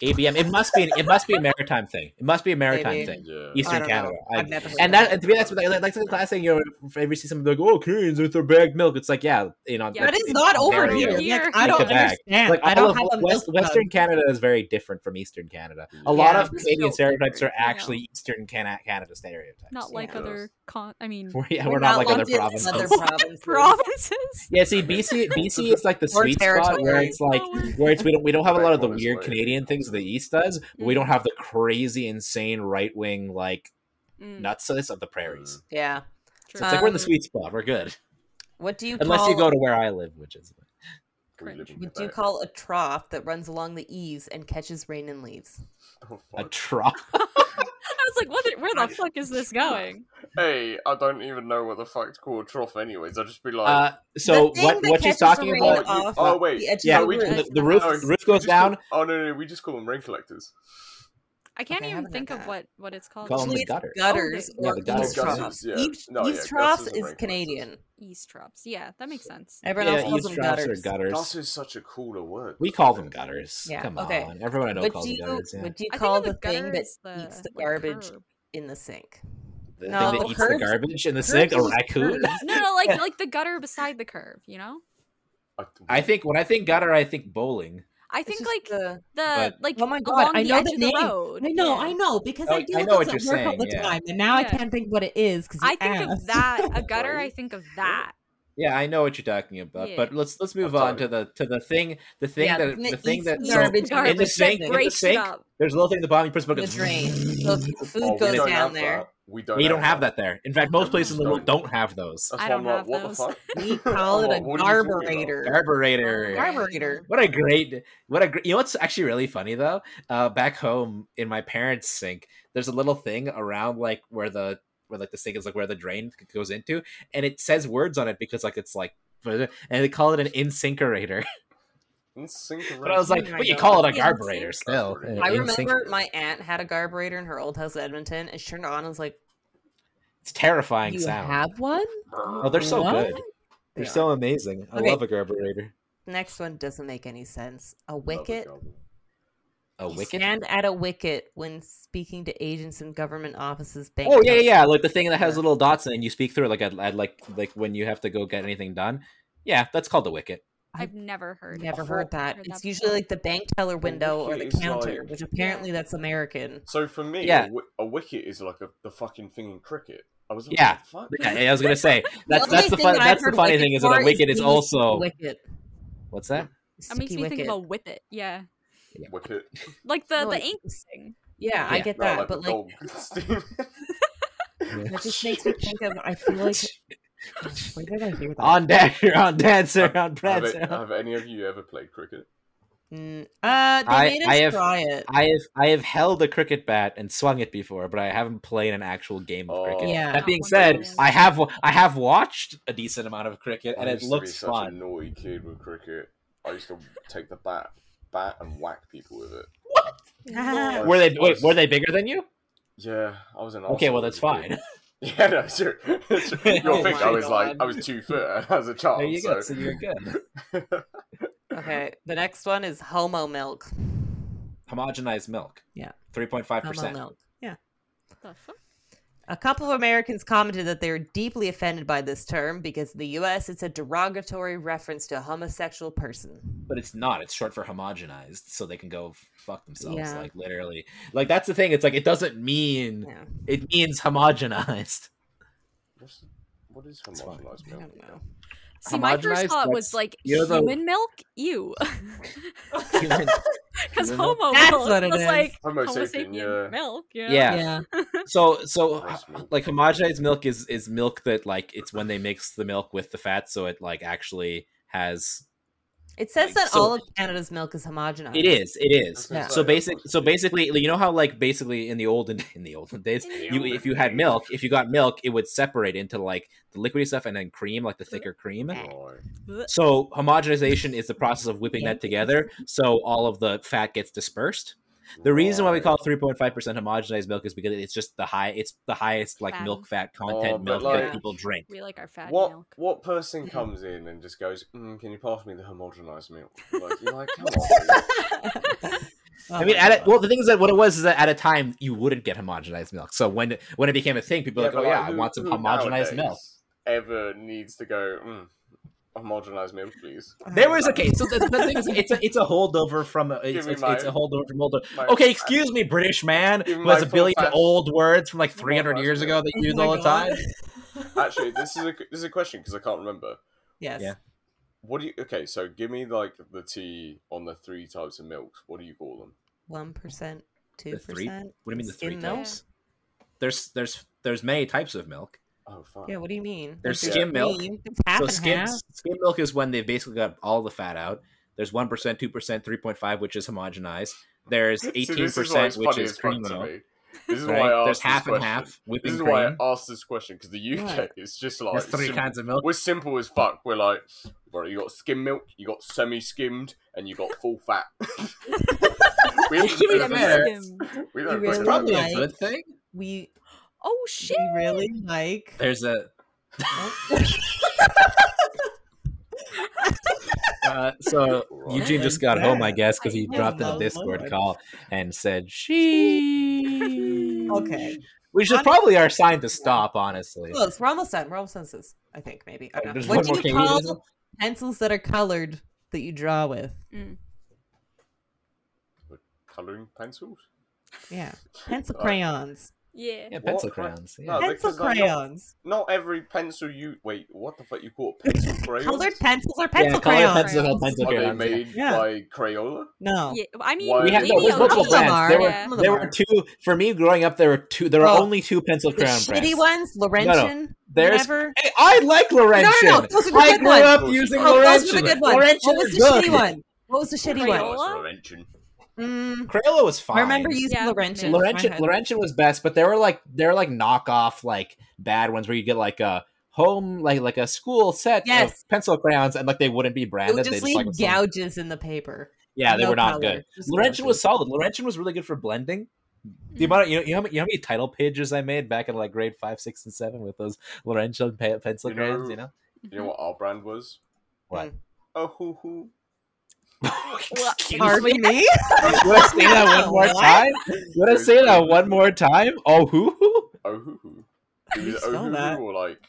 Speaker 1: ABM it must be an, it must be a maritime thing. It must be a maritime
Speaker 3: Maybe.
Speaker 1: thing.
Speaker 4: Yeah.
Speaker 1: Eastern
Speaker 3: I don't know.
Speaker 1: Canada. I-
Speaker 3: I've never heard
Speaker 1: and
Speaker 3: of
Speaker 1: that to me that's what I- like, like the class thing. You know, if you see somebody like, "Oh, Canadians with their bagged milk," it's like, yeah, you know,
Speaker 2: Yeah.
Speaker 1: that's-
Speaker 3: That is not over
Speaker 1: Very
Speaker 3: here.
Speaker 2: good.
Speaker 3: Like, I
Speaker 1: Like
Speaker 3: don't
Speaker 1: a bag.
Speaker 3: understand.
Speaker 1: like
Speaker 3: I
Speaker 1: all
Speaker 3: don't
Speaker 1: of
Speaker 3: have a
Speaker 1: West,
Speaker 3: milk
Speaker 1: Western Canada is very different from Eastern Canada. A lot
Speaker 3: Yeah.
Speaker 1: of Canadian
Speaker 2: Still
Speaker 1: stereotypes are
Speaker 2: different, you know.
Speaker 1: actually Eastern Canada, Canada stereotypes.
Speaker 2: Not like
Speaker 4: Yeah.
Speaker 2: other con. I mean,
Speaker 1: We're, yeah, we're, not, like other
Speaker 3: lumped in
Speaker 1: provinces.
Speaker 3: with Other provinces.
Speaker 2: provinces.
Speaker 1: Yeah, see, BC, BC is like the
Speaker 3: Or
Speaker 1: sweet spot where
Speaker 3: territory.
Speaker 1: it's like where it's we don't we don't have a lot of the
Speaker 4: Right,
Speaker 1: weird
Speaker 4: right.
Speaker 1: Canadian things the East does, but
Speaker 3: Mm.
Speaker 1: we don't have the crazy, insane right wing like
Speaker 2: Mm,
Speaker 1: nutsiness of the prairies.
Speaker 3: Yeah.
Speaker 2: true.
Speaker 1: So it's like we're in the
Speaker 3: Um,
Speaker 1: sweet spot. We're good,
Speaker 3: What do you
Speaker 1: unless
Speaker 3: call,
Speaker 1: you go to where I live, which is
Speaker 4: We live in
Speaker 3: what do you
Speaker 4: Quebec.
Speaker 3: call a trough that runs along the eaves and catches rain and leaves?
Speaker 4: Oh,
Speaker 1: a
Speaker 4: fuck.
Speaker 1: trough.
Speaker 2: I was like, what? the- Where the fuck is this going?
Speaker 4: Hey, I don't even know what the fuck's called trough, anyways. I'll just be like,
Speaker 1: Uh, so
Speaker 3: The thing
Speaker 1: what
Speaker 3: that
Speaker 1: what she's
Speaker 3: catches
Speaker 1: talking
Speaker 3: rain
Speaker 1: about?
Speaker 3: off
Speaker 4: Oh,
Speaker 3: of
Speaker 4: wait.
Speaker 3: the edge of
Speaker 1: Yeah,
Speaker 3: the
Speaker 4: we-
Speaker 3: roof.
Speaker 1: the- the roof-
Speaker 4: "Oh, No,
Speaker 1: roof goes
Speaker 4: just
Speaker 1: down.
Speaker 4: Call, oh no, no, no, we just call them rain collectors.
Speaker 2: I can't
Speaker 3: Okay, I
Speaker 2: even
Speaker 3: haven't
Speaker 2: think
Speaker 3: heard
Speaker 2: of
Speaker 3: that.
Speaker 2: what what it's called.
Speaker 1: Call 'em
Speaker 3: Usually
Speaker 1: the gutters.
Speaker 3: it's gutters
Speaker 2: Oh, they-
Speaker 1: Yeah,
Speaker 3: or
Speaker 1: the
Speaker 3: eaves
Speaker 1: gutters.
Speaker 4: Oh, gutters,
Speaker 3: troughs.
Speaker 4: yeah.
Speaker 3: Eaves,
Speaker 4: No,
Speaker 3: eaves
Speaker 4: yeah,
Speaker 3: troughs
Speaker 4: gutters are
Speaker 3: is
Speaker 4: rain
Speaker 3: Canadian.
Speaker 2: East troughs. Yeah, that makes sense.
Speaker 3: Everyone else calls
Speaker 1: eaves
Speaker 3: them
Speaker 1: troughs
Speaker 3: gutters.
Speaker 1: or gutters.
Speaker 4: Gutters is such a cooler word.
Speaker 1: We call them gutters.
Speaker 3: Yeah,
Speaker 1: Come
Speaker 3: okay.
Speaker 1: on, everyone I know
Speaker 3: Would
Speaker 1: calls
Speaker 3: you
Speaker 1: them gutters. Yeah.
Speaker 3: would you
Speaker 2: I
Speaker 3: call
Speaker 2: think
Speaker 3: the
Speaker 2: of the
Speaker 3: thing
Speaker 2: gutter
Speaker 3: that
Speaker 2: as the,
Speaker 3: eats the
Speaker 2: like,
Speaker 3: garbage
Speaker 2: curb.
Speaker 3: in the sink?
Speaker 1: The
Speaker 3: No,
Speaker 1: thing that eats
Speaker 3: curbs-
Speaker 1: the garbage in the sink, a
Speaker 3: curbs is
Speaker 1: raccoon.
Speaker 3: curbs.
Speaker 2: No, no, like like the gutter beside the curve. You know,
Speaker 4: I,
Speaker 1: I think when I think gutter, I think bowling.
Speaker 2: I
Speaker 3: It's
Speaker 2: think
Speaker 3: just
Speaker 2: like the,
Speaker 3: the-
Speaker 2: like
Speaker 3: Oh my God,
Speaker 2: along
Speaker 3: I
Speaker 2: the
Speaker 3: know
Speaker 2: edge
Speaker 3: the
Speaker 2: of the
Speaker 3: name.
Speaker 2: road.
Speaker 3: I know,
Speaker 2: Yeah.
Speaker 3: I know, because
Speaker 1: Oh,
Speaker 3: I do
Speaker 1: I
Speaker 3: it
Speaker 1: know what
Speaker 3: at work
Speaker 1: you're
Speaker 3: all the
Speaker 1: saying, yeah.
Speaker 3: time, and now I
Speaker 2: Yeah.
Speaker 3: can't think what it is because
Speaker 2: I think of that a gutter. I
Speaker 4: Right.
Speaker 2: think of that.
Speaker 1: Yeah, I know what you're talking about,
Speaker 2: Yeah.
Speaker 1: but let's let's move
Speaker 4: I'm
Speaker 1: on to the to the thing the thing that the thing that so
Speaker 3: garbage.
Speaker 2: Eats the garbage,
Speaker 1: in the
Speaker 2: that
Speaker 1: sink in the
Speaker 2: breaks it
Speaker 1: sink.
Speaker 2: up.
Speaker 1: There's a little thing at the bottom. You press the
Speaker 3: the
Speaker 1: button.
Speaker 3: drain. So if the food
Speaker 4: Oh, we
Speaker 3: goes
Speaker 4: don't
Speaker 3: down
Speaker 4: have
Speaker 3: there.
Speaker 4: That. We don't.
Speaker 1: We don't have that there. In fact, most places in the world don't have those.
Speaker 4: That's
Speaker 2: I
Speaker 4: why I'm
Speaker 2: don't have
Speaker 4: like,
Speaker 2: those.
Speaker 4: What the fuck?
Speaker 3: We call it
Speaker 4: What-
Speaker 3: a
Speaker 4: what are you talking about?
Speaker 3: garburator.
Speaker 1: Carburetor.
Speaker 2: Gar-
Speaker 3: Garburator.
Speaker 1: What a great, what a great, you know what's actually really funny though? Uh, back home in my parents' sink, there's a little thing around like where the, where like the sink is like where the drain goes into, and it says words on it because like it's like, and they call it an insinkerator.
Speaker 4: Let's sink
Speaker 1: But I was like,
Speaker 3: Oh my
Speaker 1: but you
Speaker 3: God.
Speaker 1: call it a
Speaker 2: Yeah,
Speaker 1: carburetor
Speaker 2: insink.
Speaker 1: still.
Speaker 4: Carburetor.
Speaker 1: an
Speaker 3: I
Speaker 1: insink-
Speaker 3: remember my aunt had a garburator in her old house in Edmonton, and she turned it on. and was like,
Speaker 1: It's a terrifying
Speaker 3: "You
Speaker 1: sound.
Speaker 3: have one?"
Speaker 1: oh, they're so
Speaker 3: What?
Speaker 1: good.
Speaker 3: They
Speaker 1: They're
Speaker 3: are.
Speaker 1: so amazing. I
Speaker 3: Okay.
Speaker 1: love a carburetor.
Speaker 3: Next one doesn't make any sense. A wicket.
Speaker 1: A
Speaker 3: You
Speaker 1: wicket.
Speaker 3: Stand at a wicket when speaking to agents in government offices. Bank
Speaker 1: Oh yeah, yeah,
Speaker 3: notes.
Speaker 1: yeah, like the thing that has
Speaker 3: Yeah.
Speaker 1: little dots and you speak through it, like I'd, I'd like like when you have to go get anything done. Yeah, that's called the wicket.
Speaker 2: I've never heard. it.
Speaker 3: Never
Speaker 4: I've
Speaker 3: heard that.
Speaker 2: heard
Speaker 3: It's
Speaker 2: that
Speaker 3: usually
Speaker 2: before.
Speaker 3: like the bank teller window or the
Speaker 4: wicket is
Speaker 3: counter,
Speaker 4: like-
Speaker 3: which apparently that's American.
Speaker 4: So for me,
Speaker 1: Yeah.
Speaker 4: a, wi- a wicket is like a, the fucking thing in cricket. I was like,
Speaker 1: Yeah.
Speaker 4: What the fuck?
Speaker 1: Yeah, I was gonna say that's
Speaker 3: only
Speaker 1: that's the
Speaker 3: thing
Speaker 1: fun,
Speaker 3: I've
Speaker 1: that's the
Speaker 3: heard
Speaker 1: funny
Speaker 3: wicket
Speaker 1: thing is that
Speaker 3: for
Speaker 1: a wicket is
Speaker 3: sticky
Speaker 1: also
Speaker 3: wicket.
Speaker 1: what's that?
Speaker 2: That makes
Speaker 3: Sticky
Speaker 2: me think of
Speaker 3: wicket.
Speaker 2: a whippet. Yeah,
Speaker 4: Wicket.
Speaker 2: like the
Speaker 3: No,
Speaker 2: the
Speaker 3: it's-
Speaker 2: ink thing.
Speaker 3: Yeah, I
Speaker 1: Yeah.
Speaker 3: get
Speaker 4: No,
Speaker 3: that,
Speaker 4: like
Speaker 3: but
Speaker 4: the
Speaker 3: like
Speaker 4: dog steam.
Speaker 3: that just makes me think of. I feel like where did I hear that?
Speaker 1: on Dasher, on Dancer, on
Speaker 4: have,
Speaker 1: Prancer.
Speaker 4: it- have any of you ever played cricket?
Speaker 3: Mm, uh, they
Speaker 1: I-
Speaker 3: made us
Speaker 1: I have-
Speaker 3: try it.
Speaker 1: I have I have held a cricket bat and swung it before, but I haven't played an actual game of cricket.
Speaker 4: Oh.
Speaker 3: Yeah.
Speaker 1: That being said,
Speaker 2: Not one of those.
Speaker 1: I have I have watched a decent amount of cricket and
Speaker 4: I
Speaker 1: it
Speaker 4: used to be
Speaker 1: looks
Speaker 4: such a
Speaker 1: fun.
Speaker 4: naughty kid with cricket. I used to take the bat, bat and whack people with it.
Speaker 3: Ah.
Speaker 1: Were they wait, were they bigger than you?
Speaker 4: Yeah, I was an.
Speaker 1: Okay,
Speaker 4: arsehole
Speaker 1: well
Speaker 4: as
Speaker 1: that's
Speaker 4: a
Speaker 1: fine.
Speaker 4: kid. Yeah, no, sure. You'll
Speaker 1: Oh
Speaker 4: think
Speaker 3: my
Speaker 4: I was
Speaker 3: God.
Speaker 4: like I was two foot as a child.
Speaker 1: There you
Speaker 4: so.
Speaker 1: go. So you're good.
Speaker 3: Okay, the next one is homo milk.
Speaker 1: Homogenized milk.
Speaker 3: Yeah.
Speaker 1: Three point five
Speaker 3: Homo
Speaker 1: percent.
Speaker 3: milk. Yeah.
Speaker 2: The fuck?
Speaker 3: A couple of Americans commented that they're deeply offended by this term because in the US it's a derogatory reference to a homosexual person.
Speaker 1: But it's not. It's short for homogenized, so they can go f- fuck themselves.
Speaker 3: Yeah.
Speaker 1: Like literally. Like that's the thing. It's like it doesn't mean
Speaker 3: Yeah,
Speaker 1: it means homogenized.
Speaker 4: What's, what is
Speaker 1: That's fine.
Speaker 4: homogenized
Speaker 3: I
Speaker 4: milk?
Speaker 3: don't know.
Speaker 2: See, my first
Speaker 1: Homogenized,
Speaker 2: thought was
Speaker 1: that's-
Speaker 2: like
Speaker 1: you're the-
Speaker 2: human milk. Ew,
Speaker 1: Human-
Speaker 2: because
Speaker 1: Human milk?
Speaker 2: homo
Speaker 3: That's
Speaker 2: milk
Speaker 3: what it
Speaker 2: was
Speaker 3: is.
Speaker 2: like
Speaker 4: Homo
Speaker 2: homo
Speaker 4: sapien,
Speaker 2: sapien
Speaker 4: yeah.
Speaker 2: milk. You know?
Speaker 1: yeah.
Speaker 3: Yeah.
Speaker 1: So so
Speaker 4: Gross milk.
Speaker 1: like homogenized milk is is milk that like it's when they mix the milk with the fat, so it like actually has
Speaker 3: It says that
Speaker 7: So-
Speaker 3: all of Canada's milk is homogenized.
Speaker 1: It is. It is.
Speaker 4: That's what I'm
Speaker 3: Yeah.
Speaker 1: So
Speaker 4: saying.
Speaker 1: basic. So basically, you know how like basically in the olden in the olden days, you if you had milk, if you got milk, it would separate into like the liquidy stuff and then cream, like the thicker cream.
Speaker 4: Right.
Speaker 1: So homogenization is the process of whipping that together, so all of the fat gets dispersed. The reason why we
Speaker 4: Right.
Speaker 1: call three point five percent homogenized milk is because it's just the high. It's the highest like
Speaker 2: Fat.
Speaker 1: milk fat content
Speaker 4: Oh, but
Speaker 1: milk
Speaker 4: like-
Speaker 1: that people drink.
Speaker 2: We like our fat
Speaker 4: what
Speaker 2: milk.
Speaker 4: what person comes in and just goes, mm, "Can you pass me the homogenized milk?" Like you're like, come on.
Speaker 8: Oh,
Speaker 1: I mean, at a, well, the thing is that what it was is that at a time you wouldn't get homogenized milk. So when when it became a thing, people were like,
Speaker 4: but
Speaker 1: oh yeah,
Speaker 4: like,
Speaker 1: I
Speaker 4: who-
Speaker 1: want some
Speaker 4: who
Speaker 1: homogenized
Speaker 4: nowadays
Speaker 1: milk.
Speaker 4: Ever needs to go, mm, homogenized milk, please.
Speaker 1: There was okay. So the, the thing is, it's a, it's a holdover from a, it's,
Speaker 4: Give me
Speaker 1: it's, it's
Speaker 4: my-
Speaker 1: a holdover from older.
Speaker 4: My-
Speaker 1: Okay, excuse me, British man,
Speaker 4: Give me
Speaker 1: who has
Speaker 4: my
Speaker 1: a billion
Speaker 4: full-size-
Speaker 1: old words from like
Speaker 4: full-size
Speaker 1: 300 years
Speaker 4: milk.
Speaker 1: ago that you use
Speaker 8: Oh my
Speaker 1: all the
Speaker 8: God.
Speaker 1: time.
Speaker 4: Actually, this is a this is a question because I can't remember.
Speaker 8: yes.
Speaker 1: Yeah.
Speaker 4: What do you? Okay, so give me like the tea on the three types of milks. What do you call them?
Speaker 3: one percent, two
Speaker 1: three-
Speaker 3: percent.
Speaker 1: What do you mean the three
Speaker 3: Skim milk?
Speaker 1: types? There's there's there's many types of milk.
Speaker 4: Oh fuck.
Speaker 3: Yeah. What do you mean?
Speaker 1: There's
Speaker 3: Like,
Speaker 1: skim milk.
Speaker 3: cream, It's half
Speaker 1: so
Speaker 3: and
Speaker 1: skim
Speaker 3: half.
Speaker 1: skim milk is when they've basically got all the fat out. There's one percent, two percent, three point five, which is homogenized. There's
Speaker 4: See,
Speaker 1: eighteen
Speaker 4: this is why
Speaker 1: percent,
Speaker 4: it's
Speaker 1: which
Speaker 4: funny
Speaker 1: is
Speaker 4: as fuck
Speaker 1: cream
Speaker 4: to
Speaker 1: milk.
Speaker 4: me. This is why
Speaker 1: Right?
Speaker 4: I asked
Speaker 1: There's half
Speaker 4: this
Speaker 1: and
Speaker 4: question.
Speaker 1: half
Speaker 4: This
Speaker 1: whipping
Speaker 4: is
Speaker 1: cream.
Speaker 4: why I asked this question because the UK is just like
Speaker 1: There's three
Speaker 4: sim-
Speaker 1: kinds of milk.
Speaker 4: We're simple as fuck. We're like, bro, you got skim milk, you got semi-skimmed, and you got full fat. we have
Speaker 1: Give me
Speaker 4: to
Speaker 1: that
Speaker 4: do
Speaker 1: matter.
Speaker 4: this. We don't
Speaker 3: You
Speaker 4: fucking
Speaker 3: really
Speaker 4: know.
Speaker 1: Probably a
Speaker 8: Like-
Speaker 1: good thing.
Speaker 3: We
Speaker 2: Oh shit!
Speaker 8: We really like.
Speaker 1: There's a Uh, so
Speaker 4: Right.
Speaker 1: Eugene just got home, I guess, because he dropped in a
Speaker 8: Oh,
Speaker 1: Discord
Speaker 8: Lord.
Speaker 1: call and said, "She."
Speaker 8: Okay.
Speaker 1: Which is probably our sign to stop, honestly.
Speaker 3: close. We're almost done. We're almost done. with This I think maybe. I don't know.
Speaker 1: There's
Speaker 3: What
Speaker 1: one
Speaker 3: do
Speaker 1: more
Speaker 3: you
Speaker 1: can we do?
Speaker 3: call pencils that are colored that you draw with?
Speaker 4: Coloring pencils.
Speaker 3: Yeah, pencil
Speaker 4: Uh,
Speaker 3: crayons.
Speaker 2: Yeah.
Speaker 1: Yeah,
Speaker 4: What?
Speaker 1: pencil crayons.
Speaker 4: No,
Speaker 1: Yeah.
Speaker 4: they-
Speaker 3: Pencil
Speaker 4: 'cause I know-
Speaker 3: crayons.
Speaker 4: Not every pencil you wait. What the fuck you call it? pencil crayons?
Speaker 3: Colored pencils are
Speaker 1: Yeah,
Speaker 3: pencil crayons.
Speaker 1: colored pencils are pencil
Speaker 4: Are they
Speaker 1: crayons. yeah.
Speaker 4: made
Speaker 3: Yeah.
Speaker 4: by Crayola?
Speaker 3: No.
Speaker 2: yeah. I mean,
Speaker 4: Why-
Speaker 1: We have
Speaker 2: maybe
Speaker 1: no, there's
Speaker 2: a
Speaker 1: multiple
Speaker 2: little-
Speaker 3: Some
Speaker 1: brands.
Speaker 3: are,
Speaker 1: There
Speaker 2: yeah.
Speaker 1: were there were two for me growing up. There were two. There were
Speaker 3: Oh.
Speaker 1: only two pencil
Speaker 3: The
Speaker 1: crayon brands.
Speaker 3: shitty ones, Laurentian.
Speaker 1: There's-
Speaker 3: whatever.
Speaker 1: Hey, I like Laurentian.
Speaker 3: No, no, no, those are the
Speaker 1: I
Speaker 3: good
Speaker 1: grew
Speaker 3: ones.
Speaker 1: up using
Speaker 3: Oh, those were
Speaker 1: Laurentian.
Speaker 3: the good ones.
Speaker 1: Laurentian
Speaker 3: what was
Speaker 1: is
Speaker 3: the
Speaker 1: good.
Speaker 3: shitty one? What was the shitty one?
Speaker 2: Crayola?
Speaker 4: Crayola.
Speaker 3: Mm,
Speaker 1: Crayola was
Speaker 3: I
Speaker 1: fine.
Speaker 3: remember using
Speaker 2: Yeah,
Speaker 3: Laurentian.
Speaker 2: maybe.
Speaker 1: Laurentian, Laurentian was best, but there were like there were like knockoff like bad ones where you get like a home like like a school set
Speaker 3: Yes.
Speaker 1: of pencil crayons and like they wouldn't be
Speaker 3: It
Speaker 1: branded.
Speaker 3: would
Speaker 1: they
Speaker 3: just
Speaker 1: just like
Speaker 3: leave
Speaker 1: would sell-
Speaker 3: gouges in the paper.
Speaker 1: yeah, they
Speaker 3: No
Speaker 1: were not
Speaker 3: color, Mm.
Speaker 1: good.
Speaker 3: just
Speaker 1: Laurentian was
Speaker 3: gouges.
Speaker 1: solid. Laurentian was really good for blending. The amount of, you know you know, how many- you know how many title pages I made back in like grade five, six, and seven with those Laurentian pe- pencil
Speaker 4: You know-
Speaker 1: crayons. You know,
Speaker 4: You know what our brand was?
Speaker 1: What?
Speaker 4: Oh hoo hoo.
Speaker 1: Excuse
Speaker 3: Pardon
Speaker 1: me?
Speaker 3: me?
Speaker 1: Would I say that one more
Speaker 3: What?
Speaker 1: time? Would I say that one more time? Oh, hoo hoo!
Speaker 4: Oh hoo hoo.
Speaker 8: How do you
Speaker 4: Either
Speaker 8: spell
Speaker 4: oh hoo
Speaker 8: that?
Speaker 4: hoo or like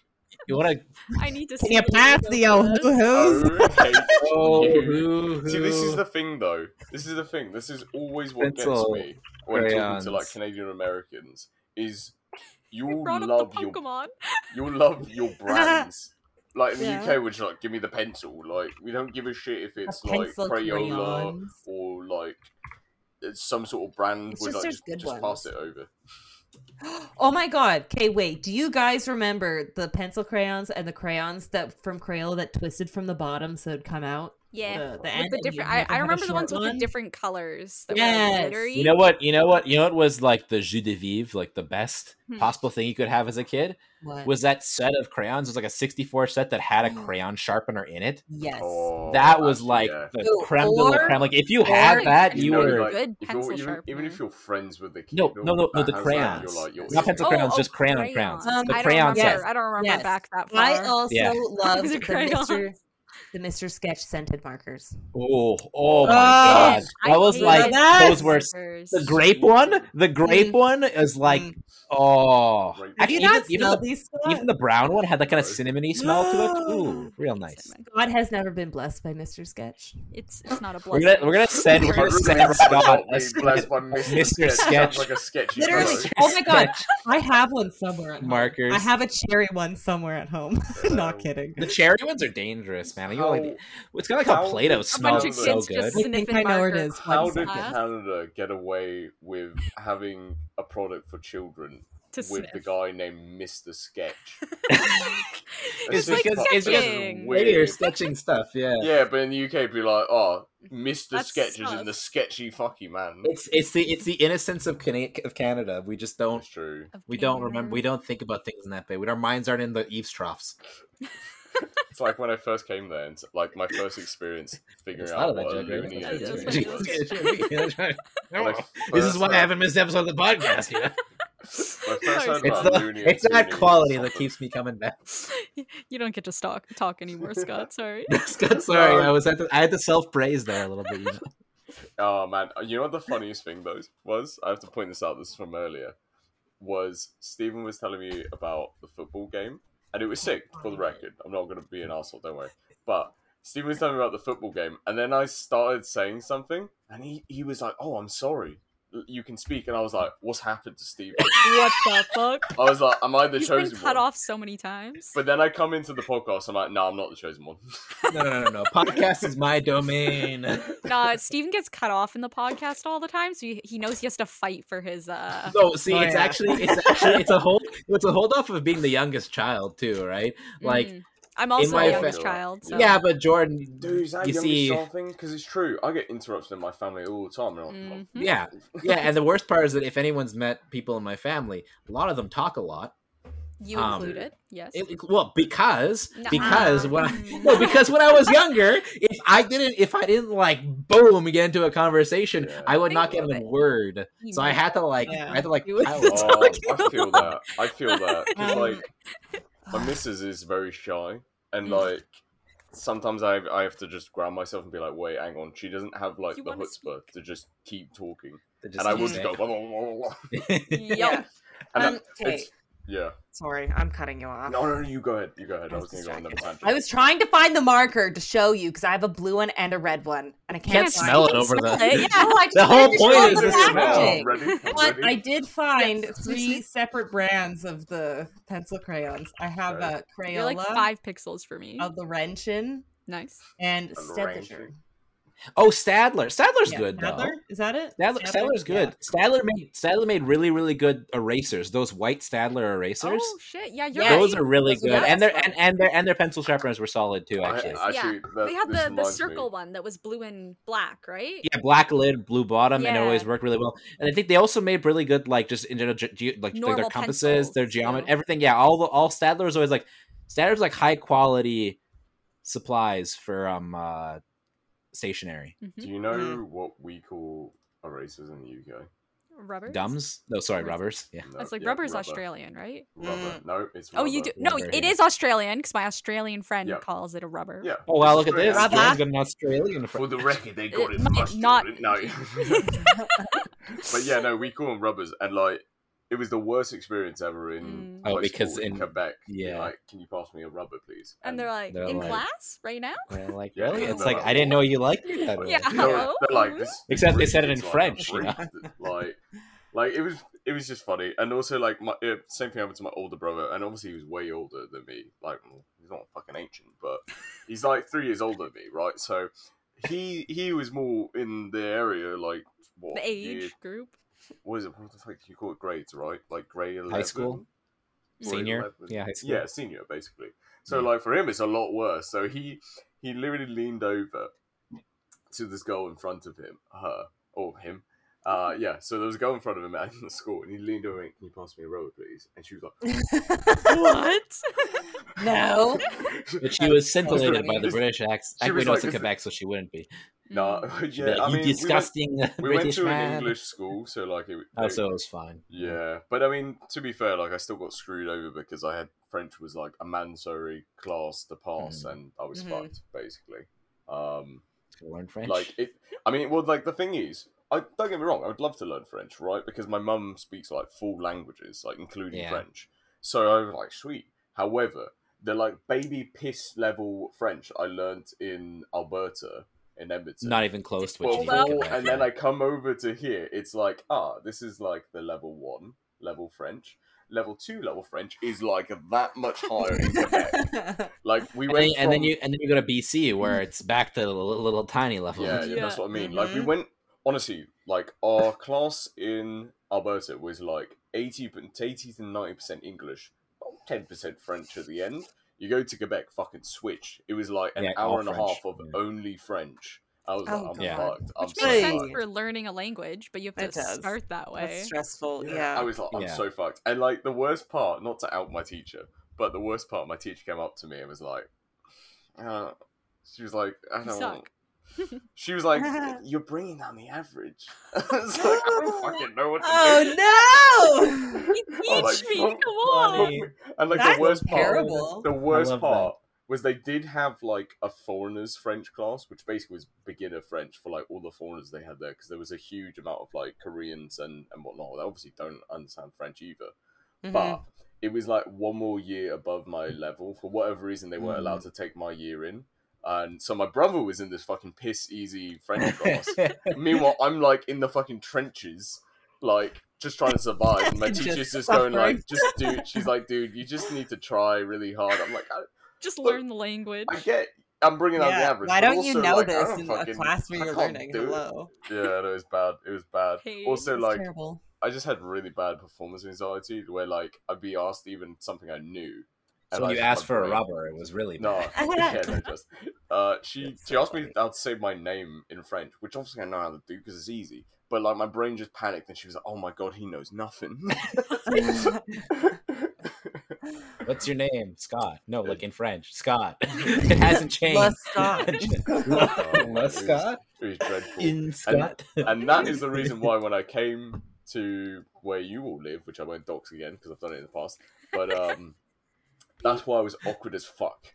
Speaker 1: You want to?
Speaker 2: I need to.
Speaker 8: Can
Speaker 2: see
Speaker 8: you
Speaker 2: a little
Speaker 8: pass
Speaker 2: bit
Speaker 8: the
Speaker 2: of
Speaker 8: old
Speaker 2: this.
Speaker 8: hoo-hoos?
Speaker 1: Oh,
Speaker 4: Oh,
Speaker 1: hoo hoo!
Speaker 4: See, this is the thing, though. This is the thing. This is always what
Speaker 1: Pencil
Speaker 4: gets me when talking
Speaker 1: crayons.
Speaker 4: to like Canadian Americans. Is
Speaker 2: We
Speaker 4: you'll
Speaker 2: brought up
Speaker 4: love
Speaker 2: the
Speaker 4: your
Speaker 2: Pokemon.
Speaker 4: you'll love your brands. Like in the
Speaker 3: Yeah.
Speaker 4: UK, which like give me the pencil. Like we don't give a shit if it's like
Speaker 3: pencil
Speaker 4: Crayola
Speaker 3: crayons.
Speaker 4: or like it's some sort of brand.
Speaker 3: It's
Speaker 4: We're
Speaker 3: just
Speaker 4: like
Speaker 3: there's
Speaker 4: just,
Speaker 3: good
Speaker 4: just
Speaker 3: ones.
Speaker 4: pass it over.
Speaker 3: Oh my god. Okay, wait. Do you guys remember the pencil crayons and the crayons that from Crayola that twisted from the bottom so it'd come out?
Speaker 2: Yeah.
Speaker 3: The, the
Speaker 2: With
Speaker 3: end
Speaker 2: the
Speaker 3: and
Speaker 2: different,
Speaker 3: you'd
Speaker 2: I,
Speaker 3: have to
Speaker 2: I
Speaker 3: have a
Speaker 2: remember the ones
Speaker 3: short
Speaker 2: with the
Speaker 3: one?
Speaker 2: different colors that were
Speaker 3: Yes.
Speaker 2: like, glittery.
Speaker 1: You know what? You know what? You know what was like the jeu de vivre, like the best
Speaker 2: Hmm.
Speaker 1: possible thing you could have as a kid
Speaker 3: What?
Speaker 1: was that set of crayons. It was like a 64 set that had a
Speaker 3: Oh.
Speaker 1: crayon sharpener in it.
Speaker 3: Yes.
Speaker 4: Oh,
Speaker 1: that was
Speaker 4: actually,
Speaker 1: like
Speaker 4: yeah.
Speaker 1: the
Speaker 3: No,
Speaker 1: creme de la
Speaker 3: or-
Speaker 1: creme. Like if you
Speaker 3: or
Speaker 1: had
Speaker 3: if
Speaker 1: that,
Speaker 2: you
Speaker 1: you
Speaker 2: know,
Speaker 1: were
Speaker 2: like- good
Speaker 4: if you're-
Speaker 2: pencil
Speaker 4: even, even if
Speaker 2: sharpener.
Speaker 4: you're friends with the kid,
Speaker 1: No, no, no, no,
Speaker 4: that
Speaker 1: the
Speaker 4: has that,
Speaker 1: crayons.
Speaker 4: you're like, you're
Speaker 1: Not
Speaker 4: in.
Speaker 1: pencil crayons, just crayon crayons.
Speaker 3: crayons.
Speaker 1: the
Speaker 2: Um, I don't
Speaker 1: crayon
Speaker 2: remember.
Speaker 3: yes.
Speaker 1: set.
Speaker 2: I don't remember
Speaker 3: Yes.
Speaker 2: back that far.
Speaker 3: I also
Speaker 1: Yeah.
Speaker 3: loved
Speaker 2: These
Speaker 3: the
Speaker 2: are crayons.
Speaker 3: Mr. the Mr. Sketch scented markers.
Speaker 1: Oh,
Speaker 8: Oh,
Speaker 1: oh my god!
Speaker 2: I
Speaker 1: That was
Speaker 2: hated
Speaker 1: like
Speaker 8: that.
Speaker 1: those were
Speaker 2: markers.
Speaker 1: the grape one. The grape
Speaker 3: Mm.
Speaker 1: one is like
Speaker 3: Mm.
Speaker 1: oh.
Speaker 4: Grape.
Speaker 3: Have you
Speaker 1: Actually,
Speaker 3: not
Speaker 1: even- even
Speaker 3: smelled
Speaker 1: the-
Speaker 3: these?
Speaker 1: Even the brown one had that kind of cinnamony smell to it. Ooh,
Speaker 8: No.
Speaker 1: real nice.
Speaker 3: God has never been blessed by Mr. Sketch.
Speaker 2: It's it's not a
Speaker 1: We're
Speaker 2: blood.
Speaker 1: gonna we're gonna send we're gonna send Scott a,
Speaker 4: Being blessed by Mr.
Speaker 1: Mr.
Speaker 4: Sketch.
Speaker 1: Sketch.
Speaker 4: Sounds like a sketchy
Speaker 3: Literally.
Speaker 4: fellow.
Speaker 3: Oh my god. I have one somewhere. At home.
Speaker 1: markers.
Speaker 8: I have a cherry one somewhere at home.
Speaker 4: Uh,
Speaker 8: Not kidding.
Speaker 1: the cherry ones are dangerous, man. You
Speaker 4: How,
Speaker 1: like it's kind of like
Speaker 4: how
Speaker 1: how Play-Doh
Speaker 4: did-
Speaker 2: a bunch
Speaker 1: smells
Speaker 2: of
Speaker 4: Smells
Speaker 1: so
Speaker 2: kids
Speaker 1: good.
Speaker 2: just
Speaker 8: I think
Speaker 2: sniffing
Speaker 8: I know it
Speaker 2: marker.
Speaker 8: is.
Speaker 4: how
Speaker 8: What's
Speaker 4: did
Speaker 8: that?
Speaker 4: Canada get away with having a product for children
Speaker 2: To
Speaker 4: with the
Speaker 2: sniff.
Speaker 4: guy named Mr. Sketch.
Speaker 1: It's
Speaker 4: That's
Speaker 1: because-
Speaker 4: just
Speaker 1: it's
Speaker 4: fucking
Speaker 2: sketching.
Speaker 1: Maybe you're
Speaker 4: weird.
Speaker 1: sketching stuff, yeah.
Speaker 4: Yeah, but in the UK, it'd be like, oh, Mr.
Speaker 2: That's
Speaker 4: Sketch is
Speaker 2: sus.
Speaker 4: in the sketchy fucky man.
Speaker 1: It's it's the it's the innocence of Cana- of Canada. We just don't
Speaker 4: That's true.
Speaker 2: Of
Speaker 1: we don't
Speaker 2: Canada.
Speaker 1: remember we don't think about things in that way. We, our minds aren't in the eaves troughs.
Speaker 4: It's like when I first came there, and like my first experience figuring
Speaker 1: It's not
Speaker 4: out
Speaker 1: about
Speaker 4: what a
Speaker 1: gender.
Speaker 4: loony
Speaker 2: That's
Speaker 4: and
Speaker 2: not
Speaker 4: titty
Speaker 2: about
Speaker 4: was.
Speaker 1: No.
Speaker 4: Like,
Speaker 1: This is why I
Speaker 4: first-
Speaker 1: haven't missed an episode of the podcast. You know?
Speaker 4: My first time
Speaker 1: It's,
Speaker 2: Uh,
Speaker 4: about
Speaker 1: the,
Speaker 4: loony and
Speaker 1: it's that
Speaker 4: toony
Speaker 1: quality
Speaker 4: was
Speaker 1: that
Speaker 4: something.
Speaker 1: keeps me coming back.
Speaker 2: you don't get to talk talk anymore, Scott. Sorry.
Speaker 1: Sorry, I was at the, I had to self praise there a little bit. You know?
Speaker 4: Oh man, you know what the funniest thing though was? I have to point this out. This is from earlier. Was Stephen was telling me about the football game, and it was sick. For the record, I'm not going to be an asshole. Don't worry. But Stephen was telling me about the football game, and then I started saying something, and he he was like, "Oh, I'm sorry." L- You can speak, and I was like, "What's happened to Stephen?"
Speaker 2: what the fuck?
Speaker 4: I was like, "Am I the
Speaker 2: He's been
Speaker 4: chosen
Speaker 2: cut
Speaker 4: one?"
Speaker 2: off so many times.
Speaker 4: But then I come into the podcast, I'm like, "No, I'm not the chosen one."
Speaker 1: No, no, no, no. Podcast is my domain.
Speaker 2: Nah, Steven gets cut off in the podcast all the time, so he, he knows he has to fight for his uh
Speaker 1: No, see,
Speaker 9: Oh,
Speaker 1: it's
Speaker 9: yeah.
Speaker 1: actually it's actually it's a whole it's a hold off of being the youngest child too, right? Like,
Speaker 2: mm. I'm also
Speaker 1: my
Speaker 2: a youngest
Speaker 4: fa-
Speaker 2: child. So.
Speaker 1: yeah, but Jordan,
Speaker 4: Dude, is that
Speaker 1: you
Speaker 4: youngest
Speaker 1: see,
Speaker 4: child thing? Because it's true. I get interrupted in my family all the time. and I'm like,
Speaker 2: Mhm.
Speaker 4: "Oh,
Speaker 1: yeah, yeah, and the worst part is that if anyone's met people in my family, a lot of them talk a lot.
Speaker 2: you
Speaker 1: um,
Speaker 2: included. Yes.
Speaker 1: It- well, because because
Speaker 2: Nah.
Speaker 1: when I, no, because when I was younger, if I didn't if I didn't like boom get into a conversation,
Speaker 4: Yeah.
Speaker 1: I would
Speaker 2: I
Speaker 1: not get
Speaker 2: love
Speaker 1: a
Speaker 2: it.
Speaker 1: word. So I had to like
Speaker 9: Yeah.
Speaker 1: I had to like
Speaker 2: You would-
Speaker 1: pile
Speaker 2: That's
Speaker 1: on.
Speaker 4: Oh, I
Speaker 2: talking
Speaker 4: feel
Speaker 2: a
Speaker 4: that. I feel that. 'Cause,
Speaker 9: Um,
Speaker 4: like, my missus is very shy, and
Speaker 2: Mm.
Speaker 4: like sometimes I I have to just ground myself and be like, wait, hang on. She doesn't have like
Speaker 2: You
Speaker 4: the
Speaker 2: wanna
Speaker 4: chutzpah
Speaker 2: speak.
Speaker 4: to just keep talking,
Speaker 1: To just
Speaker 4: and I
Speaker 1: keep
Speaker 4: will just
Speaker 1: it.
Speaker 4: go. Blah, blah, blah, blah, blah.
Speaker 2: Yup.
Speaker 4: And
Speaker 3: Um,
Speaker 4: that-
Speaker 3: okay.
Speaker 4: it's- yeah.
Speaker 3: Sorry, I'm cutting you off.
Speaker 4: No, no, no, you go ahead. You go ahead.
Speaker 3: I
Speaker 4: I
Speaker 3: was
Speaker 4: was gonna go on the
Speaker 3: distracted.
Speaker 4: tangent.
Speaker 3: I was trying to find the marker to show you because I have a blue one and a red one, and I can't,
Speaker 1: Can't smell
Speaker 3: find
Speaker 1: it over
Speaker 2: smell
Speaker 1: the-
Speaker 2: it,
Speaker 3: No, I
Speaker 1: The whole
Speaker 3: tried to
Speaker 1: point
Speaker 3: show
Speaker 1: is
Speaker 3: the
Speaker 1: this is
Speaker 3: packaging.
Speaker 4: ready?
Speaker 3: But I
Speaker 4: ready?
Speaker 3: did find
Speaker 2: Yes.
Speaker 3: three separate brands of the pencil crayons. I have
Speaker 4: Okay.
Speaker 3: a Crayola,
Speaker 2: You're like five pixels for
Speaker 4: Oh,
Speaker 2: me.
Speaker 3: of the Wrenchen,
Speaker 2: nice.
Speaker 3: and Stedliger.
Speaker 4: Wrenchen.
Speaker 1: Oh, Stadler. Stadler's
Speaker 9: Yeah,
Speaker 1: good though.
Speaker 9: Nadler? Is that it?
Speaker 1: Stadler,
Speaker 9: Nadler?
Speaker 1: Stadler's
Speaker 9: Yeah.
Speaker 1: good. Stadler made Stadler made really really good erasers. Those white Stadler erasers.
Speaker 2: Oh shit! Yeah, you're
Speaker 3: Yeah,
Speaker 1: those
Speaker 2: right.
Speaker 1: are really
Speaker 3: Those are
Speaker 1: good,
Speaker 3: nice.
Speaker 1: and their and, and their and their pencil sharpeners were solid too.
Speaker 4: I-
Speaker 1: Actually,
Speaker 4: actually, that-
Speaker 2: we had
Speaker 4: this
Speaker 2: the, the
Speaker 4: reminds me.
Speaker 2: circle one that was blue and black, right?
Speaker 1: yeah, black lid, blue bottom, and it
Speaker 2: Yeah.
Speaker 1: always worked really well. And I think they also made really good, like just in general, ge- ge- like like their
Speaker 2: Normal
Speaker 1: compasses, their
Speaker 2: pencils, yeah.
Speaker 1: geometry, everything. Yeah, all the all Stadler is always like Stadler's like high quality supplies for um uh stationery.
Speaker 4: Do
Speaker 2: Mhm.
Speaker 4: you know what we call erasers in the UK?
Speaker 2: Rubbers.
Speaker 1: Gums? No, sorry,
Speaker 2: Erasers.
Speaker 1: rubbers. Yeah.
Speaker 4: No,
Speaker 2: That's Mm-hmm. like
Speaker 4: yeah,
Speaker 2: rubber's
Speaker 4: rubber.
Speaker 2: Australian, right?
Speaker 4: Rubber.
Speaker 3: Mm.
Speaker 4: No, it's
Speaker 2: Oh, you do.
Speaker 4: rubber.
Speaker 2: No,
Speaker 1: Rubber,
Speaker 2: it
Speaker 1: yeah.
Speaker 2: is Australian because my Australian friend
Speaker 4: Yeah.
Speaker 2: calls it a rubber.
Speaker 4: Yeah.
Speaker 1: Oh wow,
Speaker 4: it's
Speaker 1: look at this.
Speaker 4: Australian.
Speaker 3: Rubber.
Speaker 1: Jordan got an Australian. fr-
Speaker 4: For the record, they got
Speaker 2: It
Speaker 4: it,
Speaker 2: might
Speaker 4: mustard,
Speaker 2: not
Speaker 4: didn't- No. but yeah, no, we call them rubbers, and like it was the worst experience ever in.
Speaker 2: Mm.
Speaker 1: Oh,
Speaker 4: high
Speaker 1: because
Speaker 4: school
Speaker 1: in-
Speaker 4: Quebec,
Speaker 1: yeah.
Speaker 4: like, can you pass me a rubber, please?
Speaker 2: And they're like,
Speaker 1: They're
Speaker 2: in
Speaker 1: like-
Speaker 2: class right now?
Speaker 1: They're like
Speaker 4: Yeah,
Speaker 1: really?
Speaker 4: yeah,
Speaker 1: It's
Speaker 4: no,
Speaker 1: like
Speaker 4: no.
Speaker 1: I didn't know you liked me that
Speaker 4: like,
Speaker 1: much.
Speaker 2: Yeah. Oh.
Speaker 4: they're-
Speaker 2: hello?
Speaker 4: they're like, this, this
Speaker 1: Except they said it
Speaker 4: breed
Speaker 1: in
Speaker 4: is,
Speaker 1: French, you
Speaker 4: Like, a breed that- like, like, it was, it was just funny, and also like my uh, same thing happened to my older brother, and obviously he was way older than me. Like well, he's not fucking ancient, but he's like three years older than me, right? So he he was more in the area like what
Speaker 2: The
Speaker 4: year-
Speaker 2: age group.
Speaker 4: what is it? What the fuck do you call it? Grades, right? Like grade eleven,
Speaker 1: school?
Speaker 4: Or
Speaker 1: Senior?
Speaker 4: 11.
Speaker 1: Yeah, high school.
Speaker 4: yeah, senior basically. So
Speaker 1: Yeah.
Speaker 4: like for him, it's a lot worse. So he he literally leaned over to this girl in front of him, her or him. Uh, yeah, so there was a girl in front of him at the school, and he leaned over and can you pass me a roller, please? And she was like,
Speaker 2: what?
Speaker 3: No.
Speaker 1: But she was
Speaker 3: That's
Speaker 1: scintillated by
Speaker 3: funny.
Speaker 1: the British accent.
Speaker 4: She
Speaker 1: Actually,
Speaker 4: was
Speaker 1: no,
Speaker 4: like,
Speaker 1: it's in
Speaker 4: this is-
Speaker 1: Quebec, so she wouldn't be.
Speaker 4: "No,
Speaker 2: Mm.
Speaker 1: She'd
Speaker 4: yeah."
Speaker 1: be like,
Speaker 4: I
Speaker 1: you
Speaker 4: mean,
Speaker 1: disgusting
Speaker 4: we went, we went
Speaker 1: British
Speaker 4: to an
Speaker 1: man.
Speaker 4: English school, so like it.
Speaker 1: Oh,
Speaker 4: it-
Speaker 1: so it was fine.
Speaker 4: Yeah, but I mean, to be fair, like I still got screwed over because I had French was like a mandatory class to pass,
Speaker 1: Mhm.
Speaker 4: and I was
Speaker 3: Mhm.
Speaker 4: fucked basically. Um,
Speaker 1: Could learn French.
Speaker 4: like it, I mean, well, like the thing is, I don't get me wrong, I would love to learn French, right? Because my mum speaks like four languages, like including
Speaker 1: Yeah.
Speaker 4: French. So I was like, sweet. However, the like baby piss level French I learnt in Alberta in Edmonton.
Speaker 1: not even close to what you
Speaker 4: Well,
Speaker 1: need in
Speaker 4: well,
Speaker 1: Quebec,
Speaker 4: and then
Speaker 1: yeah.
Speaker 4: I come over to here. It's like, ah, this is like the level one level French. Level two level French is like that much higher in Quebec. Like we
Speaker 1: And
Speaker 4: went,
Speaker 1: then, and then
Speaker 4: from-
Speaker 1: you and then you go to BC where it's back to the little, little tiny level.
Speaker 4: yeah, yeah,
Speaker 2: Yeah.
Speaker 4: that's what I mean. Like we
Speaker 3: Mhm.
Speaker 4: went, honestly, like our class in Alberta was like 80, p- 80 to 90% English, about 10% French at the end. You go to Quebec, fucking switch. It was like an
Speaker 1: Yeah, all
Speaker 4: hour and a
Speaker 1: French.
Speaker 4: half of
Speaker 1: Yeah.
Speaker 4: only French. I was
Speaker 3: Oh,
Speaker 4: like, I'm
Speaker 1: God.
Speaker 4: fucked. I'm
Speaker 2: Which
Speaker 4: so
Speaker 2: makes
Speaker 4: fucked.
Speaker 2: sense
Speaker 3: like-
Speaker 2: for learning a language, but you have
Speaker 3: It
Speaker 2: to
Speaker 3: does.
Speaker 2: start that way.
Speaker 3: That's stressful. Yeah.
Speaker 4: I was like, I'm
Speaker 1: Yeah.
Speaker 4: so fucked. And like the worst part, not to out my teacher, but the worst part, my teacher came up to me and was like, uh, she was like, I
Speaker 2: You
Speaker 4: don't.
Speaker 2: suck.
Speaker 4: She was like, you're bringing down the average. I was like, I don't fucking know what to do.
Speaker 6: Oh no!
Speaker 4: Oh,
Speaker 2: Teach me,
Speaker 4: fuck.
Speaker 2: come on.
Speaker 4: And like
Speaker 6: That's
Speaker 4: the worst
Speaker 6: terrible.
Speaker 4: part, the worst
Speaker 1: love that.
Speaker 4: part was they did have like a foreigners French class, which basically was beginner French for like all the foreigners they had there, because there was a huge amount of like Koreans and and whatnot. They obviously don't understand French either,
Speaker 3: Mhm.
Speaker 4: but it was like one more year above my level for whatever reason they weren't
Speaker 1: Mm.
Speaker 4: allowed to take my year in. And so my brother was in this fucking piss easy French class. Meanwhile, I'm like in the fucking trenches, like just trying to survive. And my
Speaker 6: Just
Speaker 4: teacher's just going like,
Speaker 6: suffering.
Speaker 4: just dude, she's like, dude, you just need to try really hard. I'm like, I,
Speaker 2: Just
Speaker 4: Look,
Speaker 2: learn the language.
Speaker 4: I get, I'm bringing out the
Speaker 6: Yeah,
Speaker 4: average.
Speaker 6: Why
Speaker 4: but
Speaker 6: don't you
Speaker 4: also,
Speaker 6: know
Speaker 4: like, I
Speaker 6: this
Speaker 4: don't
Speaker 6: in
Speaker 4: fucking-
Speaker 6: a class where
Speaker 4: I
Speaker 6: you're
Speaker 4: can't
Speaker 6: learning?
Speaker 4: do it.
Speaker 6: Hello.
Speaker 4: Yeah, no, it was bad. It was bad.
Speaker 2: Hey,
Speaker 4: also, like,
Speaker 6: terrible.
Speaker 4: I just had really bad performance anxiety where like I'd be asked even something I knew.
Speaker 1: So
Speaker 4: and
Speaker 1: when
Speaker 4: I
Speaker 1: you
Speaker 4: just-
Speaker 1: asked
Speaker 4: my
Speaker 1: for a
Speaker 4: brain-
Speaker 1: rubber, it was really
Speaker 4: No,
Speaker 1: bad.
Speaker 4: yeah, no, just uh, she she asked me how to say my name in French, which obviously I know how to do because it's easy. But like my brain just panicked, and she was like, "Oh my god, he knows nothing."
Speaker 1: What's your name? Scott. No, look in French. Scott. it hasn't changed.
Speaker 3: Plus God.
Speaker 1: Le Scott?
Speaker 4: It was dreadful.
Speaker 1: In Scott.
Speaker 4: and that is the reason why when I came to where you all live, which I won't dox again because I've done it in the past, but um, that's why I was awkward as fuck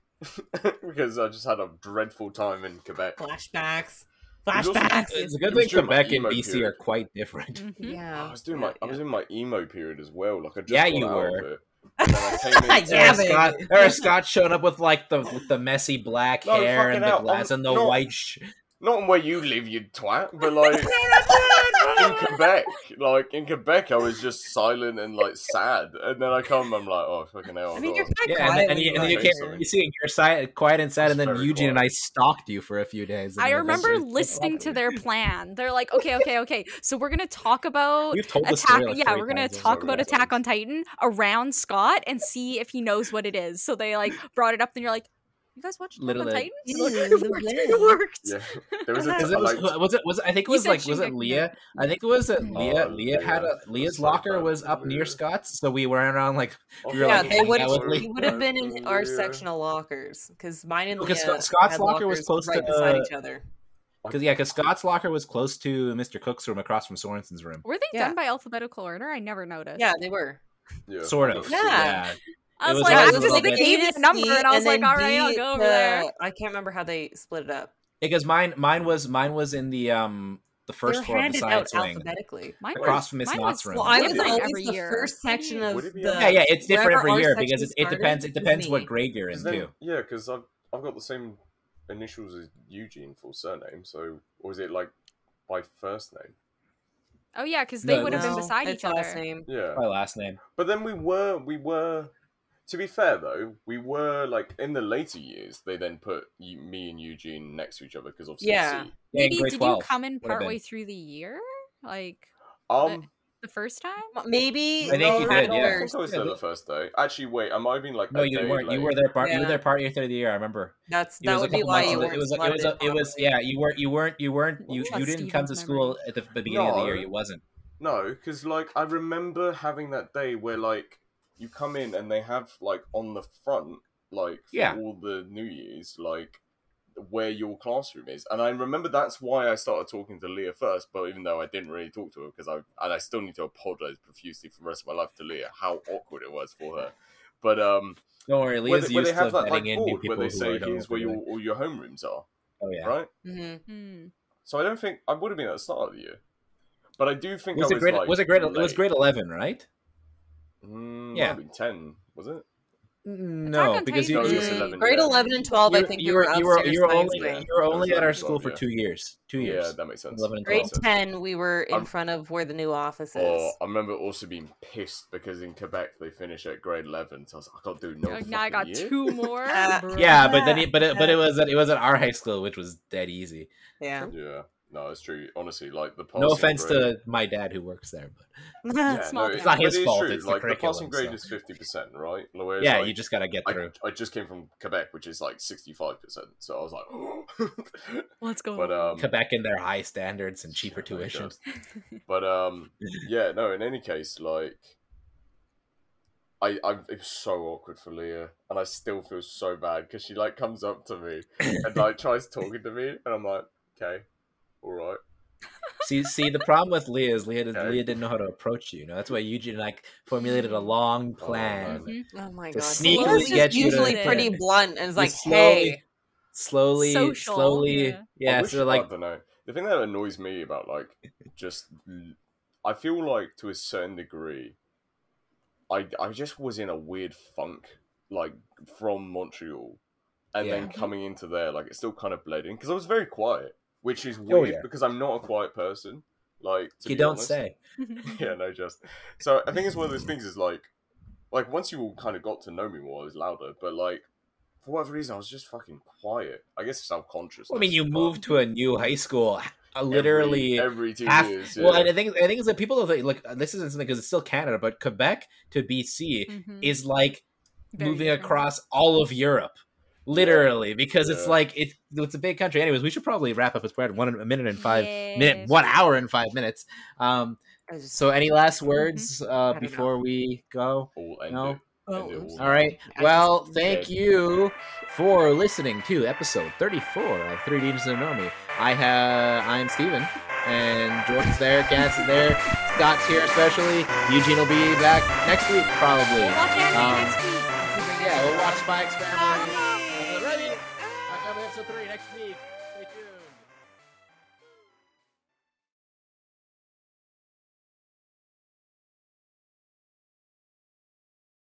Speaker 4: because I just had a dreadful time in Quebec.
Speaker 6: Flashbacks.
Speaker 4: It was also-
Speaker 6: Flashbacks.
Speaker 1: It's a good
Speaker 4: It was
Speaker 1: thing
Speaker 4: during my
Speaker 1: Quebec and
Speaker 4: emo
Speaker 1: BC are
Speaker 4: period.
Speaker 1: quite different.
Speaker 2: Mhm.
Speaker 4: "Oh, I
Speaker 3: Mm-hmm. Um, Yeah.
Speaker 4: was doing my I was in my emo period as well. Like I just
Speaker 1: Yeah,
Speaker 4: got
Speaker 1: you
Speaker 4: out of
Speaker 1: were.
Speaker 4: it. And I came in-
Speaker 6: Yeah,
Speaker 1: Eric
Speaker 6: baby.
Speaker 1: Scott, Eric Scott showed up with like the with the messy black
Speaker 4: No,
Speaker 1: hair
Speaker 4: fucking
Speaker 1: and
Speaker 4: hell,
Speaker 1: the glass
Speaker 4: I'm
Speaker 1: and the
Speaker 4: not-
Speaker 1: white. Sh-
Speaker 4: Not in where you live, you twat, but like in Quebec. Like in Quebec, I was just silent and like sad, and then I come, I'm like, oh fucking hell.
Speaker 6: I mean,
Speaker 4: got
Speaker 6: you're
Speaker 4: a-
Speaker 6: kind of
Speaker 1: yeah, and,
Speaker 6: quiet.
Speaker 1: then- and, you, and then
Speaker 4: when
Speaker 1: you
Speaker 4: you write
Speaker 1: can't
Speaker 4: something.
Speaker 1: you see it, you're silent, quiet and sad, and
Speaker 4: It's
Speaker 1: then
Speaker 4: very
Speaker 1: Eugene and I
Speaker 4: quiet.
Speaker 1: stalked you for a few days. and
Speaker 2: I
Speaker 1: then
Speaker 2: remember
Speaker 1: eventually-
Speaker 2: listening to their plan. They're like, okay, okay, okay. So we're gonna talk about
Speaker 1: You've told the
Speaker 2: attack.
Speaker 1: story. Like
Speaker 2: yeah,
Speaker 1: three
Speaker 2: we're gonna
Speaker 1: times, I'm
Speaker 2: talk
Speaker 1: sorry.
Speaker 2: about Attack on Titan around Scott and see if he knows what it is. So they like brought it up, and you're like, you guys watch Attack
Speaker 1: Literally.
Speaker 2: on Titan?
Speaker 6: Ew,
Speaker 2: it worked. It
Speaker 6: literally.
Speaker 2: worked.
Speaker 4: Yeah, there was a
Speaker 1: Because
Speaker 4: t-
Speaker 1: it was,
Speaker 4: like, oh,
Speaker 1: was it was it- I think it
Speaker 2: You
Speaker 1: was
Speaker 2: said
Speaker 1: like
Speaker 2: she
Speaker 1: was it
Speaker 2: picked it.
Speaker 1: Leah? I think it was that Leah.
Speaker 4: Oh,
Speaker 1: Leah had
Speaker 4: Leah.
Speaker 1: a Leah's
Speaker 4: So
Speaker 1: locker
Speaker 4: bad.
Speaker 1: was up near
Speaker 4: Leah.
Speaker 1: Scott's, so we were around like
Speaker 4: oh,
Speaker 1: you were
Speaker 3: Yeah,
Speaker 1: like,
Speaker 3: they
Speaker 1: hanging
Speaker 3: would
Speaker 1: out with Leah.
Speaker 3: you would have been in our
Speaker 4: Yeah.
Speaker 3: sectional lockers because mine and
Speaker 1: Because
Speaker 6: uh,
Speaker 3: Leah
Speaker 1: Scott- Scott's
Speaker 3: had
Speaker 1: locker was
Speaker 3: lockers
Speaker 1: close
Speaker 3: right
Speaker 1: to
Speaker 3: beside
Speaker 1: the-
Speaker 3: each other.
Speaker 1: Because yeah, because Scott's locker was close to Mr. Cook's room, across from Sorensen's room.
Speaker 2: Were they
Speaker 3: Yeah.
Speaker 2: done by alphabetical order? I never noticed.
Speaker 3: Yeah, they were.
Speaker 4: yeah.
Speaker 1: Sort of.
Speaker 3: Yeah.
Speaker 2: I
Speaker 1: It
Speaker 2: was
Speaker 1: was
Speaker 2: like,
Speaker 1: always
Speaker 2: I
Speaker 1: a
Speaker 2: was
Speaker 1: little
Speaker 2: just they
Speaker 1: bit-
Speaker 2: gave me the number, and I was like,
Speaker 3: then
Speaker 2: all right, I'll
Speaker 3: B
Speaker 2: go over
Speaker 3: to-
Speaker 2: there.
Speaker 3: I can't remember how they split it up.
Speaker 1: Because mine mine was mine was in the um the first
Speaker 3: they were
Speaker 1: floor of the
Speaker 3: handed
Speaker 1: science
Speaker 3: out
Speaker 1: wing.
Speaker 3: alphabetically.
Speaker 2: Mine
Speaker 1: Across
Speaker 2: was-
Speaker 1: from Miss
Speaker 2: mine
Speaker 1: Knott's
Speaker 2: was
Speaker 1: room.
Speaker 3: Well, I was
Speaker 2: different
Speaker 3: always
Speaker 2: every
Speaker 3: the
Speaker 2: year.
Speaker 3: first section of
Speaker 4: Would it
Speaker 3: the.
Speaker 4: be on-
Speaker 1: Yeah, yeah, it's different
Speaker 3: wherever
Speaker 1: every
Speaker 3: our
Speaker 1: year
Speaker 3: section
Speaker 1: because it, it
Speaker 3: started
Speaker 1: depends it
Speaker 3: was
Speaker 1: depends
Speaker 3: me.
Speaker 1: what grade you're in
Speaker 4: Because then-
Speaker 1: too.
Speaker 4: yeah, because I've I've got the same initials as Eugene for surname. So, or is it like by first name?
Speaker 2: Oh yeah, because they
Speaker 1: No,
Speaker 2: would have been
Speaker 1: no,
Speaker 2: beside
Speaker 3: it's
Speaker 2: each other.
Speaker 3: last name.
Speaker 4: Yeah.
Speaker 1: My last name.
Speaker 4: But then we were, we were. To be fair though, we were like in the later years. They then put you, me and Eugene next to each other because obviously.
Speaker 3: Yeah.
Speaker 4: C.
Speaker 1: Yeah, in
Speaker 2: Maybe
Speaker 1: grade
Speaker 2: did you
Speaker 1: 12.
Speaker 2: come in
Speaker 1: would've
Speaker 2: partway
Speaker 1: been.
Speaker 2: through the year, like
Speaker 4: Um.
Speaker 2: the first time?
Speaker 3: Maybe
Speaker 1: I think
Speaker 3: no,
Speaker 1: you
Speaker 3: not
Speaker 1: did, yeah.
Speaker 4: I
Speaker 3: yours.
Speaker 4: think I was there the first day. Actually, wait. Am I being like?
Speaker 1: No,
Speaker 4: a
Speaker 1: you
Speaker 4: day
Speaker 1: weren't. You
Speaker 4: late?
Speaker 1: were there part. You were
Speaker 3: Yeah.
Speaker 1: there partway through the year. I remember.
Speaker 3: That's
Speaker 1: It
Speaker 3: that
Speaker 1: was a
Speaker 3: would be
Speaker 1: couple
Speaker 3: why
Speaker 1: months
Speaker 3: you
Speaker 1: of it.
Speaker 3: weren't.
Speaker 1: It was. It was.
Speaker 3: slotted
Speaker 1: It was.
Speaker 3: properly.
Speaker 1: Yeah, you weren't. You weren't. You weren't.
Speaker 2: Well,
Speaker 1: You.
Speaker 2: that's
Speaker 1: You didn't come to
Speaker 2: Steven's
Speaker 1: school at the the beginning of the year.
Speaker 4: No.
Speaker 1: You wasn't.
Speaker 4: No, because like I remember having that day where like you come in and they have like on the front like for
Speaker 1: Yeah.
Speaker 4: all the New Year's like where your classroom is, and I remember that's why I started talking to Leah first. But even though I didn't really talk to her because I and I still need to apologize profusely for the rest of my life to Leah how awkward it was for her. But um,
Speaker 1: Don't worry.
Speaker 4: where
Speaker 1: Leah's
Speaker 4: they, where they
Speaker 1: used to
Speaker 4: have that like
Speaker 1: letting in new
Speaker 4: board
Speaker 1: people
Speaker 4: where they
Speaker 1: who
Speaker 4: say
Speaker 1: are don't
Speaker 4: here's where your
Speaker 1: really-
Speaker 4: all your homerooms are,
Speaker 1: Oh yeah.
Speaker 4: right?
Speaker 3: Mhm.
Speaker 2: Hmm.
Speaker 4: So I don't think I would have been at the start of the year, but I do think
Speaker 1: Was it
Speaker 4: I was
Speaker 1: grade?
Speaker 4: like,
Speaker 1: Was it grade? It was
Speaker 4: late.
Speaker 1: grade eleven, right?
Speaker 4: Mm,
Speaker 1: Yeah.
Speaker 4: yeah, ten was it?
Speaker 1: No,
Speaker 2: on
Speaker 1: because you.
Speaker 2: Titan
Speaker 4: No, it
Speaker 1: you
Speaker 4: was
Speaker 3: Mm,
Speaker 4: eleven.
Speaker 3: Grade
Speaker 4: yeah.
Speaker 3: eleven and twelve, I
Speaker 1: you-
Speaker 3: think
Speaker 1: you
Speaker 3: we
Speaker 1: were
Speaker 3: were
Speaker 1: you were
Speaker 3: upstairs
Speaker 1: you were
Speaker 3: science
Speaker 1: only
Speaker 3: wing.
Speaker 1: you were
Speaker 4: It was
Speaker 1: only at
Speaker 4: eleven
Speaker 1: our
Speaker 4: to
Speaker 1: school
Speaker 4: 12,
Speaker 1: for
Speaker 4: yeah.
Speaker 1: two years. Two
Speaker 4: Yeah,
Speaker 1: years.
Speaker 4: that makes sense.
Speaker 1: Eleven and
Speaker 4: That
Speaker 3: Grade
Speaker 4: makes sense.
Speaker 3: ten, we were in
Speaker 4: I'm-
Speaker 3: front of where the new office is.
Speaker 4: Oh, I remember also being pissed because in Quebec they finish at grade eleven, so I was like, I can't do no.
Speaker 2: Oh, now I
Speaker 4: fucking
Speaker 2: got
Speaker 4: year.
Speaker 2: two more.
Speaker 3: Uh,
Speaker 2: Bruh.
Speaker 1: Yeah, but then
Speaker 3: Yeah.
Speaker 1: it, but it, but it was at, it was at our high school, which was dead easy.
Speaker 3: yeah.
Speaker 4: Yeah, No, it's true. Honestly, like the
Speaker 1: no
Speaker 4: passing
Speaker 1: offense
Speaker 4: grade-
Speaker 1: to my dad who works there, but
Speaker 4: yeah,
Speaker 2: Small
Speaker 4: no,
Speaker 2: town. It's
Speaker 1: not
Speaker 4: but
Speaker 1: his
Speaker 4: it is
Speaker 1: fault,
Speaker 4: True.
Speaker 1: it's the
Speaker 4: like the,
Speaker 1: curriculum,
Speaker 4: passing grade
Speaker 1: so.
Speaker 4: is fifty percent, right? Whereas,
Speaker 1: yeah,
Speaker 4: like,
Speaker 1: you just gotta get
Speaker 4: I,
Speaker 1: through.
Speaker 4: I just came from Quebec, which is like sixty-five percent. So I was like,
Speaker 2: Let's go.
Speaker 4: but um, oh
Speaker 1: Quebec and their high standards and cheaper
Speaker 4: Yeah, there you
Speaker 1: tuition.
Speaker 4: go. But um, yeah, no. In any case, like, I, I, it was so awkward for Leah, and I still feel so bad because she like comes up to me and like tries talking to me, and I'm like, okay, all right.
Speaker 1: see, see, the problem with Leah is Leah,
Speaker 4: Okay.
Speaker 1: Leah didn't know how to approach you. You know, that's why Eugene like formulated a long plan.
Speaker 4: man.
Speaker 3: Oh my
Speaker 1: To
Speaker 3: god.
Speaker 1: sneakily
Speaker 3: Laura's just
Speaker 1: get you to
Speaker 3: usually
Speaker 2: think.
Speaker 3: pretty blunt and is
Speaker 1: You
Speaker 3: like,
Speaker 1: slowly-
Speaker 3: hey,
Speaker 1: Slowly,
Speaker 2: Social,
Speaker 1: slowly,
Speaker 2: yeah.
Speaker 1: yeah.
Speaker 4: I wish-
Speaker 1: so like,
Speaker 4: I don't know. The thing that annoys me about like just, I feel like to a certain degree, I I just was in a weird funk like from Montreal, and then
Speaker 1: Yeah.
Speaker 4: coming into there like it still kind of bled in because I was very quiet, which is weird
Speaker 1: Oh, yeah.
Speaker 4: because I'm not a quiet person. Like to
Speaker 1: you
Speaker 4: be
Speaker 1: don't
Speaker 4: honest.
Speaker 1: say.
Speaker 4: uh, yeah, no, just so I think it's one of those things is like, like once you all kind of got to know me more, I was louder, but like. For whatever reason, I was just fucking quiet. I guess self conscious.
Speaker 1: Well, I mean, you moved to a new high school, uh, literally.
Speaker 4: every, every two
Speaker 1: half-
Speaker 4: years.
Speaker 1: Well,
Speaker 4: yeah.
Speaker 1: and I think I think it's that people don't think like this isn't something because it's still Canada, but Quebec to
Speaker 2: Mm-hmm.
Speaker 1: BC is like moving across all of Europe, literally, because it's
Speaker 4: Yeah.
Speaker 1: like it's it's a big country. Anyways, we should probably wrap up. It's we're at one a minute and five minute, one hour and five minutes. Um,
Speaker 3: I just-
Speaker 1: so any last words
Speaker 3: I
Speaker 1: uh,
Speaker 3: don't
Speaker 1: before we go?
Speaker 4: all ended.
Speaker 1: No.
Speaker 4: Ended all.
Speaker 1: All right. Well, thank you for listening to episode 34 of 3 D's and Nomi. I have I'm Steven and Jordan's there, Cass is there, Scott's here especially. Eugene will be back next week probably.
Speaker 2: We'll watch anime
Speaker 1: Um,
Speaker 2: next week.
Speaker 1: Uh, Yeah, we'll watch Spy Experiment. Ready? I'll episode 3 next week. Stay tuned.